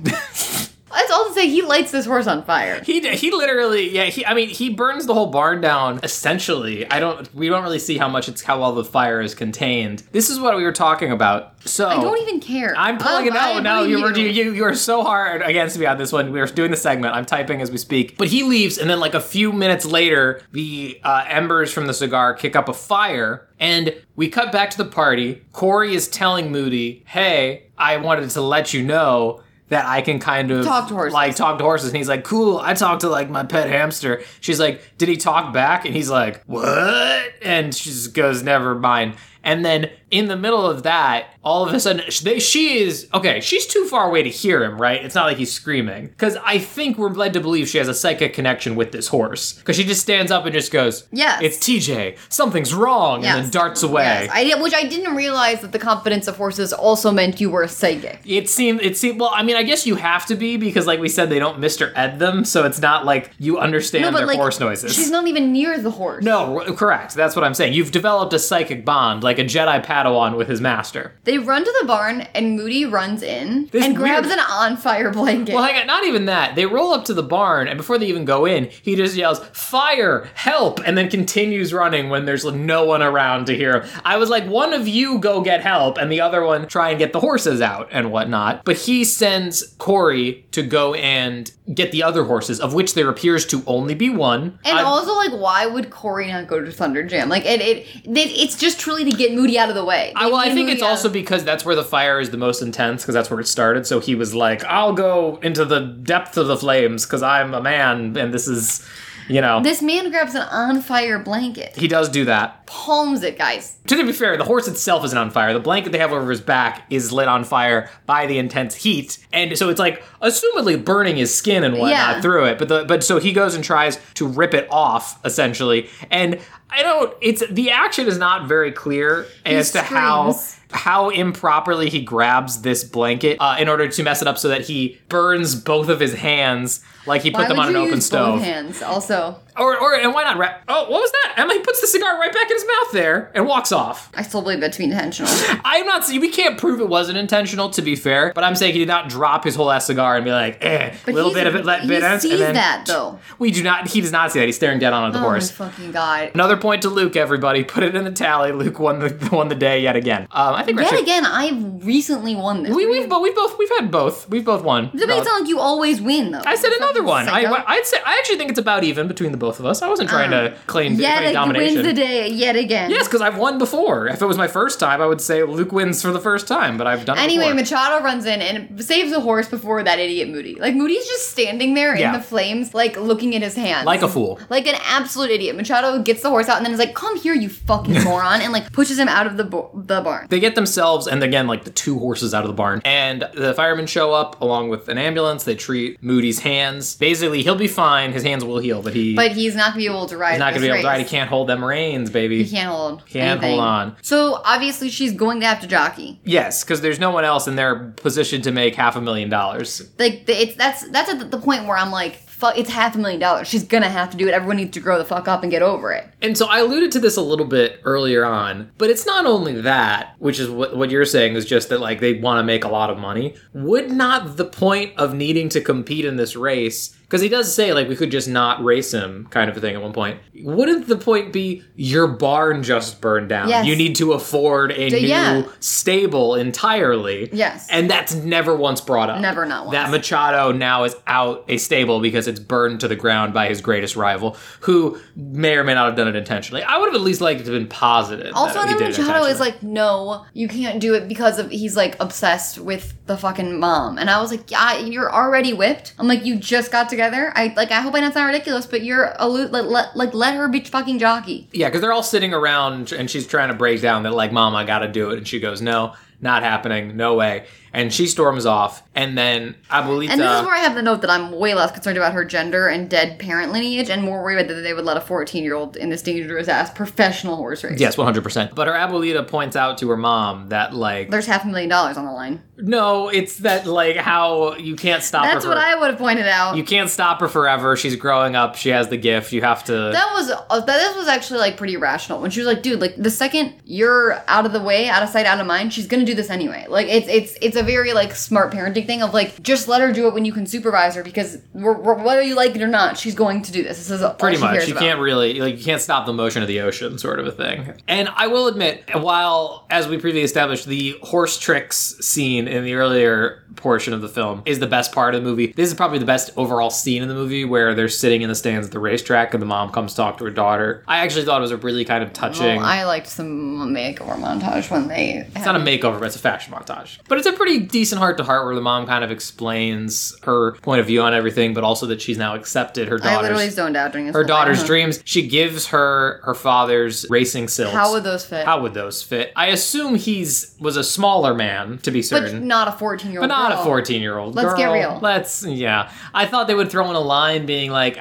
Speaker 3: That's all to say he lights this horse on fire.
Speaker 2: He d- he literally yeah he I mean he burns the whole barn down essentially. I don't we don't really see how much it's how well the fire is contained. This is what we were talking about. So
Speaker 3: I don't even care.
Speaker 2: Oh. I'm pulling
Speaker 3: Um,
Speaker 2: it
Speaker 3: I
Speaker 2: out now.
Speaker 3: believe
Speaker 2: You were you. you you are so hard against me on this one. We are doing the segment. I'm typing as we speak. But he leaves, and then like a few minutes later, the uh, embers from the cigar kick up a fire, and we cut back to the party. Corey is telling Moody, "Hey, I wanted to let you know." That I can kind of
Speaker 3: Talk to horses.
Speaker 2: like talk to horses, and he's like, "Cool, I talked to like my pet hamster." She's like, "Did he talk back?" And he's like, "What?" And she just goes, "Never mind." And then in the middle of that, all of a sudden, sh- they, she is okay. She's too far away to hear him, right? It's not like he's screaming because I think we're led to believe she has a psychic connection with this horse because she just stands up and just goes,
Speaker 3: Yes.
Speaker 2: it's TJ. Something's wrong," and then
Speaker 3: Yes.
Speaker 2: darts away.
Speaker 3: Yes, I did, which I didn't realize that the confidence of horses also meant you were a psychic.
Speaker 2: It seemed it seemed well. I mean, I guess you have to be because, like we said, they don't Mister Ed them, so it's not like you understand their horse noises.
Speaker 3: she's not even near the horse.
Speaker 2: no, r- correct. That's what I'm saying. You've developed a psychic bond, like a Jedi Padawan with his master.
Speaker 3: They run to the barn, and Moody runs in
Speaker 2: This
Speaker 3: and grabs
Speaker 2: weird-
Speaker 3: an on fire blanket.
Speaker 2: Well, hang on. Not even that. They roll up to the barn, and before they even go in, he just yells "Fire! Help!" and then continues running when there's like, no one around to hear him. I was like, one of you go get help, and the other one try and get the horses out and whatnot. But he sends Corey to go and get the other horses, of which there appears to only be one.
Speaker 3: and
Speaker 2: I'm-
Speaker 3: also, like, why would Corey not go to Thunder Jam? Like, it, it, it it's just truly to get Moody out of the way.
Speaker 2: I, well, I
Speaker 3: Get
Speaker 2: think
Speaker 3: Moody
Speaker 2: it's
Speaker 3: out of-
Speaker 2: also because that's where the fire is the most intense, because that's where it started. So he was like, "I'll go into the depth of the flames, because I'm a man, and this is, you know."
Speaker 3: this man grabs an on fire blanket,
Speaker 2: he does do that.
Speaker 3: palms it, guys.
Speaker 2: To be fair, the horse itself isn't on fire. The blanket they have over his back is lit on fire by the intense heat, and so it's like assumedly burning his skin and whatnot
Speaker 3: Yeah.
Speaker 2: through it. But the but so he goes and tries to rip it off essentially, and I don't. It's the action is not very clear as to how
Speaker 3: screams.
Speaker 2: how improperly he grabs this blanket uh, in order to mess it up so that he burns both of his hands like he put
Speaker 3: why
Speaker 2: them
Speaker 3: would
Speaker 2: on an
Speaker 3: you
Speaker 2: open
Speaker 3: use
Speaker 2: stove
Speaker 3: both hands? Also,
Speaker 2: or, or and why not wrap? Oh, what was that? Emma he puts the cigar right back in his mouth there and walks off.
Speaker 3: I still believe that to be intentional.
Speaker 2: I'm not saying we can't prove it wasn't intentional. To be fair, but I'm saying he did not drop his whole ass cigar and be like, eh,
Speaker 3: But
Speaker 2: little
Speaker 3: he's-
Speaker 2: bit of it, let bit
Speaker 3: he
Speaker 2: ends,
Speaker 3: sees
Speaker 2: and then
Speaker 3: that though.
Speaker 2: we do not. He does not see that. He's staring dead on at the
Speaker 3: Oh my
Speaker 2: horse.
Speaker 3: fucking god!
Speaker 2: Another point to Luke, everybody. Put it in the tally. Luke won the won the day yet again. Um, I think we're
Speaker 3: Yet
Speaker 2: actually,
Speaker 3: again, I've recently won this.
Speaker 2: we we've, but we've both we've had both. We've both won.
Speaker 3: It makes it sound like you always win, though.
Speaker 2: I said
Speaker 3: Fucking
Speaker 2: another one. I,
Speaker 3: psycho.
Speaker 2: I'd say I actually think it's about even between the both of us. I wasn't trying to claim,
Speaker 3: yet
Speaker 2: claim
Speaker 3: ag-
Speaker 2: domination.
Speaker 3: wins the day yet again.
Speaker 2: Yes, because I've won before. If it was my first time, I would say Luke wins for the first time, but I've done it
Speaker 3: Anyway,
Speaker 2: before.
Speaker 3: Machado runs in and saves the horse before that idiot Moody. Like Moody's just standing there
Speaker 2: Yeah.
Speaker 3: in the flames, like looking at his hands,
Speaker 2: Like a fool.
Speaker 3: like an absolute idiot. Machado gets the horse out and then is like, "Come here, you fucking moron!" and like pushes him out of the bo- the barn.
Speaker 2: They get themselves and again like the two horses out of the barn, and the firemen show up along with an ambulance. They treat Moody's hands. Basically, he'll be fine. His hands will heal, but he
Speaker 3: but he's not gonna be able to ride.
Speaker 2: he's not
Speaker 3: this
Speaker 2: gonna be able to ride.
Speaker 3: race.
Speaker 2: He can't hold them reins, baby.
Speaker 3: He can't hold.
Speaker 2: Can't hold
Speaker 3: anything.
Speaker 2: on.
Speaker 3: So obviously she's going to have to jockey.
Speaker 2: Yes, because there's no one else in their position to make half a million dollars.
Speaker 3: like the, it's that's that's at the point where I'm like, fuck, it's half a million dollars. She's gonna have to do it. Everyone needs to grow the fuck up and get over it.
Speaker 2: And so I alluded to this a little bit earlier on, but it's not only that, which is what what you're saying is just that like they want to make a lot of money. Would not the point of needing to compete in this race because he does say like we could just not race him kind of a thing at one point. Wouldn't the point be your barn just burned down?
Speaker 3: Yes.
Speaker 2: You need to afford a
Speaker 3: D-
Speaker 2: new
Speaker 3: yeah.
Speaker 2: stable entirely.
Speaker 3: Yes.
Speaker 2: And that's never once brought up.
Speaker 3: Never, not
Speaker 2: That
Speaker 3: once.
Speaker 2: Machado now is out a stable because it's burned to the ground by his greatest rival, who may or may not have done it intentionally. I would have at least liked it to have been positive. that
Speaker 3: Also,
Speaker 2: he
Speaker 3: then
Speaker 2: did it
Speaker 3: Machado is
Speaker 2: intentionally.
Speaker 3: like, no, you can't do it because of he's like obsessed with the fucking mom. And I was like, yeah, you're already whipped. I'm like, you just got together together. I like. I hope I know it's not ridiculous, but you're a lo- like, let, like let her be fucking jockey.
Speaker 2: Yeah, because they're all sitting around and she's trying to break down that, like, Mom, I gotta do it. And she goes, No, not happening. No way. And she storms off. And then Abuelita.
Speaker 3: And this is where I have the note that I'm way less concerned about her gender and dead parent lineage, and more worried that they would let a 14 year old in this dangerous ass professional horse race.
Speaker 2: Yes, 100%. But her Abuelita points out to her mom that, like,
Speaker 3: There's half a million dollars on the line.
Speaker 2: no, it's that, like, how you can't stop
Speaker 3: That's
Speaker 2: her.
Speaker 3: what
Speaker 2: for-
Speaker 3: I would have pointed out.
Speaker 2: You can't stop her forever. She's growing up. She has the gift. You have to.
Speaker 3: that was uh, that this was actually like pretty rational when she was like dude like the second you're out of the way out of sight out of mind she's gonna do this anyway like it's it's it's a very like smart parenting thing of like just let her do it when you can supervise her because we're, we're, whether you like it or not she's going to do this this is all
Speaker 2: pretty
Speaker 3: she
Speaker 2: much
Speaker 3: cares
Speaker 2: you
Speaker 3: about.
Speaker 2: can't really like you can't stop the motion of the ocean sort of a thing and i will admit while as we previously established the horse tricks scene in the earlier portion of the film is the best part of the movie this is probably the best overall scene in the movie where they're sitting in the stands at the racetrack and the mom comes to talk to her daughter i actually thought it was a really kind of touching
Speaker 3: Well, Oh, I liked some makeover montage when they.
Speaker 2: it's not a makeover, but it's a fashion montage. But it's a pretty decent heart to heart where the mom kind of explains her point of view on everything, but also that she's now accepted her
Speaker 3: I
Speaker 2: daughter's
Speaker 3: literally zoned out during this.
Speaker 2: her
Speaker 3: whole thing. Uh-huh.
Speaker 2: daughter's dreams. She gives her her father's racing silks.
Speaker 3: How would those fit?
Speaker 2: How would those fit? I assume he's was a smaller man to be
Speaker 3: but
Speaker 2: certain.
Speaker 3: not a fourteen-year-old.
Speaker 2: But not a
Speaker 3: girl.
Speaker 2: 14 year old.
Speaker 3: Let's get real.
Speaker 2: Let's, yeah. I thought they would throw in a line being like,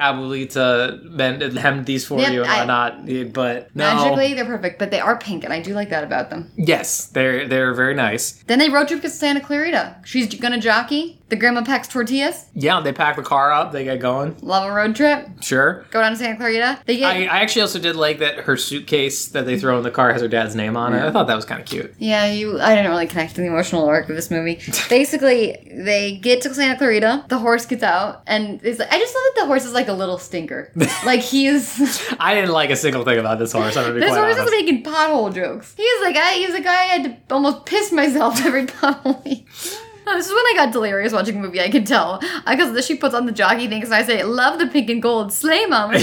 Speaker 2: Abuelita bent, hemmed these for
Speaker 3: Yep,
Speaker 2: you and
Speaker 3: I-
Speaker 2: whatnot, but no.
Speaker 3: Magically, they're perfect, but they are pink, and I do like that about them.
Speaker 2: Yes, they're, they're very nice.
Speaker 3: Then they road trip to Santa Clarita. She's gonna jockey. The grandma packs tortillas.
Speaker 2: Yeah, they pack the car up, they get going.
Speaker 3: Love a road trip.
Speaker 2: Sure.
Speaker 3: Go down to Santa Clarita. They get.
Speaker 2: I, I actually also did like that her suitcase that they throw in the car has her dad's name on it. I thought that was kind of cute.
Speaker 3: yeah, you. I didn't really connect to the emotional arc of this movie. Basically, they get to Santa Clarita. The horse gets out, and it's. Like, I just love that the horse is like a little stinker. like he is.
Speaker 2: I didn't like a single thing about this horse. I'm gonna be
Speaker 3: This
Speaker 2: quite
Speaker 3: horse
Speaker 2: honest.
Speaker 3: is making pothole jokes. He's like, I, he's a guy I had to almost piss myself every pothole. he- No, this is when I got delirious watching a movie. I can tell because she puts on the jockey things, and I say, "Love the pink and gold, slay mama,"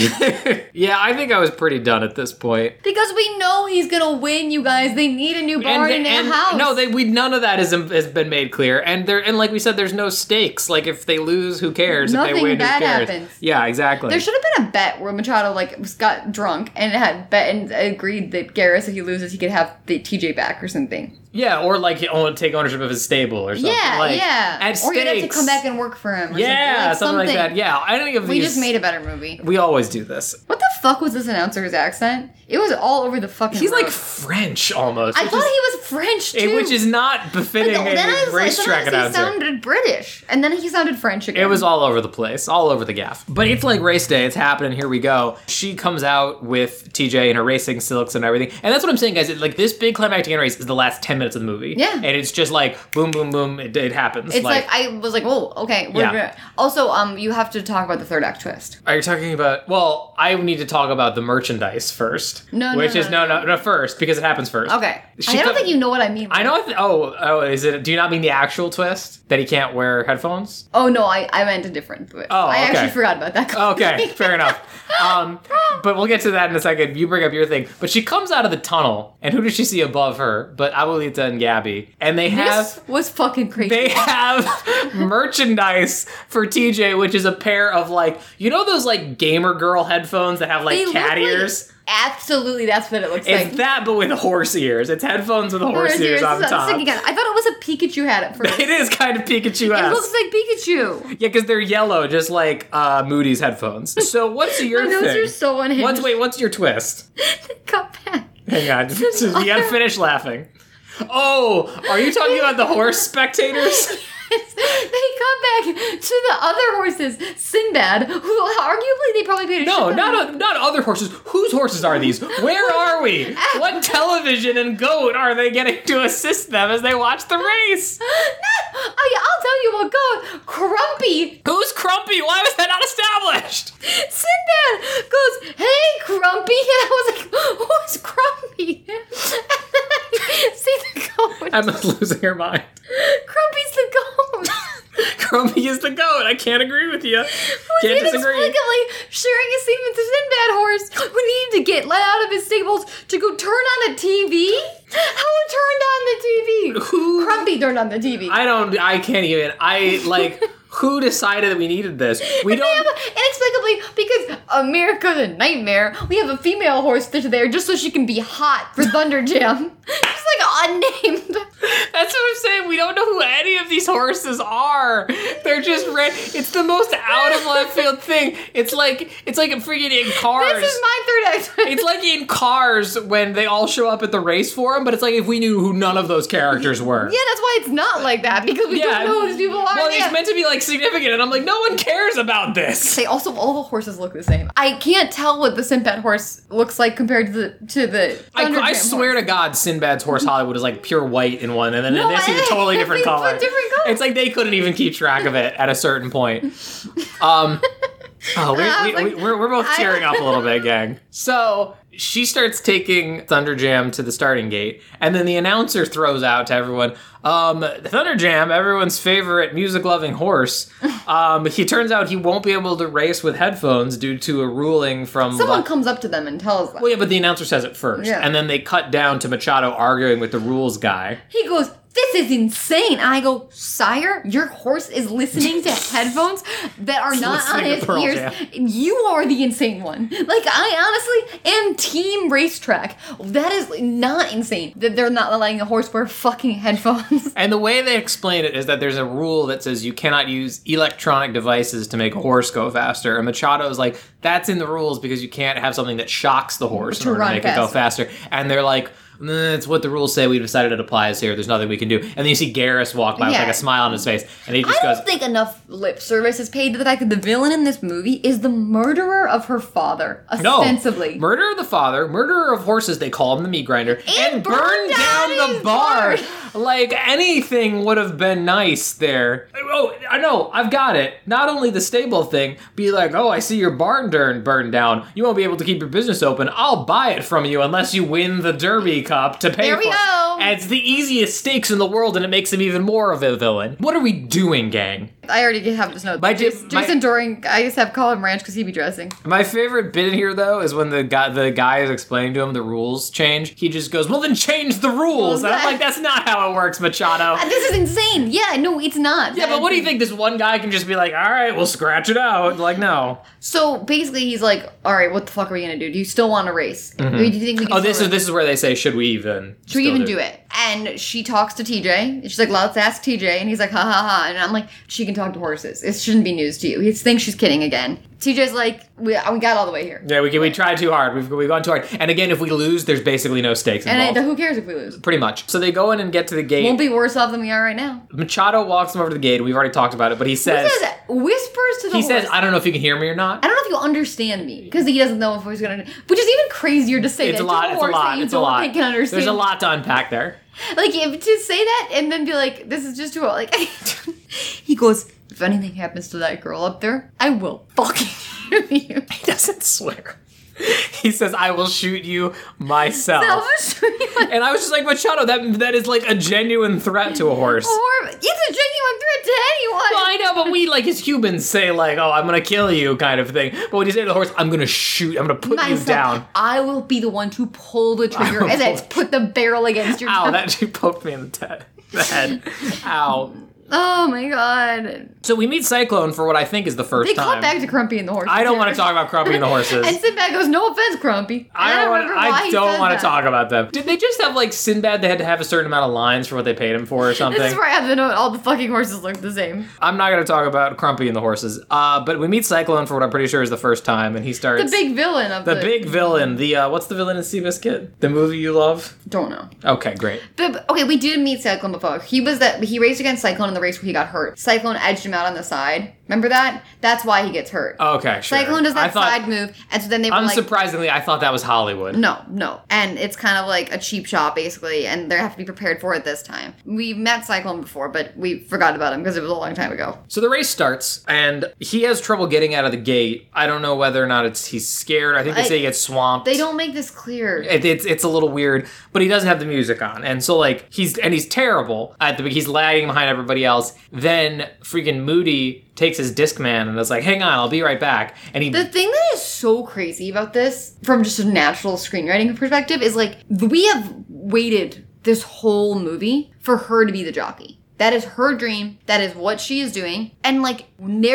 Speaker 2: yeah, I think I was pretty done at this point.
Speaker 3: because we know he's gonna win. You guys, they need a new barn and,
Speaker 2: the-
Speaker 3: a house.
Speaker 2: no, they we none of that has, has been made clear. And there and like we said, there's no stakes. Like if they lose, who cares? if they
Speaker 3: Nothing
Speaker 2: win,
Speaker 3: bad
Speaker 2: who cares?
Speaker 3: happens.
Speaker 2: Yeah, exactly.
Speaker 3: There should have been a bet where Machado like was- got drunk and had bet and agreed that Garrus, if he loses, he could have the TJ back or something.
Speaker 2: yeah, or like own, take ownership of his stable or something.
Speaker 3: Yeah,
Speaker 2: like,
Speaker 3: yeah.
Speaker 2: At
Speaker 3: or
Speaker 2: stakes.
Speaker 3: you'd have to come back and work for him. Or
Speaker 2: yeah, something,
Speaker 3: something
Speaker 2: like that. Yeah, I don't give
Speaker 3: We
Speaker 2: these-
Speaker 3: just made a better movie.
Speaker 2: We always do this.
Speaker 3: What the fuck was this announcer's accent? It was all over the fucking.
Speaker 2: He's like
Speaker 3: road.
Speaker 2: French almost.
Speaker 3: I
Speaker 2: which
Speaker 3: thought
Speaker 2: is-
Speaker 3: he was French
Speaker 2: it-
Speaker 3: too,
Speaker 2: which is not
Speaker 3: But
Speaker 2: befitting
Speaker 3: then I
Speaker 2: a
Speaker 3: was like,
Speaker 2: racetrack
Speaker 3: sometimes he
Speaker 2: announcer.
Speaker 3: sounded British, and then he sounded French again.
Speaker 2: It was all over the place, all over the gaff. But it's like race day, it's happening, here we go. She comes out with TJ and her racing silks and everything. And that's what I'm saying, guys. It, like, this big climactic end race is the last 10 minutes of the movie.
Speaker 3: Yeah.
Speaker 2: And it's just like, boom, boom, boom, it, it happens.
Speaker 3: It's like, I was like, whoa, okay. we're
Speaker 2: Yeah.
Speaker 3: gonna- Also, um, you have to talk about the third act twist.
Speaker 2: are you talking about, well, I need to talk about the merchandise first.
Speaker 3: No, no,
Speaker 2: Which
Speaker 3: no,
Speaker 2: is,
Speaker 3: no,
Speaker 2: no,
Speaker 3: no.
Speaker 2: no, no, first, because it happens first.
Speaker 3: Okay,
Speaker 2: She
Speaker 3: I don't
Speaker 2: come-
Speaker 3: think you know what I mean.
Speaker 2: I know. I th- oh, oh, is it? Do you not mean the actual twist that he can't wear headphones?
Speaker 3: Oh no, I, I meant a different. Twist.
Speaker 2: Oh,
Speaker 3: I
Speaker 2: okay.
Speaker 3: actually forgot about that.
Speaker 2: Okay, fair enough. Um, but we'll get to that in a second. You bring up your thing. But she comes out of the tunnel, and who does she see above her? But Abuelita and Gabby, and they
Speaker 3: this
Speaker 2: have
Speaker 3: was fucking crazy.
Speaker 2: they have merchandise for TJ, which is a pair of like you know those like gamer girl headphones that have like
Speaker 3: They look
Speaker 2: cat
Speaker 3: like-
Speaker 2: ears.
Speaker 3: absolutely, that's what it looks
Speaker 2: it's
Speaker 3: like.
Speaker 2: that, but with horse ears. It's headphones with horse
Speaker 3: Whereas yours
Speaker 2: ears
Speaker 3: is-
Speaker 2: on the
Speaker 3: I was thinking,
Speaker 2: top.
Speaker 3: I thought it was a Pikachu hat at first.
Speaker 2: It is kind of Pikachu
Speaker 3: It
Speaker 2: esque.
Speaker 3: looks like Pikachu.
Speaker 2: Yeah, because they're yellow, just like uh, Moody's headphones. So what's your
Speaker 3: My nose
Speaker 2: thing?
Speaker 3: are so unhinged.
Speaker 2: what's wait? What's your twist?
Speaker 3: Cut back.
Speaker 2: Hang on, you gotta finish laughing. Oh, are you talking about the horse spectators?
Speaker 3: Yes, they come back to the other horses, Sinbad, who arguably they probably paid a
Speaker 2: No,
Speaker 3: shit ton of-
Speaker 2: not not other horses. Whose horses are these? Where are we? What television and goat are they getting to assist them as they watch the race?
Speaker 3: No, I, I'll tell you what, go Crumpy.
Speaker 2: Who's Crumpy? Why was that not established?
Speaker 3: Sinbad goes, "Hey, Crumpy," and I was like, "Who's Crumpy?" And then I see the goat.
Speaker 2: Emma's losing her mind.
Speaker 3: Crumpy's the goat.
Speaker 2: Crumpy is the goat. I can't agree with you.
Speaker 3: Who's
Speaker 2: Can't disagree.
Speaker 3: inexplicably sharing a scene with the Sinbad horse who needed to get let out of his stables to go turn on a TV? How turned on the TV?
Speaker 2: Who-
Speaker 3: Crumpy turned on the TV.
Speaker 2: I don't. I can't even. I like. who decided that we needed this? We
Speaker 3: They have,
Speaker 2: don't.
Speaker 3: inexplicably, because America's a nightmare, we have a female horse that's there just so she can be hot for Thunder Jam. She's like unnamed.
Speaker 2: That's what I'm saying. We don't know who any of these horses are. They're just ran. It's the most out of left field thing. It's like it's like a freaking in cars.
Speaker 3: This is my third act.
Speaker 2: It's like in Cars when they all show up at the race for him, but it's like if we knew who none of those characters were.
Speaker 3: yeah, that's why it's not like that because we don't know who these people are.
Speaker 2: Well,
Speaker 3: They have-
Speaker 2: it's meant to be like significant, and I'm like, no one cares about this.
Speaker 3: They also all the horses look the same. I can't tell what the Sinbad horse looks like compared to the to the.
Speaker 2: I,
Speaker 3: Thunder
Speaker 2: I
Speaker 3: Jam
Speaker 2: swear
Speaker 3: horse.
Speaker 2: to God, Sinbad's horse Hollywood is like pure white in one, and then
Speaker 3: No,
Speaker 2: this
Speaker 3: I-
Speaker 2: is a totally different
Speaker 3: they put
Speaker 2: color.
Speaker 3: different colors.
Speaker 2: It's like they couldn't even keep track of it at a certain point. Um, oh,
Speaker 3: I
Speaker 2: we,
Speaker 3: was
Speaker 2: we,
Speaker 3: like,
Speaker 2: we, are we're both
Speaker 3: I-
Speaker 2: tearing up a little bit, gang. So she starts taking Thunder Jam to the starting gate, and then the announcer throws out to everyone, um, Thunder Jam, everyone's favorite music loving horse. Um, he turns out he won't be able to race with headphones due to a ruling from
Speaker 3: Someone
Speaker 2: the-
Speaker 3: comes up to them and tells them.
Speaker 2: well, yeah, but the announcer says it first,
Speaker 3: Yeah.
Speaker 2: and then they cut down to Machado arguing with the rules guy.
Speaker 3: He goes, This is insane. And I go, Sire, your horse is listening to headphones that are not
Speaker 2: listening
Speaker 3: on
Speaker 2: to
Speaker 3: his
Speaker 2: Pearl
Speaker 3: ears.
Speaker 2: Jam.
Speaker 3: You are the insane one. Like, I honestly am team racetrack. That is not insane that they're not letting the horse wear fucking headphones.
Speaker 2: And the way they explain it is that there's a rule that says you cannot use electronic devices to make a horse go faster. And Machado is like, that's in the rules because you can't have something that shocks the horse in
Speaker 3: To
Speaker 2: order to
Speaker 3: run
Speaker 2: make it go faster. And they're like, "Nah, it's what the rules say. We decided it applies here. There's nothing we can do. And then you see Garrus walk by with
Speaker 3: Yeah.
Speaker 2: like a smile on his face, and he
Speaker 3: I
Speaker 2: just goes,
Speaker 3: don't think enough lip service is paid to the fact that the villain in this movie is the murderer of her father,
Speaker 2: No.
Speaker 3: ostensibly.
Speaker 2: Murder of the father, murderer of horses, they call him the meat grinder,
Speaker 3: And
Speaker 2: burn
Speaker 3: burn down
Speaker 2: down the
Speaker 3: his
Speaker 2: bar.
Speaker 3: bar.
Speaker 2: Like anything would have been nice there. Oh, I know, I've got it. Not only the stable thing, be like, oh, I see your barn durn burned down. You won't be able to keep your business open. I'll buy it from you unless you win the Derby Cup to pay
Speaker 3: There
Speaker 2: for
Speaker 3: we
Speaker 2: it.
Speaker 3: go.
Speaker 2: And it's the easiest stakes in the world, and it makes him even more of a villain. What are we doing, gang?
Speaker 3: I already have this note.
Speaker 2: My di-
Speaker 3: Jason,
Speaker 2: my-
Speaker 3: Jason Doring, I just have Colin Ranch because he be dressing.
Speaker 2: My favorite bit in here, though, is when the guy the guy is explaining to him the rules change. He just goes, "Well, then change the rules." And I'm like, "That's not how it works, Machado."
Speaker 3: Ah, This is insane. Yeah, no, it's not.
Speaker 2: Yeah, but what do you think? This one guy can just be like, "All right, we'll scratch it out." Like, no.
Speaker 3: So basically, he's like, "All right, what the fuck are we gonna do? Do you still want to race? Or do you think we can?
Speaker 2: Oh, this
Speaker 3: still
Speaker 2: is
Speaker 3: race?
Speaker 2: this is where they say, "Should we even?
Speaker 3: Should we even do it?" And she talks to TJ. And she's like, "Let's ask TJ." And he's like, "Ha ha ha!" And I'm like, "She can talk to horses. It shouldn't be news to you." He thinks she's kidding again. TJ's like, "We, we got all the way here."
Speaker 2: Yeah, we we tried too hard. We've we've gone too hard. And again, if we lose, there's basically no stakes
Speaker 3: And
Speaker 2: involved.
Speaker 3: it, who cares if we lose?
Speaker 2: Pretty much. So they go in and get to the gate.
Speaker 3: Won't be worse off than we are right now.
Speaker 2: Machado walks them over to the gate. We've already talked about it, but he
Speaker 3: He
Speaker 2: says
Speaker 3: says whispers to the
Speaker 2: he
Speaker 3: horse.
Speaker 2: says, "I don't know if you can hear me or not."
Speaker 3: I don't know if you understand me because he doesn't know if he's gonna, which is even crazier to say.
Speaker 2: It's
Speaker 3: that
Speaker 2: a lot.
Speaker 3: To a
Speaker 2: It's a
Speaker 3: horse that
Speaker 2: lot.
Speaker 3: you
Speaker 2: It's a
Speaker 3: don't
Speaker 2: lot.
Speaker 3: think Can understand.
Speaker 2: There's a lot to unpack there.
Speaker 3: Like if, to say that and then be like, "This is just too old." Like he goes, "If anything happens to that girl up there, I will fucking shoot you."
Speaker 2: He doesn't swear. He says, "I will shoot you myself."
Speaker 3: That was really
Speaker 2: Oh. And I was just like, Machado, that that is like a genuine threat to a horse.
Speaker 3: horrible. It's a genuine threat to anyone.
Speaker 2: Well, I know, but we like as humans say like, "Oh, I'm gonna kill you," kind of thing. But when you say to the horse, "I'm gonna shoot," I'm gonna put you
Speaker 3: Myself,
Speaker 2: down.
Speaker 3: I will be the one to pull the trigger
Speaker 2: will
Speaker 3: and then
Speaker 2: pull-
Speaker 3: put the barrel against your.
Speaker 2: Ow!
Speaker 3: mouth.
Speaker 2: That she poked me in the, te- the head. Ow!
Speaker 3: oh my god!
Speaker 2: So we meet Cyclone for what I think is the first
Speaker 3: They
Speaker 2: time.
Speaker 3: cut back to Crumpy and the horse.
Speaker 2: I don't want to talk about Crumpy and the horses.
Speaker 3: And Sinbad goes, "No offense, Crumpy."
Speaker 2: I don't want.
Speaker 3: remember why
Speaker 2: I
Speaker 3: he
Speaker 2: don't
Speaker 3: says
Speaker 2: want to
Speaker 3: that.
Speaker 2: talk about them. Did they just have like Sinbad? They had to have a certain amount of lines for what they paid him for, or something.
Speaker 3: This is where I have the note. All the fucking horses look the same.
Speaker 2: I'm not going to talk about Crumpy and the horses. Uh, but we meet Cyclone for what I'm pretty sure is the first time, and he starts
Speaker 3: The big villain of
Speaker 2: the big villain. The uh, what's the villain in Seabiscuit? The movie you love?
Speaker 3: Don't know.
Speaker 2: Okay, great.
Speaker 3: But but- okay, we did meet Cyclone before. He was that he raced against Cyclone in the race where he got hurt. Cyclone edged him out on the side. Remember that? That's why he gets hurt.
Speaker 2: Oh, Okay, sure.
Speaker 3: Cyclone does
Speaker 2: I
Speaker 3: that
Speaker 2: thought,
Speaker 3: side move, and so then they were like,
Speaker 2: Unsurprisingly, I thought that was Hollywood.
Speaker 3: "No, no," and it's kind of like a cheap shot basically, and they have to be prepared for it this time. We met Cyclone before, but we forgot about him because it was a long time ago.
Speaker 2: So the race starts, and he has trouble getting out of the gate. I don't know whether or not it's he's scared. I think they
Speaker 3: I-
Speaker 2: say he gets swamped.
Speaker 3: They don't make this clear.
Speaker 2: it, it's it's a little weird, but he doesn't have the music on, and so like he's and he's terrible at the he's lagging behind everybody else. Then freaking Moody takes his disc man and is like, "Hang on, I'll be right back." And he
Speaker 3: The thing that is so crazy about this, from just a natural screenwriting perspective, is like we have waited this whole movie for her to be the jockey. That is her dream. That is what she is doing. And like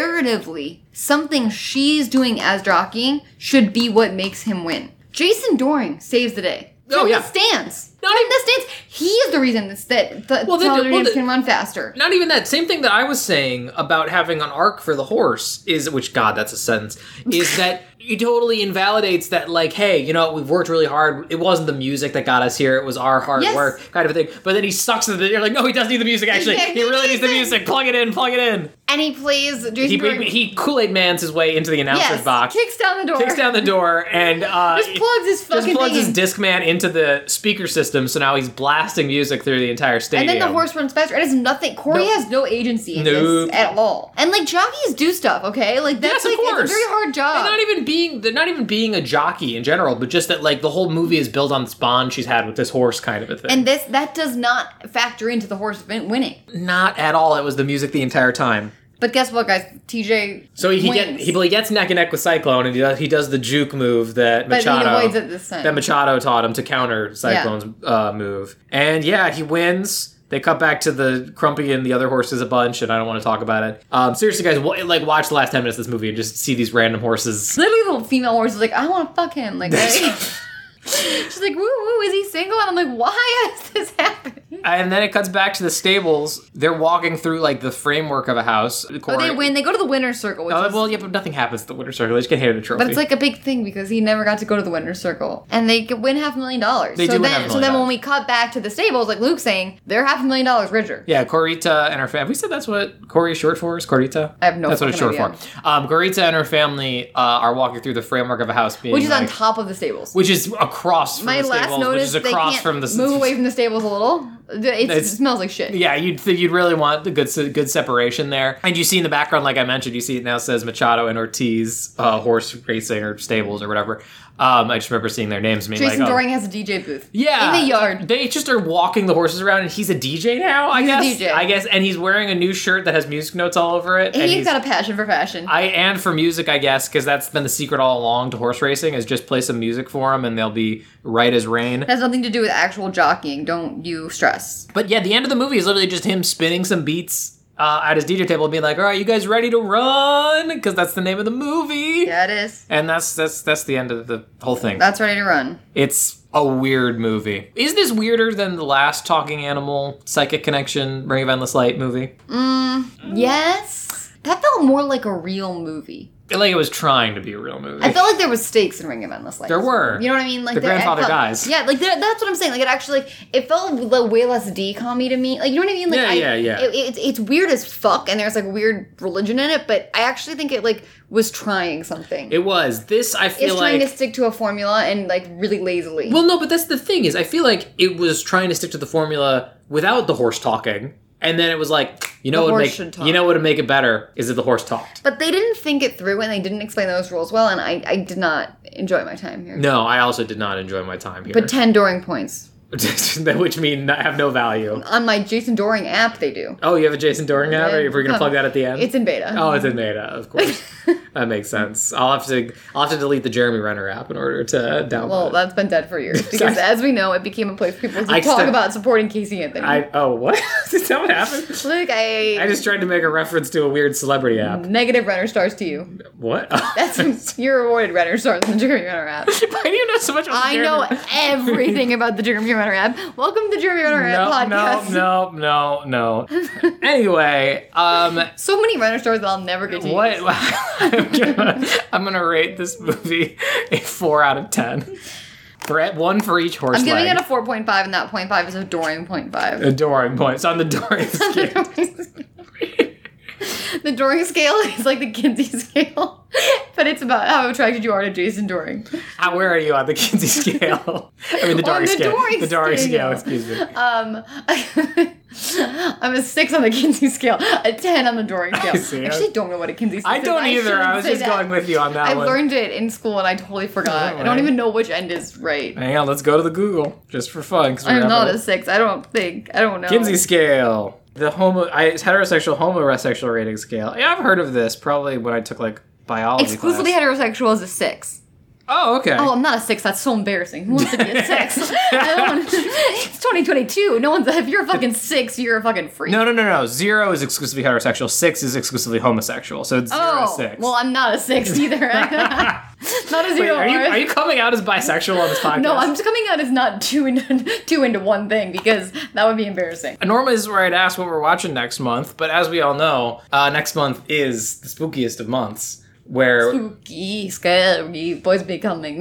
Speaker 3: narratively, something she's doing as jockeying should be what makes him win. Jason Doring saves the day.
Speaker 2: Oh,
Speaker 3: From
Speaker 2: yeah.
Speaker 3: the stands.
Speaker 2: Not
Speaker 3: From
Speaker 2: even-
Speaker 3: the stands. He is the reason that's that the
Speaker 2: Well,
Speaker 3: well,
Speaker 2: they do- well, they-
Speaker 3: can run faster.
Speaker 2: Not even that. Same thing that I was saying about having an arc for the horse is, which God, that's a sentence, is that it totally invalidates that, like, hey, you know, we've worked really hard. It wasn't the music that got us here. It was our hard
Speaker 3: Yes.
Speaker 2: work kind of thing. But then he sucks into the, you're like, no, he does need the music, actually.
Speaker 3: Yeah,
Speaker 2: He really needs the music. Plug it in, plug it in.
Speaker 3: And he plays Jason
Speaker 2: He,
Speaker 3: Doring.
Speaker 2: he, he Kool-Aid mans his way into the announcer's
Speaker 3: yes,
Speaker 2: box.
Speaker 3: kicks down the door.
Speaker 2: kicks down the door and uh,
Speaker 3: Just plugs his
Speaker 2: just
Speaker 3: fucking
Speaker 2: plugs
Speaker 3: thing
Speaker 2: his
Speaker 3: in.
Speaker 2: disc man into the speaker system. So now he's blasting music through the entire
Speaker 3: And
Speaker 2: stadium.
Speaker 3: then the horse runs faster. It has nothing. Corey
Speaker 2: Nope.
Speaker 3: has no agency in
Speaker 2: Nope.
Speaker 3: this at all. And like jockeys do stuff, okay? Like
Speaker 2: Yes,
Speaker 3: that's
Speaker 2: of
Speaker 3: like
Speaker 2: course.
Speaker 3: it's a very hard job.
Speaker 2: They're not even being they're not even being a jockey in general, but just that like the whole movie is built on this bond she's had with this horse kind of a thing.
Speaker 3: and this that does not factor into the horse win- winning.
Speaker 2: not at all. It was the music the entire time.
Speaker 3: But guess what, guys? TJ.
Speaker 2: So he, he get
Speaker 3: wins.
Speaker 2: he, well, he gets neck and neck with Cyclone, and he does, he does the juke move that
Speaker 3: But he
Speaker 2: Machado
Speaker 3: avoids it this time.
Speaker 2: that Machado taught him to counter Cyclone's uh, move. And yeah, he wins. They cut back to the Crumpy and the other horses a bunch, and I don't want to talk about it. Um, seriously, guys, wa like watch the last ten minutes of this movie and just see these random horses.
Speaker 3: Literally, the female horse is like, "I want to fuck him." Like, right? she's like, "Woo woo, is he single?" And I'm like, "Why has this happened?"
Speaker 2: And then it cuts back to the stables. They're walking through like the framework of a house.
Speaker 3: But Oh, they win. They go to the winner's circle, which
Speaker 2: Oh,
Speaker 3: is
Speaker 2: well, yeah, but nothing happens to the winner's circle. They just get handed a trophy.
Speaker 3: But it's like a big thing because he never got to go to the winner's circle, and they could win half a million dollars.
Speaker 2: They
Speaker 3: so
Speaker 2: do win
Speaker 3: then,
Speaker 2: half a
Speaker 3: so
Speaker 2: million
Speaker 3: then when
Speaker 2: dollars.
Speaker 3: we cut back to the stables, like Luke saying, they're half a million dollars richer.
Speaker 2: Yeah, Corita and her family. We said that's what Corey is short for. Is Corita?
Speaker 3: I have no
Speaker 2: That's what it's short
Speaker 3: fucking
Speaker 2: for. Um, Corita and her family uh, are walking through the framework of a house, being
Speaker 3: Which is on
Speaker 2: like-
Speaker 3: top of the stables.
Speaker 2: which is across from
Speaker 3: My
Speaker 2: the
Speaker 3: last
Speaker 2: stables,
Speaker 3: notice,
Speaker 2: which is
Speaker 3: they
Speaker 2: across
Speaker 3: can't
Speaker 2: from the
Speaker 3: move away from the stables a little. It's, it
Speaker 2: It's-
Speaker 3: smells like shit.
Speaker 2: Yeah, you'd think you'd really want the good se- good separation there, and you see in the background, like I mentioned, you see it now says Machado and Ortiz uh, horse racing or stables or whatever. Um, I just remember seeing their names. Being
Speaker 3: Jason
Speaker 2: like, oh.
Speaker 3: Doring has a DJ booth.
Speaker 2: Yeah,
Speaker 3: in the yard.
Speaker 2: They just are walking the horses around, and he's a DJ now. I
Speaker 3: He's a
Speaker 2: guess.
Speaker 3: DJ.
Speaker 2: I guess, and he's wearing a new shirt that has music notes all over it. and
Speaker 3: He's got a passion for fashion.
Speaker 2: I and for music, I guess, because that's been the secret all along to horse racing is just play some music for them, and they'll be right as rain.
Speaker 3: it has nothing to do with actual jockeying. Don't you stress.
Speaker 2: But yeah, the end of the movie is literally just him spinning some beats uh, at his DJ table, being like, "All right, you guys ready to run?" Because that's the name of the movie.
Speaker 3: Yeah, it is.
Speaker 2: And that's that's that's the end of the whole thing.
Speaker 3: That's ready to run.
Speaker 2: It's a weird movie. Is this weirder than the last Talking Animal, Psychic Connection, Ring of Endless Light movie?
Speaker 3: Yes. That felt more like a real movie.
Speaker 2: Like it was trying to be a real movie.
Speaker 3: I felt like there was stakes in Ring of Endless Lights.
Speaker 2: There were.
Speaker 3: You know what I mean? Like
Speaker 2: The
Speaker 3: there- I
Speaker 2: grandfather
Speaker 3: felt-
Speaker 2: dies.
Speaker 3: Yeah, like that, that's what I'm saying. Like it actually, like, it felt like way less DCOM-y to me. Like you know what I mean? Like
Speaker 2: Yeah,
Speaker 3: I,
Speaker 2: yeah, yeah.
Speaker 3: It, it's it's weird as fuck, and there's like weird religion in it, but I actually think it like was trying something.
Speaker 2: it was. This I
Speaker 3: it's
Speaker 2: feel
Speaker 3: trying
Speaker 2: like
Speaker 3: to stick to a formula and like really lazily.
Speaker 2: Well, no, but that's the thing is, I feel like it was trying to stick to the formula without the horse talking, and then it was like, you know,
Speaker 3: The
Speaker 2: what would
Speaker 3: horse
Speaker 2: make
Speaker 3: should talk.
Speaker 2: you know what would make it better is if the horse talked.
Speaker 3: but they didn't think it through, and they didn't explain those rules well, and I I did not enjoy my time here.
Speaker 2: No, I also did not enjoy my time here,
Speaker 3: But ten Doring points
Speaker 2: which mean I have no value.
Speaker 3: on my Jason Doring app. They do.
Speaker 2: Oh, you have a Jason Doring app, or if we're gonna
Speaker 3: No.
Speaker 2: plug that at the end,
Speaker 3: It's in beta.
Speaker 2: oh, it's in beta, of course. that makes sense. I'll have to I'll have to delete the Jeremy Renner app in order to download.
Speaker 3: Well,
Speaker 2: it.
Speaker 3: that's been dead for years because, as we know, it became a place for people to
Speaker 2: I
Speaker 3: talk
Speaker 2: still-
Speaker 3: about supporting Casey Anthony.
Speaker 2: I oh what is that what happened?
Speaker 3: Look, I,
Speaker 2: I just tried to make a reference to a weird celebrity app.
Speaker 3: negative runner stars to you.
Speaker 2: What?
Speaker 3: Mm. That's you're awarded runner stars in the Jeremy Renner app.
Speaker 2: Why do you know so much? About
Speaker 3: I
Speaker 2: Jeremy
Speaker 3: know
Speaker 2: Renner?
Speaker 3: everything about the Jeremy Renner app. Welcome to the Jeremy Renner
Speaker 2: no,
Speaker 3: app podcast.
Speaker 2: No, no, no, no. anyway, um,
Speaker 3: So many runner stars that I'll never get to.
Speaker 2: what?
Speaker 3: use.
Speaker 2: I'm gonna, I'm gonna rate this movie a four out of ten. Brett, one for each horse
Speaker 3: I'm giving
Speaker 2: leg.
Speaker 3: it a 4.5, and that 0.5 is a Doring 0.5.
Speaker 2: a Doran points on the Doran scale.
Speaker 3: the Doring scale is like the Kinsey scale, but it's about how attracted you are to Jason Doring.
Speaker 2: How, where are you on the Kinsey scale? I mean the Doran
Speaker 3: the
Speaker 2: scale.
Speaker 3: Doran
Speaker 2: the Doran scale.
Speaker 3: scale.
Speaker 2: Excuse me.
Speaker 3: Um, I'm a six on the Kinsey scale, a ten on the Doring scale. I
Speaker 2: see.
Speaker 3: actually don't know what a Kinsey scale
Speaker 2: I
Speaker 3: is.
Speaker 2: don't either.
Speaker 3: shouldn't
Speaker 2: I was
Speaker 3: say
Speaker 2: just
Speaker 3: that.
Speaker 2: going with you on that
Speaker 3: I
Speaker 2: one.
Speaker 3: learned it in school and I totally forgot. I
Speaker 2: Alright.
Speaker 3: don't even know which end is right.
Speaker 2: Hang on, let's go to the Google just for fun. 'cause we're
Speaker 3: I'm not
Speaker 2: having
Speaker 3: a six. I don't think. I don't know.
Speaker 2: Kinsey scale. The homo, I, it's heterosexual homosexual rating scale. Yeah, I've heard of this probably when I took like biology.
Speaker 3: exclusively
Speaker 2: class.
Speaker 3: heterosexual is a six.
Speaker 2: Oh, okay.
Speaker 3: Oh, I'm not a six. That's so embarrassing. Who wants to be a six? I don't want it's 2022. No one's. If you're a fucking six, you're a fucking freak.
Speaker 2: no, no, no, no. Zero is exclusively heterosexual. Six is exclusively homosexual. So it's zero
Speaker 3: Oh,
Speaker 2: to six.
Speaker 3: well, I'm not a six either. not a
Speaker 2: Wait,
Speaker 3: zero.
Speaker 2: are you
Speaker 3: Laura.
Speaker 2: are you coming out as bisexual on this podcast?
Speaker 3: no, I'm just coming out as not two into two into one thing because that would be embarrassing.
Speaker 2: Normally, this is where I'd ask what we're watching next month, but as we all know, uh, next month is the spookiest of months. Where
Speaker 3: Spooky, scary, boys becoming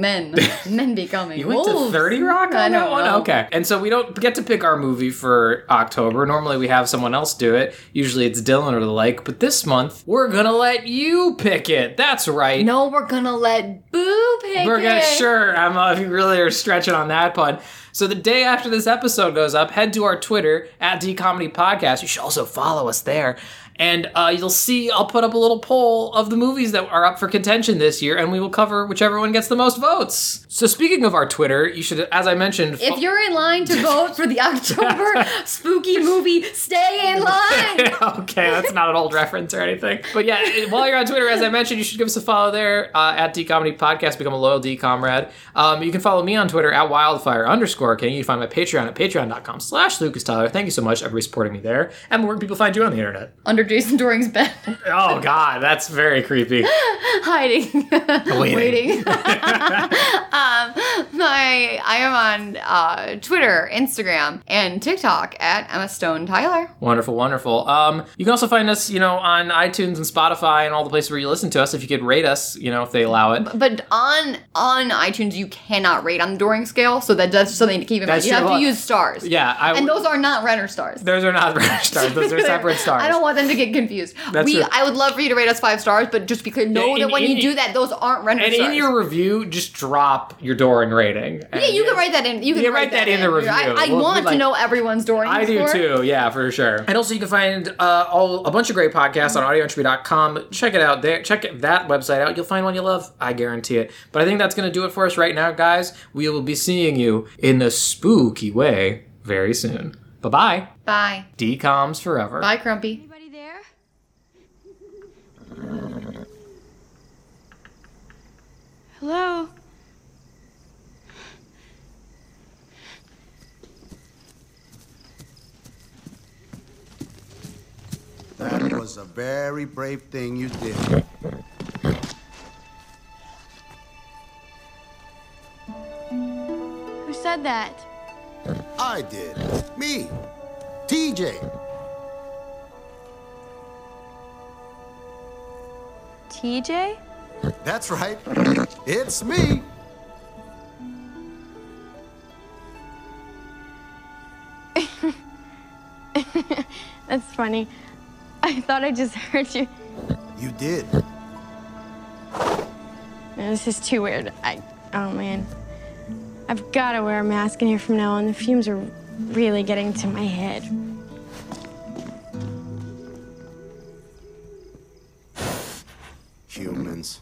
Speaker 3: men, men becoming
Speaker 2: You went to
Speaker 3: wolves.
Speaker 2: 30 Rock on
Speaker 3: I
Speaker 2: that
Speaker 3: don't
Speaker 2: one?
Speaker 3: know.
Speaker 2: Okay. And so we don't get to pick our movie for October. Normally we have someone else do it. Usually it's Dylan or the like, but this month we're going to let you pick it. That's right.
Speaker 3: No, we're gonna let Boo pick
Speaker 2: We're gonna
Speaker 3: it.
Speaker 2: sure, Emma, if you really are stretching on that pun. So the day after this episode goes up, head to our Twitter at D Comedy Podcast. You should also follow us there. And uh, you'll see I'll put up a little poll of the movies that are up for contention this year, and we will cover whichever one gets the most votes. So speaking of our Twitter, you should as I mentioned
Speaker 3: If you're in line to vote for the October spooky movie, stay in line.
Speaker 2: okay, that's not an old reference or anything. But yeah, it- while you're on Twitter, as I mentioned, you should give us a follow there uh, at D Comedy Podcast. Become a loyal D comrade. Um, you can follow me on Twitter at wildfire underscore king. You can find my Patreon at patreon.com slash Lucas Tyler. Thank you so much, everybody supporting me there. And where can people find you on the internet?
Speaker 3: Under Jason Doring's bed,
Speaker 2: Oh God, that's very creepy.
Speaker 3: hiding, waiting. My, I am on uh, Twitter, Instagram, and TikTok at Emma Stone Tyler.
Speaker 2: Wonderful, wonderful. Um, you can also find us, you know, on iTunes and Spotify and all the places where you listen to us. If you could rate us, you know, if they allow it.
Speaker 3: But on on iTunes, you cannot rate on the Doring scale, so that, that's something to keep in mind.
Speaker 2: That's
Speaker 3: You have
Speaker 2: true.
Speaker 3: to use stars.
Speaker 2: Yeah, I
Speaker 3: and those are not Renner stars.
Speaker 2: those are not stars. Those are separate stars.
Speaker 3: I don't want them to get confused.
Speaker 2: That's
Speaker 3: we,
Speaker 2: true.
Speaker 3: I would love for you to rate us five stars, but just be clear, know
Speaker 2: in-
Speaker 3: that when
Speaker 2: in-
Speaker 3: you do that, those aren't Renner
Speaker 2: And
Speaker 3: stars.
Speaker 2: in your review, just drop your Doring rating.
Speaker 3: yeah, you can write that in. You can
Speaker 2: Yeah, write that in the review.
Speaker 3: I, I
Speaker 2: We'll be
Speaker 3: want
Speaker 2: like-
Speaker 3: to know everyone's Doring.
Speaker 2: I do
Speaker 3: score.
Speaker 2: too, yeah, for sure. And also, you can find uh, all a bunch of great podcasts on audioentropy.com. Check it out there. Check that website out. You'll find one you love. I guarantee it. But I think that's going to do it for us right now, guys. We will be seeing you in a spooky way very soon. Bye bye.
Speaker 3: Bye.
Speaker 2: DCOMs forever.
Speaker 3: Bye, Crumpy.
Speaker 5: Anybody there? Hello?
Speaker 6: That was a very brave thing you did.
Speaker 5: Who said that?
Speaker 6: I did. Me. TJ.
Speaker 5: TJ?
Speaker 6: That's right. It's me.
Speaker 5: That's funny. I thought I just heard you.
Speaker 6: You did.
Speaker 5: No, this is too weird. I. Oh, man. I've gotta wear a mask in here from now on. The fumes are really getting to my head.
Speaker 6: Humans.